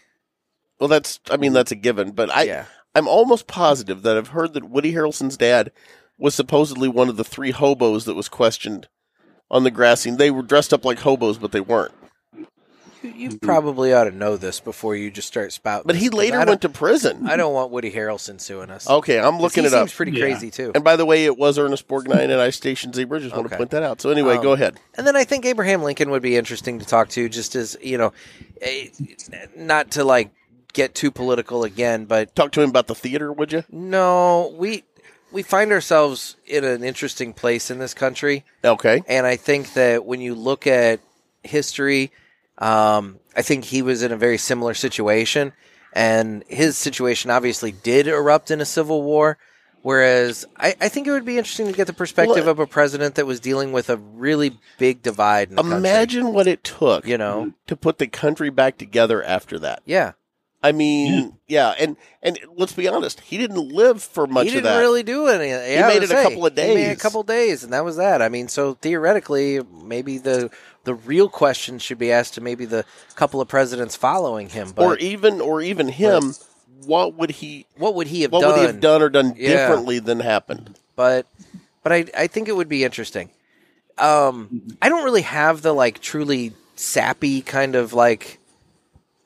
S1: Well, that's I mean that's a given, but I
S2: yeah.
S1: I'm almost positive that I've heard that Woody Harrelson's dad was supposedly one of the three hobos that was questioned on the grassing. They were dressed up like hobos, but they weren't.
S2: You, you probably ought to know this before you just start spouting.
S1: Mm. But he
S2: this, 'cause
S1: later
S2: I
S1: went
S2: don't-
S1: to prison.
S2: I don't want Woody Harrelson suing us. 'Cause
S1: Okay, I'm looking
S2: he
S1: it up.
S2: seems pretty
S4: Yeah.
S2: crazy too.
S1: and by the way, it was Ernest Borgnine and I Station Zebra. Just want
S2: Okay.
S1: to point that out. So anyway,
S2: Um,
S1: go ahead.
S2: And then I think Abraham Lincoln would be interesting to talk to, just as you know, eh, not to like get too political again, but
S1: Talk to him about the theater, would you?
S2: no, we we find ourselves in an interesting place in this country.
S1: Okay.
S2: And I think that when you look at history, um, I think he was in a very similar situation. And his situation obviously did erupt in a civil war. Whereas I, I think it would be interesting to get the perspective
S1: Well,
S2: of a president that was dealing with a really big divide in the country.
S1: Imagine what it took
S2: You know?
S1: to put the country back together after that.
S2: Yeah.
S1: I mean, yeah. and and let's be honest, he didn't live for much
S2: he
S1: of
S2: didn't
S1: that.
S2: really do any. Yeah, I
S1: made
S2: would
S1: it a
S2: say.
S1: couple of
S2: He made a
S1: days.
S2: couple of days, and that was that. I mean, so theoretically, maybe the the real question should be asked to maybe the couple of presidents following him, but
S1: or even or even him, what would he
S2: what would he have
S1: what
S2: done?
S1: would he have done or done
S2: Yeah.
S1: differently than happened?
S2: but but I I think it would be interesting. Um, I don't really have the like truly sappy kind of like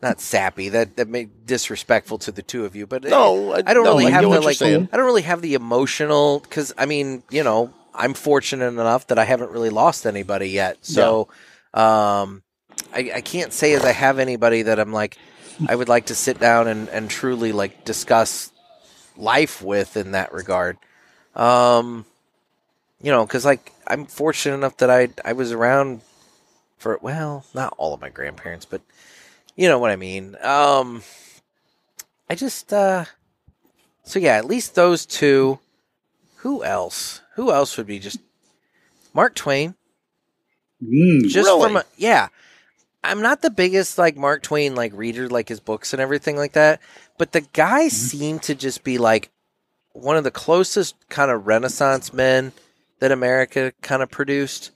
S2: not sappy that that may disrespectful to the two of you, but
S1: No, I-
S2: I, don't
S1: no,
S2: really
S1: I
S2: have
S1: get
S2: the
S1: what you're
S2: like
S1: saying.
S2: I don't really have the emotional because I mean you know I'm fortunate enough that I haven't really lost anybody yet, so um, I, I can't say as I have anybody that I'm like I would like to sit down and and truly like discuss life with in that regard. Um, you know, because like I'm fortunate enough that I I was around for well, not all of my grandparents, but you know what I mean. Um, I just uh, so yeah, at least those two. Who else? Who else would be just Mark Twain?
S4: Mm.
S2: Just
S1: Really?
S2: from a, yeah. I'm not the biggest like Mark Twain like reader like his books and everything like that, but the guy seemed to just be like one of the closest kind of renaissance men that America kind of produced.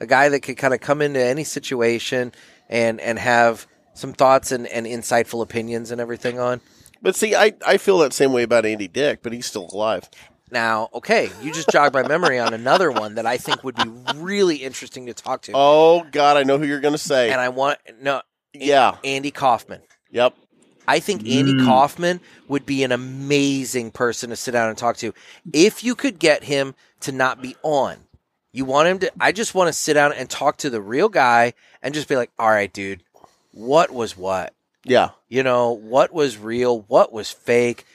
S2: A guy that could kind of come into any situation and and have some thoughts and, and insightful opinions and everything on.
S1: But see, I, I feel that same way about Andy Dick, but he's still alive.
S2: Now, okay, you just jogged my memory on another one that I think would be really interesting to talk to.
S1: Oh God, I know who you're gonna say.
S2: and I want no
S1: yeah.
S2: Andy Kaufman.
S1: Yep.
S2: I think Andy
S4: Mm.
S2: Kaufman would be an amazing person to sit down and talk to if you could get him to not be on. You want him to I just want to sit down and talk to the real guy and just be like, "All right, dude, what was what?
S1: Yeah.
S2: You know, what was real? What was fake?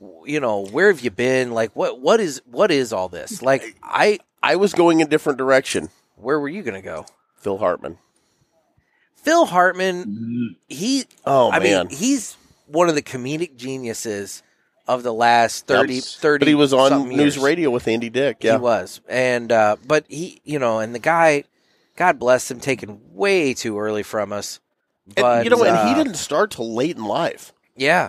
S2: W- You know, where have you been? Like what what is what is all this? Like I
S1: I was going a different direction.
S2: where were you going to go?
S1: Phil Hartman.
S2: Phil Hartman,
S4: Mm.
S2: he
S1: Mm-hmm. Oh
S2: I
S1: man.
S2: mean, he's one of the comedic geniuses of the last 30,
S1: Yep.
S2: 30
S1: But he was on
S2: something
S1: news
S2: years.
S1: radio with Andy Dick. Yeah.
S2: He was. And, uh, but he, you know, and the guy, God bless him, taken way too early from us.
S1: And,
S2: But,
S1: you know, and he
S2: uh,
S1: didn't start till late in life.
S2: Yeah.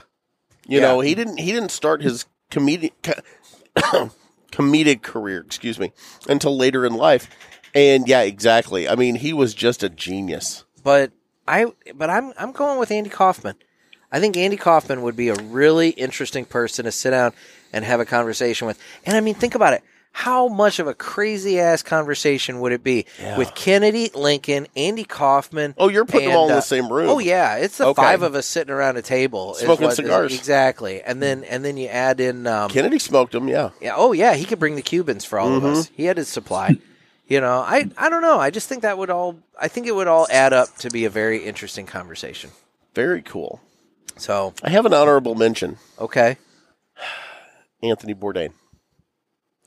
S1: You
S2: Yeah.
S1: know, he didn't he didn't start his comedic co- comedic career, excuse me, until later in life. And yeah, exactly. I mean, he was just a genius.
S2: But I, but I'm, I'm going with Andy Kaufman. I think Andy Kaufman would be a really interesting person to sit down and have a conversation with. And I mean, think about it. How much of a crazy ass conversation would it be with Kennedy, Lincoln, Andy Kaufman?
S1: Oh, you're putting them
S2: And,
S1: all in
S2: uh,
S1: the same room.
S2: Oh yeah, it's the
S1: Okay.
S2: five of us sitting around a table is
S1: Smoking
S2: what is-
S1: cigars.
S2: exactly. And then and then you add in um,
S1: Kennedy smoked him, yeah.
S2: yeah, oh yeah, he could bring the Cubans for all
S1: Mm-hmm.
S2: of us. He had his supply. you know, I I don't know. I just think that would all I think it would all add up to be a very interesting conversation.
S1: Very cool.
S2: So,
S1: I have an honorable mention,
S2: okay.
S1: Anthony Bourdain.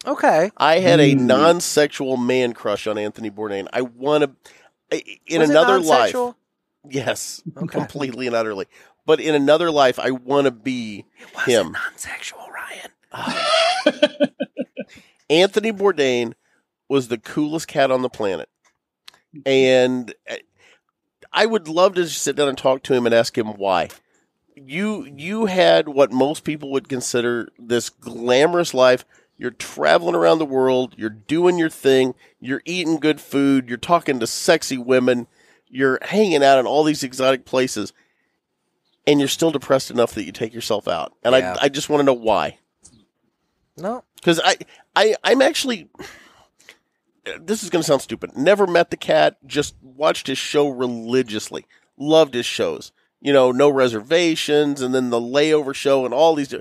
S2: Okay.
S1: I had a
S4: Mm.
S1: non-sexual man crush on Anthony Bourdain. I want to in
S2: Was it
S1: another life.
S2: non-sexual?
S1: Yes,
S2: Okay.
S1: completely and utterly. But in another life, I want to be
S2: Was
S1: him.
S2: it non-sexual, Ryan?
S1: Anthony Bourdain was the coolest cat on the planet, and uh, I would love to just sit down and talk to him and ask him why. You you had what most people would consider this glamorous life. You're traveling around the world. You're doing your thing. You're eating good food. You're talking to sexy women. You're hanging out in all these exotic places, and you're still depressed enough that you take yourself out. And
S2: Yeah.
S1: I I just want to know why
S2: No.
S1: because I, I i'm actually this is going to sound stupid never met the cat just watched his show religiously loved his shows you know no reservations and then the layover show and all these di-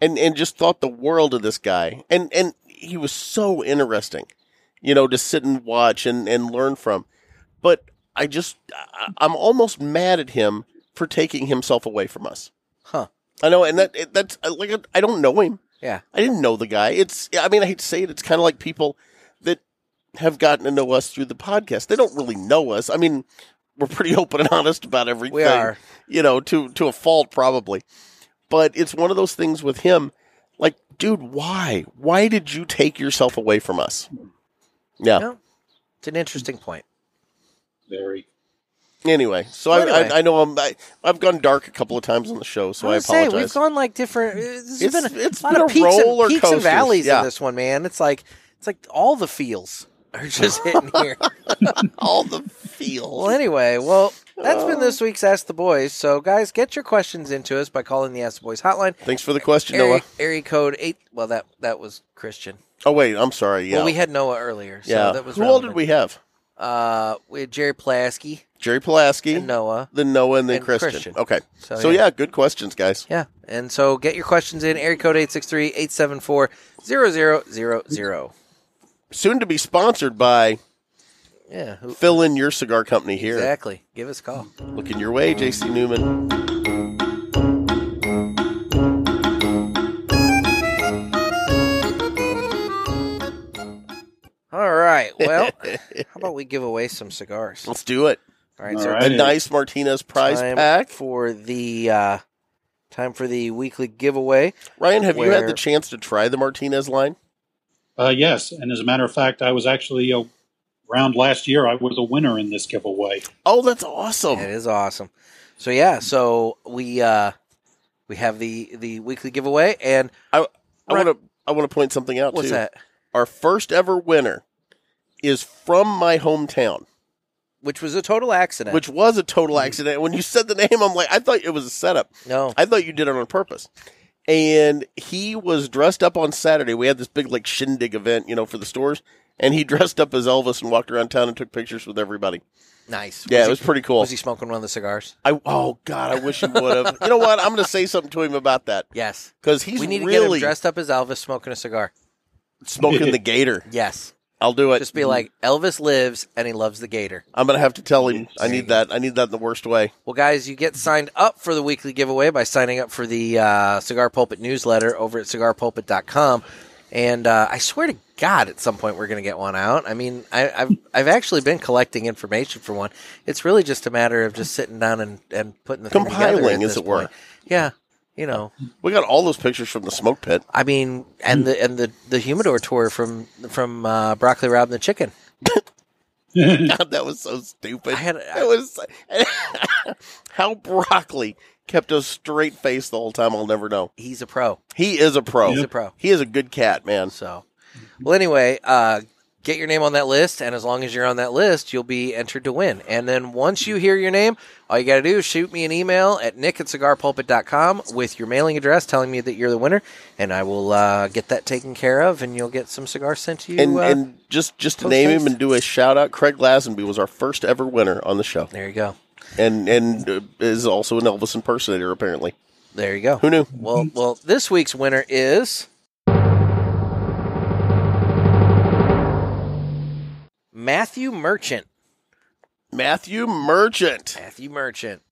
S1: and and just thought the world of this guy and and he was so interesting you know to sit and watch and and learn from but i just I, i'm almost mad at him for taking himself away from us
S2: Huh.
S1: i know and that it- that's uh, like i don't know him
S2: Yeah.
S1: I didn't know the guy. It's I mean I hate to say it, it's kind of like people that have gotten to know us through the podcast. They don't really know us. I mean, we're pretty open and honest about everything.
S2: We are.
S1: you know, to to a fault probably. But it's one of those things with him. Like, dude, why? Why did you take yourself away from us? Yeah.
S2: No. It's an interesting point.
S4: Very.
S1: Anyway, so
S2: Well,
S1: I,
S2: anyway.
S1: I, I know I'm, I, I've gone dark a couple of times on the show, so I
S2: was gonna
S1: apologize.
S2: Say, we've gone like different. It's
S1: It's-
S2: been a,
S1: it's
S2: lot
S1: been
S2: of
S1: a
S2: peaks,
S1: roller
S2: and, peaks and
S1: coaster,
S2: valleys
S1: yeah.
S2: in this one, man. It's like it's like all the feels are just hitting here.
S1: all the feels.
S2: well, anyway, well that's
S1: Uh.
S2: been this week's Ask the Boys. So guys, get your questions into us by calling the Ask the Boys hotline.
S1: Thanks for the question,
S2: Area,
S1: Noah.
S2: area code eight. Well, that that was Christian.
S1: Oh wait, I'm sorry. Yeah,
S2: Well, we had Noah earlier. So
S1: yeah.
S2: that was
S1: Who all did
S2: relevant.
S1: we have?
S2: Uh, we had Jerry Plasky
S1: Jerry Pulaski,
S2: and Noah.
S1: then Noah, and then
S2: and
S1: Christian.
S2: Christian.
S1: Okay,
S2: So,
S1: so,
S2: yeah.
S1: yeah. good questions, guys.
S2: Yeah. And so get your questions in. Area code 863-874-0000.
S1: Soon to be sponsored by
S2: Yeah. who-
S1: Fill In Your Cigar Company here.
S2: Exactly. Give us a call.
S1: Looking your way, JC Newman.
S2: All right. Well, how about we give away some cigars?
S1: Let's do it.
S2: All right.
S4: All
S2: so
S4: right.
S1: A
S4: Hey.
S1: nice Martinez prize
S2: time
S1: pack.
S2: for the uh, time for the weekly giveaway.
S1: Ryan, have you
S2: Where-
S1: had the chance to try the Martinez line?
S4: Uh, yes, and as a matter of fact, I was actually uh, around last year. I was a winner in this giveaway.
S1: Oh, that's awesome.
S2: That is awesome. So yeah, so we uh, we have the the weekly giveaway and
S1: I
S2: Right.
S1: want to I want to point something out
S2: what's
S1: too.
S2: that?
S1: Our first ever winner is from my hometown,
S2: Which was a total accident.
S1: which was a total
S2: Mm-hmm.
S1: accident. When you said the name, I'm like, I thought it was a setup.
S2: no.
S1: I thought you did it on purpose. And he was dressed up on Saturday. We had this big like shindig event, you know, for the stores, and he dressed up as Elvis and walked around town and took pictures with everybody.
S2: Nice.
S1: Yeah,
S2: was
S1: it was pretty cool.
S2: Was he smoking one of the cigars?
S1: I oh god, I wish he would have. you know what? I'm going to say something to him about that
S2: Yes.
S1: because he's
S2: we need to get him
S1: really
S2: dressed up as Elvis smoking a cigar.
S1: smoking the gator.
S2: Yes.
S1: I'll do it.
S2: Just be like Elvis lives and he loves the gator.
S1: I'm gonna have to tell him. I
S2: There you
S1: need that. I need that in the worst way.
S2: Well, guys, you get signed up for the weekly giveaway by signing up for the uh, Cigar Pulpit newsletter over at cigarpulpit.com. And uh, I swear to God, at some point we're going to get one out. I mean, I, I've I've actually been collecting information for one. It's really just a matter of just sitting down and, and putting the thing together at
S1: Compiling, as it
S2: this
S1: were.
S2: point. Yeah, you know,
S1: We got all those pictures from the smoke pit.
S2: I mean, and the and the, the humidor tour from from uh, broccoli Rob and the chicken.
S1: God, that was so stupid.
S2: I had-
S1: that was how broccoli kept a straight face the whole time. I'll never know.
S2: He's a pro.
S1: He is a pro.
S2: He's a pro.
S1: He is a good cat, man.
S2: So, well, anyway, uh, get your name on that list, and as long as you're on that list, you'll be entered to win. And then once you hear your name, all you got to do is shoot me an email at nick at cigarpulpit.com with your mailing address telling me that you're the winner, and I will uh, get that taken care of, and you'll get some cigars sent to you.
S1: And
S2: uh,
S1: and just just to
S2: post
S1: name him
S2: haste.
S1: and do a shout out, Craig Lazenby was our first ever winner on the show,
S2: there you go.
S1: and and uh, is also an Elvis impersonator apparently.
S2: There you go.
S1: Who knew?
S2: Well, well, this week's winner is Matthew Merchant.
S1: Matthew Merchant.
S2: Matthew Merchant.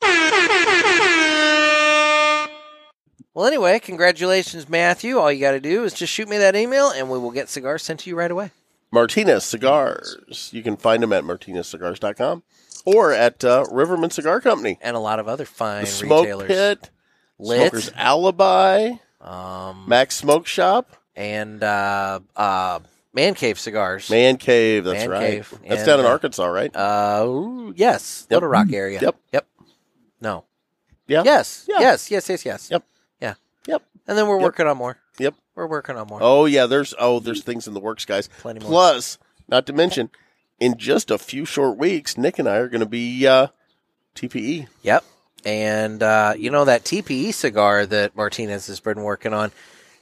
S2: Well, anyway, congratulations, Matthew. All you got to do is just shoot me that email, and we will get cigars sent to you right away.
S1: Martinez Cigars. You can find them at martinezcigars.com or at uh, Riverman Cigar Company.
S2: And a lot of other fine
S1: The Smoke
S2: retailers.
S1: Pit, Smoker's
S2: Lit,
S1: Alibi,
S2: um,
S1: Max Smoke Shop,
S2: and uh, uh, Man Cave Cigars.
S1: Man Cave. That's
S2: Man
S1: right.
S2: Cave.
S1: That's
S2: And,
S1: down in
S2: uh,
S1: Arkansas, right?
S2: Uh, ooh, yes,
S1: Yep.
S2: Little Rock area.
S1: Yep.
S2: Yep. No.
S1: Yeah.
S2: Yes.
S1: Yeah.
S2: Yes. Yes. Yes. Yes.
S1: Yep.
S2: Yeah.
S1: Yep.
S2: And then we're
S1: Yep.
S2: working on more.
S1: Yep.
S2: We're working on more.
S1: Oh yeah, there's oh there's things in the works, guys.
S2: Plenty more.
S1: Plus, not to mention, in just a few short weeks, Nick and I are going to be uh, E. TPE.
S2: Yep. And uh, you know that TPE cigar that Martinez has been working on,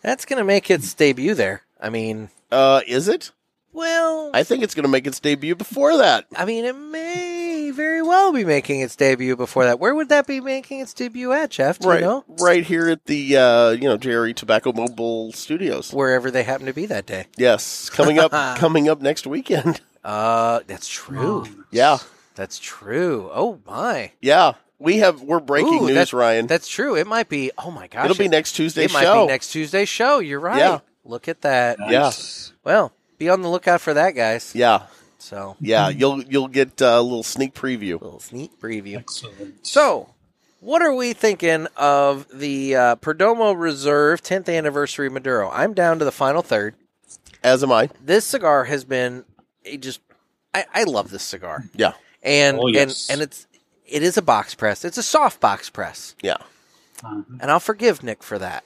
S2: that's going to make its debut there. I mean,
S1: Uh, is it?
S2: well, I,
S1: I think it's going to make its debut before that.
S2: mean, it may very well be making its debut before that. Where would that be making its debut at, Jeff? Do
S1: right,
S2: you know?
S1: right here at the uh, you know Jerry Tobacco Mobile Studios.
S2: Wherever they happen to be that day.
S1: Yes, coming up, coming up next weekend.
S2: Uh, that's true.
S1: Yeah,
S2: That's true. Oh my.
S1: yeah, we have we're breaking
S2: Ooh,
S1: news,
S2: that-
S1: Ryan.
S2: That's true. It might be. Oh my gosh.
S1: It'll be
S2: it-
S1: next Tuesday's
S2: It might
S1: show.
S2: be next Tuesday's show. You're right.
S1: Yeah.
S2: Look at that.
S4: Nice.
S2: Well, be on the lookout for that, guys.
S1: yeah,
S2: So,
S1: yeah, you'll you'll get uh, a little sneak preview.
S2: little sneak preview.
S4: Excellent.
S2: So, what are we thinking of the uh, Perdomo Reserve 10th anniversary Maduro? I'm down to the final third.
S1: As am I.
S2: This cigar has been it just I, I love this cigar.
S1: Yeah.
S2: And
S4: Oh, yes.
S2: and and it's It is a box press. It's a soft box press.
S1: Yeah.
S4: Uh-huh.
S2: And I'll forgive Nick for that.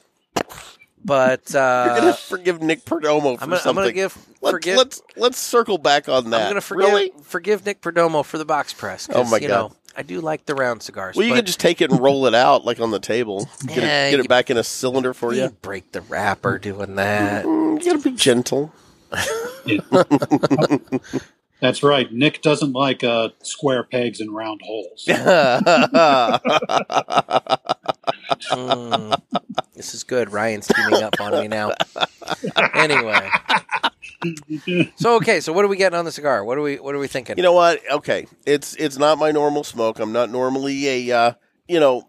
S2: But uh,
S1: You're gonna forgive Nick Perdomo for
S2: I'm gonna- I'm gonna
S1: something.
S2: give-
S1: Let,
S2: forgive-
S1: let's let's circle back on that.
S2: I'm going to forgive
S1: Really?
S2: forgive Nick Perdomo for the box press. 'cause,
S1: Oh my
S2: you
S1: God.
S2: know, I do like the round cigars.
S1: Well, you
S2: but
S1: can just take it and roll it out like on the table. Get
S2: Yeah,
S1: it, get
S2: you-
S1: it back in a cylinder for
S2: you
S1: you.
S2: break the wrapper doing that.
S1: Mm, you gotta be gentle.
S4: That's right. Nick doesn't like uh, square pegs and round holes.
S2: Mm. this is good. Ryan's teaming up on me now. Anyway, so okay, so what are we getting on the cigar? What are we what are we thinking?
S1: You know what? Okay, it's it's not my normal smoke. I'm not normally a uh, you know,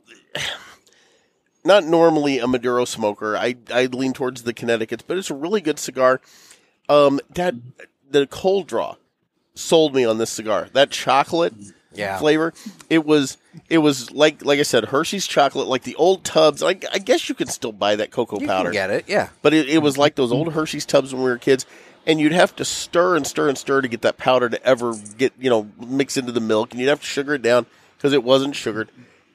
S1: not normally a Maduro smoker. I I lean towards the Connecticut's, but it's a really good cigar. Um, that the cold draw sold me on this cigar. That chocolate
S2: yeah,
S1: flavor. It was it was like like I said, Hershey's chocolate, like the old tubs. I, I guess you can still buy that cocoa
S2: you
S1: powder.
S2: can get it. Yeah,
S1: But it, it
S2: Mm-hmm.
S1: was like those old Hershey's tubs when we were kids, and you'd have to stir and stir and stir to get that powder to ever get you know mix into the milk, and you'd have to sugar it down because it wasn't sugared.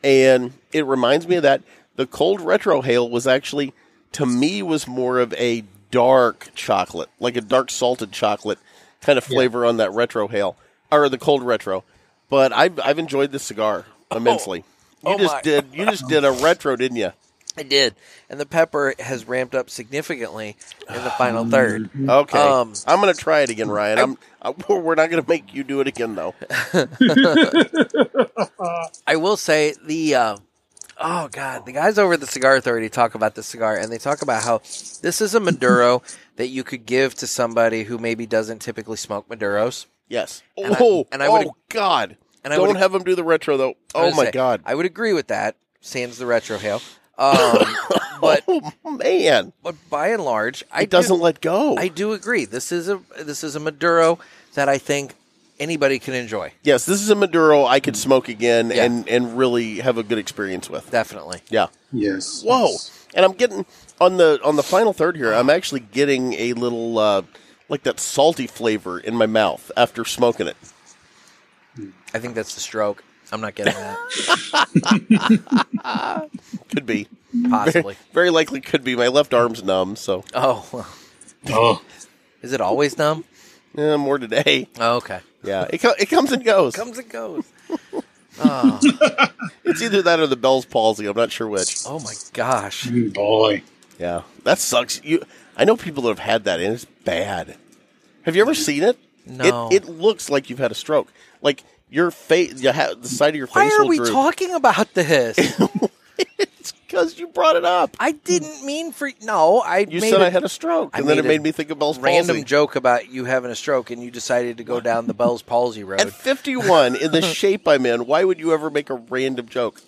S1: And it reminds me of that. The cold retrohale was actually, to me, was more of a dark chocolate, like a dark salted chocolate kind of flavor on that retrohale or the cold retro. But I've I've enjoyed this cigar immensely. You
S2: Oh
S1: just
S2: my.
S1: did you just did a retro, didn't you?
S2: I did, and the pepper has ramped up significantly in the final third.
S1: Okay,
S2: Um,
S1: I'm gonna try it again, Ryan. I'm, I, we're not gonna make you do it again, though.
S2: I will say the uh, oh god, the guys over at the Cigar Authority talk about this cigar, and they talk about how this is a Maduro that you could give to somebody who maybe doesn't typically smoke Maduros.
S1: Yes.
S2: And I-
S1: oh,
S2: and I
S1: oh
S2: would-
S1: God.
S2: and I
S1: don't
S2: would-
S1: have him do the retro though.
S2: I
S1: Oh
S2: was
S1: my
S2: gonna say,
S1: God.
S2: I would agree with that. Sans the retrohale, um, but
S1: oh man,
S2: but by and large, I
S1: it doesn't let go.
S2: Do, I do agree. This is a this is a Maduro that I think anybody can enjoy.
S1: yes, this is a Maduro I could smoke again
S2: Mm. Yeah.
S1: and and really have a good experience with.
S2: Definitely.
S1: Yeah.
S4: Yes.
S1: Whoa. And I'm getting on the on the final third here. I'm actually getting a little uh, like that salty flavor in my mouth after smoking it.
S2: I think that's the stroke. I'm not getting that.
S1: Could be.
S2: Possibly.
S1: Very likely could be. My left arm's numb, so
S2: Oh, well,
S4: Oh,
S2: is it always numb?
S1: eh, more today.
S2: Oh, okay.
S1: Yeah, it, co- it comes and goes.
S2: Comes and goes. Oh,
S1: It's either that or the Bell's palsy. I'm not sure which.
S2: oh my gosh.
S4: boy.
S1: Yeah, that sucks. You, I know people that have had that, and it's bad. Have you ever seen it?
S2: No.
S1: It, it looks like you've had a stroke. Like your face, you ha- the side of your
S2: Why
S1: face.
S2: are
S1: will
S2: we
S1: droop.
S2: talking about this?
S1: It's because you brought it up.
S2: I didn't mean for no. I
S1: You
S2: made
S1: said
S2: a
S1: I had a stroke,
S2: I
S1: and then
S2: made
S1: it
S2: a
S1: made me think of Bell's
S2: random
S1: palsy.
S2: joke about you having a stroke, and you decided to go down the Bell's palsy road.
S1: At 51, in the shape I'm in, why would you ever make a random joke?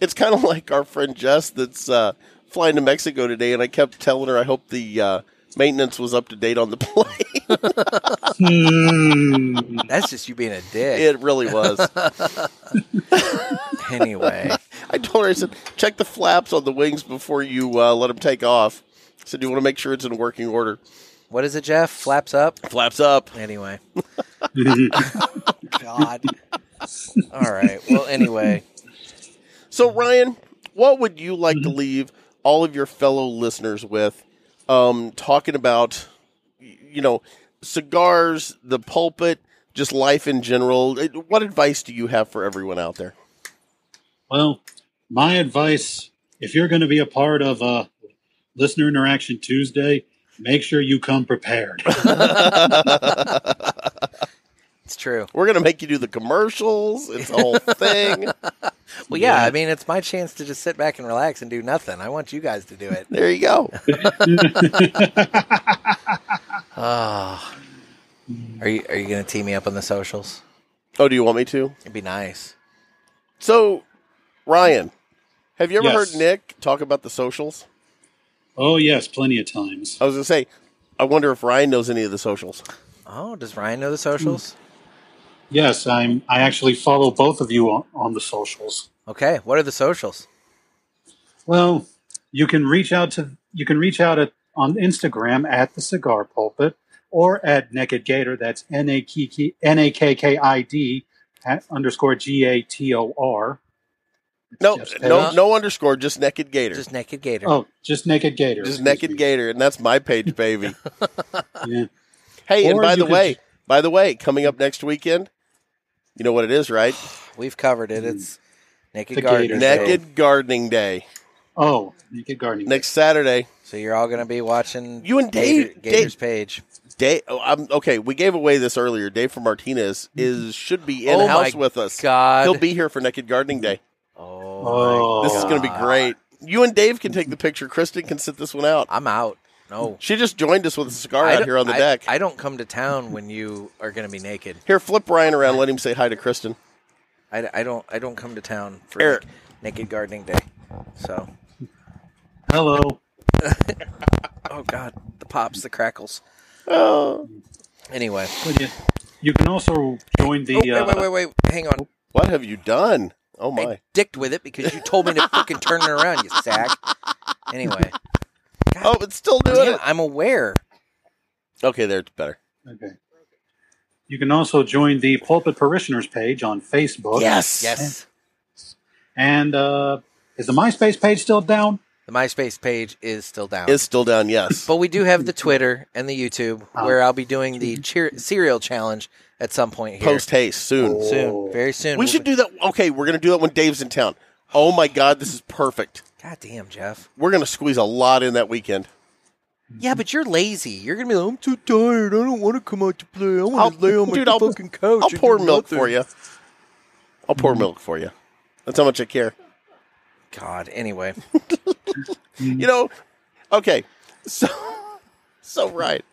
S1: It's kind of like our friend Jess that's uh, flying to Mexico today, and I kept telling her I hope the uh, maintenance was up to date on the plane.
S2: That's just you being a dick.
S1: it really was.
S2: anyway,
S1: I told her, I said, check the flaps on the wings before you uh, let them take off. I said, you want to make sure it's in working order.
S2: what is it, Jeff? Flaps up.
S1: Flaps up.
S2: Anyway, God. All right. Well, anyway,
S1: So, Ryan, what would you like to leave all of your fellow listeners with um, talking about, y- you know, cigars, the pulpit, just life in general? Uh, What advice do you have for everyone out there?
S4: Well, my advice if you're going to be a part of uh, Listener Interaction Tuesday, make sure you come prepared.
S2: it's true.
S1: We're going to make you do the commercials. It's the whole thing.
S2: Well, yeah.
S4: Yeah.
S2: I mean, it's my chance to just sit back and relax and do nothing. I want you guys to do it.
S1: There you go. Ah.
S2: Oh. Are you Are you gonna tee me up on the socials?
S1: Oh, do you want me to?
S2: It'd be nice.
S1: So, Ryan, have you ever
S4: Yes.
S1: heard Nick talk about the socials?
S4: oh, yes, plenty of times.
S1: I was going to say, I wonder if Ryan knows any of the socials.
S2: Oh, does Ryan know the socials?
S4: Yes, I'm. I actually follow both of you on, on the socials.
S1: Mm.
S2: Okay. What are the socials?
S4: Well, you can reach out to you can reach out at, on Instagram at the Cigar Pulpit or at Naked Gator. That's N A K K I D at underscore G A T O R.
S1: No,
S4: Jeff's page.
S1: no, no underscore. Just naked gator.
S2: Just naked gator.
S4: Oh, just naked gator.
S1: Just
S4: excuse
S1: naked
S4: me.
S1: gator, and that's my page, baby.
S4: Yeah.
S1: Hey, and
S4: Or
S1: by
S4: you
S1: the
S4: could-
S1: way, by the way, coming up next weekend, you know what it is, right?
S2: We've covered it. It's naked
S4: The
S2: gardener.
S4: gator.
S2: Day.
S1: Naked Gardening Day
S4: Oh, naked gardening.
S1: next Saturday.
S2: So you're all gonna be watching
S1: You and
S2: Gator-
S1: Dave-
S2: Gator's page.
S1: Day. Oh, I'm, okay, we gave away this earlier. Dave from Martinez is should be in
S2: Oh
S1: house
S2: my
S1: with us.
S2: God.
S1: He'll be here for Naked Gardening Day.
S2: Oh, my
S1: This is going to be
S2: God.
S1: great. You and Dave can take the picture. Kristen can sit this one out.
S2: I'm out. No.
S1: She just joined us with a cigar
S2: I
S1: out
S2: don't-
S1: here on the
S2: I-
S1: deck.
S2: I don't come to town when you are gonna be naked.
S1: here, flip Ryan around. Let him say hi to Kristen.
S2: I, I don't I don't come to town for
S1: Eric.
S2: like, naked gardening day. So
S4: Hello.
S2: oh god, the pops, the crackles.
S1: Oh,
S2: Anyway,
S4: But yeah, you can also join the.
S2: oh, wait,
S4: uh,
S2: wait, wait, wait, hang on.
S1: what have you done? Oh my!
S2: I dicked with it because you told me to fucking turn it around, you sack. Anyway,
S1: Oh, it's still doing
S2: damn,
S1: it.
S2: I'm aware.
S1: Okay, there it's better.
S4: Okay. You can also join the Pulpit Parishioners page on Facebook.
S1: Yes,
S2: Yes,
S4: And uh, is the MySpace page still down?
S2: the MySpace page is still down,
S1: it's still down. Yes.
S2: but we do have the Twitter and the YouTube
S4: Ah.
S2: where I'll be doing the cheer- cereal challenge at some point here
S1: Post haste soon.
S2: soon, very soon.
S1: We
S2: We'll
S1: should
S2: be-
S1: do that. Okay, we're gonna do that when Dave's in town. Oh my God, this is perfect.
S2: God damn, Jeff.
S1: We're gonna squeeze a lot in that weekend.
S2: Yeah, but you're lazy. You're gonna be like, I'm too tired. I don't want to come out to play. I want to lay on my
S1: dude, I'll-
S2: fucking couch.
S1: I'll
S2: and
S1: pour
S2: do
S1: milk
S2: nothing." Mm-hmm.
S1: for you. I'll pour milk for you. That's how much I care.
S2: God. Anyway,
S1: You know, okay. So, so right.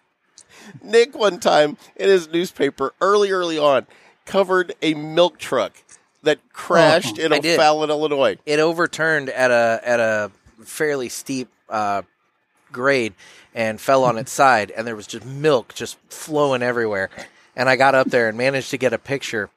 S1: Nick one time in his newspaper early, early on covered a milk truck that crashed in
S2: Oh, I did.
S1: O'Fallon, Illinois.
S2: it overturned at a at a fairly steep uh, grade and fell on its side, and there was just milk just flowing everywhere. And I got up there and managed to get a picture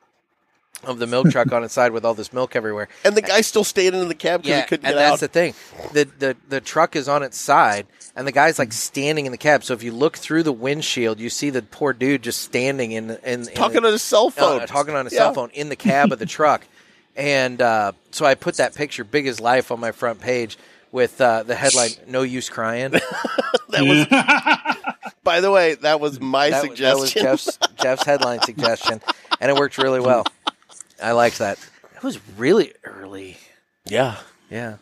S2: of the milk truck on its side with all this milk everywhere.
S1: And the guy still stayed in the cab because
S2: Yeah,
S1: he couldn't
S2: and
S1: get
S2: that's
S1: out.
S2: the thing. The, the the truck is on its side, and the guy's like standing in the cab. So if you look through the windshield, you see the poor dude just standing in in, in
S1: talking on his cell
S2: uh,
S1: phone.
S2: talking on his
S1: Oh, Yeah.
S2: cell phone in the cab of the truck. And uh, so I put that picture, big as life, on my front page with uh, the headline "No Use Crying." That
S1: That was, by the way, that was my
S2: was- that was
S1: suggestion.
S2: Jeff's, Jeff's headline suggestion, and it worked really well. I liked that. It was really early.
S1: yeah.
S2: Yeah.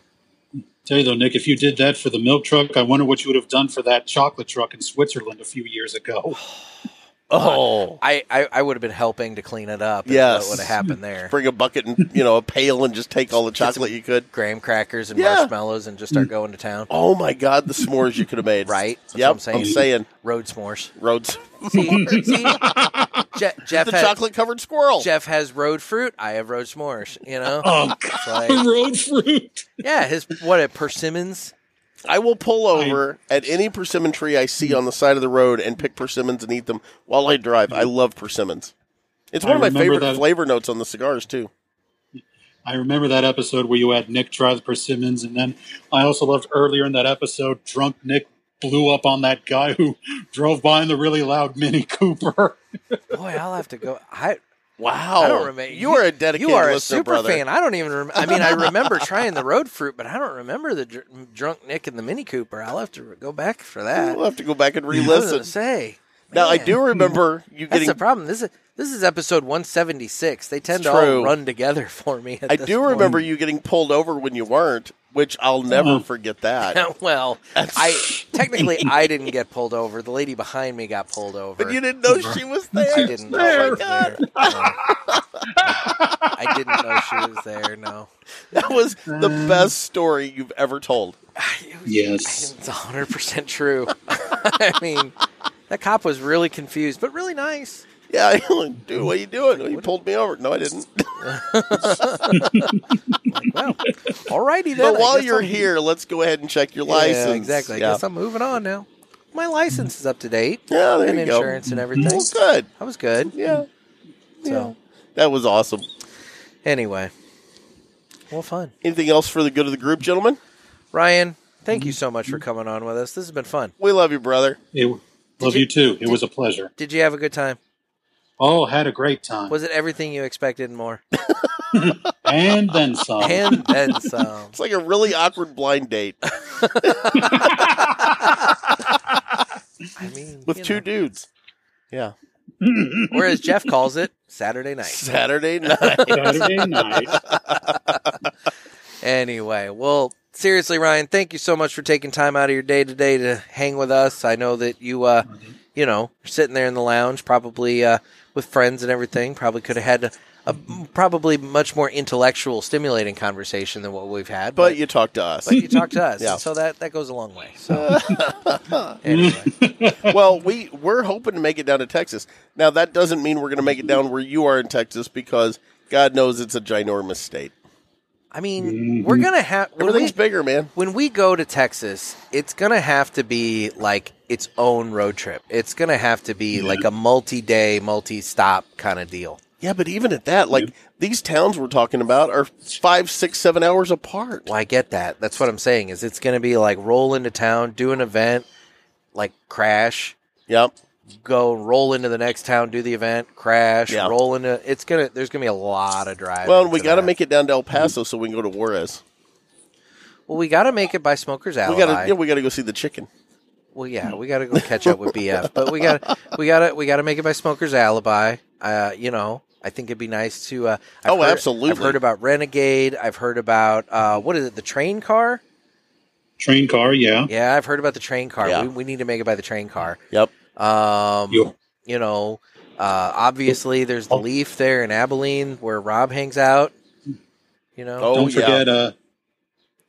S4: Tell you though, Nick, if you did that for the milk truck, I wonder what you would have done for that chocolate truck in Switzerland a few years ago.
S1: Oh,
S2: I, I, I would have been helping to clean it up. Yeah,
S1: Yes.
S2: what would have happened there?
S1: bring a bucket and you know a pail and just take all the
S2: Get some
S1: chocolate you could.
S2: graham crackers and
S1: Yeah.
S2: marshmallows, and just start going to town.
S1: Oh my God, the s'mores you could have made.
S2: Right? That's
S1: yep.
S2: what I'm saying.
S1: I'm saying
S2: Road s'mores.
S1: roads.
S2: See, see? Je- Jeff
S1: the
S2: had-
S1: chocolate covered squirrel.
S2: Jeff has road fruit. I have road s'mores. You know,
S4: Oh,
S2: It's like,
S4: road fruit.
S2: yeah, his what a persimmons.
S1: I will pull over at any persimmon tree I see on the side of the road and pick persimmons and eat them while I drive. I love persimmons. It's
S4: I
S1: one of my
S4: remember
S1: favorite
S4: that-
S1: flavor notes on the cigars too.
S4: I remember that episode where you had Nick try the persimmons, and then I also loved earlier in that episode, drunk Nick blew up on that guy who drove by in the really loud Mini Cooper.
S2: Boy, I'll have to go. I
S1: Wow.
S2: I don't remember.
S1: You are a dedicated
S2: You are a
S1: listener,
S2: super
S1: brother.
S2: fan. I don't even. Rem- I mean, I remember trying the road fruit, but I don't remember the dr- drunk Nick and the Mini Cooper. I'll have to re- go back for that.
S1: We'll have to go back and
S2: I was gonna
S1: re-listen.
S2: say.
S1: Now I
S2: man,
S1: do remember you
S2: That's
S1: getting
S2: the problem. This is this is episode one seventy six. They tend
S1: It's
S2: to all
S1: true.
S2: run together for me. at
S1: I
S2: this
S1: do
S2: point.
S1: remember you getting pulled over when you weren't, which I'll never
S4: Oh.
S1: forget that.
S2: Yeah, well, I technically I didn't get pulled over. The lady behind me got pulled over.
S1: But you didn't know she was there.
S2: She didn't know I was there. No. I didn't know she was there. No,
S1: That was the best story you've ever told.
S4: Yes.
S2: it's hundred percent true. I mean, that cop was really confused, but really nice.
S1: Yeah, I went, dude, what are you doing? Well, you pulled me over. No, I didn't.
S2: Like, well, alrighty then.
S1: But
S2: I
S1: while
S2: guess
S1: you're
S2: I'm-
S1: here, let's go ahead and check your
S2: Yeah,
S1: license.
S2: exactly. I
S1: Yeah.
S2: guess I'm moving on now. My license is up to date.
S1: Yeah, Oh, there
S2: and
S1: you go.
S2: insurance and everything.
S1: Well, good.
S2: That was good.
S1: Yeah,
S2: So
S1: that was awesome.
S2: anyway, well, fun.
S1: Anything else for the good of the group, gentlemen?
S2: Ryan, thank
S1: Mm-hmm.
S2: you so much for coming on with us. This has been fun.
S1: We love you, brother.
S4: It, love you too. It was a pleasure.
S2: Did you have a good time?
S4: Oh, had a great time.
S2: Was it everything you expected and more?
S4: and then some.
S2: And then some.
S1: It's like a really awkward blind date
S2: I mean,
S1: with
S2: you
S1: two
S2: know.
S1: dudes. Yeah.
S2: or as Jeff calls it, Saturday night.
S1: Saturday night.
S4: Saturday night.
S2: Anyway, well, seriously, Ryan, thank you so much for taking time out of your day today to hang with us. I know that you, uh, you know, you're sitting there in the lounge, probably uh, with friends and everything. Probably could have had a, a probably much more intellectual, stimulating conversation than what we've had.
S1: but you talk to us.
S2: but you talked to us,
S1: Yeah.
S2: so that that goes a long way. So anyway,
S1: well, we we're hoping to make it down to Texas. Now that doesn't mean we're going to make it down where you are in Texas because God knows it's a ginormous state.
S2: I mean, we're gonna have
S1: Everything's bigger, man.
S2: when we go to Texas, it's gonna have to be like its own road trip. It's gonna have to be like a multi-day, multi-stop kind of deal.
S1: Yeah, but even at that, like these towns we're talking about are five, six, seven hours apart.
S2: Well, I get that. That's what I'm saying. Is it's gonna be like roll into town, do an event, like crash,
S1: Yep.
S2: go roll into the next town, do the event, crash,
S1: Yeah.
S2: roll into. It's gonna. There's gonna be a lot of driving.
S1: Well, and we
S2: to
S1: got to
S2: that.
S1: make it down to El Paso so we can go to Juarez.
S2: Well, we gotta make it by Smoker's Alley.
S1: We got to yeah, we got to go see the chicken.
S2: Well, yeah, we got to go catch up with BF, but we got to we got to we got to make it by Smoker's Alibi. Uh, you know, I think it'd be nice to. Uh, I've
S1: Oh,
S2: heard,
S1: absolutely.
S2: I've heard about Renegade. I've heard about uh, what is it? The train car?
S4: Train car, yeah.
S2: Yeah, I've heard about the train car.
S1: Yeah.
S2: We, we need to make it by the train car.
S1: Yep.
S2: Um,
S4: You-
S2: you know, uh, obviously there's the Leaf there in Abilene where Rob hangs out. You know,
S1: Oh,
S4: don't
S1: yeah.
S4: forget uh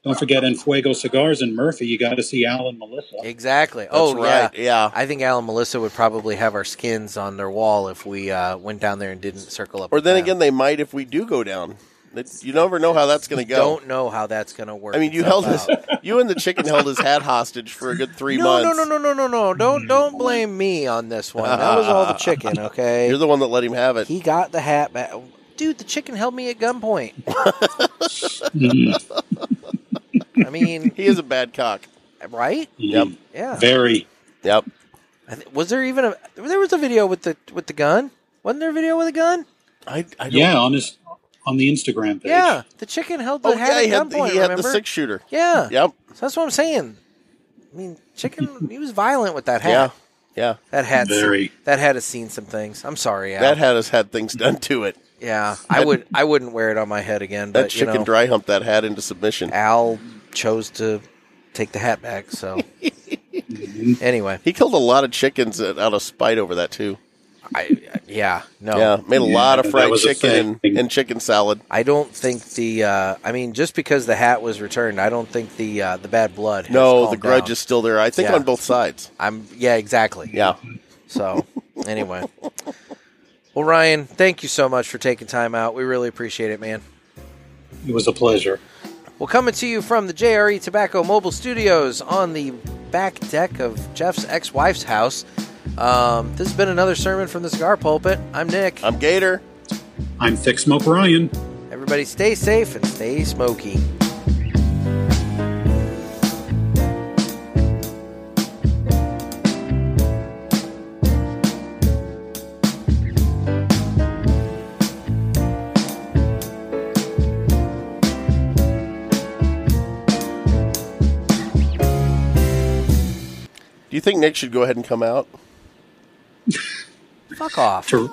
S4: don't forget in Fuego Cigars in Murphy, you gotta see Alan Melissa.
S2: exactly.
S1: That's
S2: oh, yeah.
S1: right. Yeah.
S2: I think Al and Melissa would probably have our skins on their wall if we uh, went down there and didn't circle up.
S1: Or
S2: with
S1: then
S2: them.
S1: again, they might if we do go down. It- You never know how that's going to go.
S2: don't know how that's going to work.
S1: I mean, you
S2: itself
S1: held his,
S2: out.
S1: you and the chicken held his hat hostage for a good three
S2: No,
S1: months.
S2: no, no, no, no, no, no! Don't don't blame me on this one. That was all the chicken.
S1: You're
S2: Okay,
S1: the one that let him have it.
S2: he got the hat back. Dude, the chicken held me at gunpoint.
S4: Mm-hmm.
S2: I mean,
S1: He is a bad cock.
S2: right?
S1: Yep.
S2: Yeah.
S4: Very
S1: Yep.
S2: I thi- Was there even a? There was a video with the with the gun. Wasn't there a video with a gun?
S1: I, I don't,
S4: yeah, on his on the Instagram page.
S2: Yeah, the chicken held the
S1: Oh,
S2: hat
S1: yeah,
S2: at
S1: he had,
S2: gunpoint.
S1: he had the
S2: remember?
S1: six shooter.
S2: Yeah.
S1: Yep.
S2: So that's what I'm saying. I mean, chicken. he was violent with that hat.
S1: Yeah. Yeah.
S2: That hat.
S4: Very.
S2: That hat has seen some things. I'm sorry, Al.
S1: That hat has had things done to it.
S2: Yeah, I would. I wouldn't wear it on my head again.
S1: That
S2: But you
S1: chicken
S2: know,
S1: dry humped that hat into submission.
S2: Al chose to take the hat back. So anyway,
S1: He killed a lot of chickens out out of spite over that too.
S2: I yeah no.
S1: Yeah, made a
S4: Yeah,
S1: lot of
S4: that
S1: fried
S4: was a
S1: chicken and,
S4: thing.
S1: and chicken salad.
S2: I don't think the. Uh, I mean, just because the hat was returned, I don't think the uh, the bad blood. Has
S1: No,
S2: calmed
S1: the grudge
S2: down.
S1: is still there. I think
S2: Yeah.
S1: on both sides.
S2: I'm yeah exactly.
S1: Yeah.
S2: So anyway, well Ryan, thank you so much for taking time out. We really appreciate it, man.
S4: It was a pleasure.
S2: Well, coming to you from the JRE Tobacco Mobile Studios on the back deck of Jeff's ex wife's house. Um, this has been another sermon from the cigar pulpit. I'm Nick.
S1: I'm Gator.
S4: I'm Thick Smoke Ryan.
S2: Everybody stay safe and stay smoky.
S1: Do you think Nick should go ahead and come out?
S2: Fuck off.
S4: To-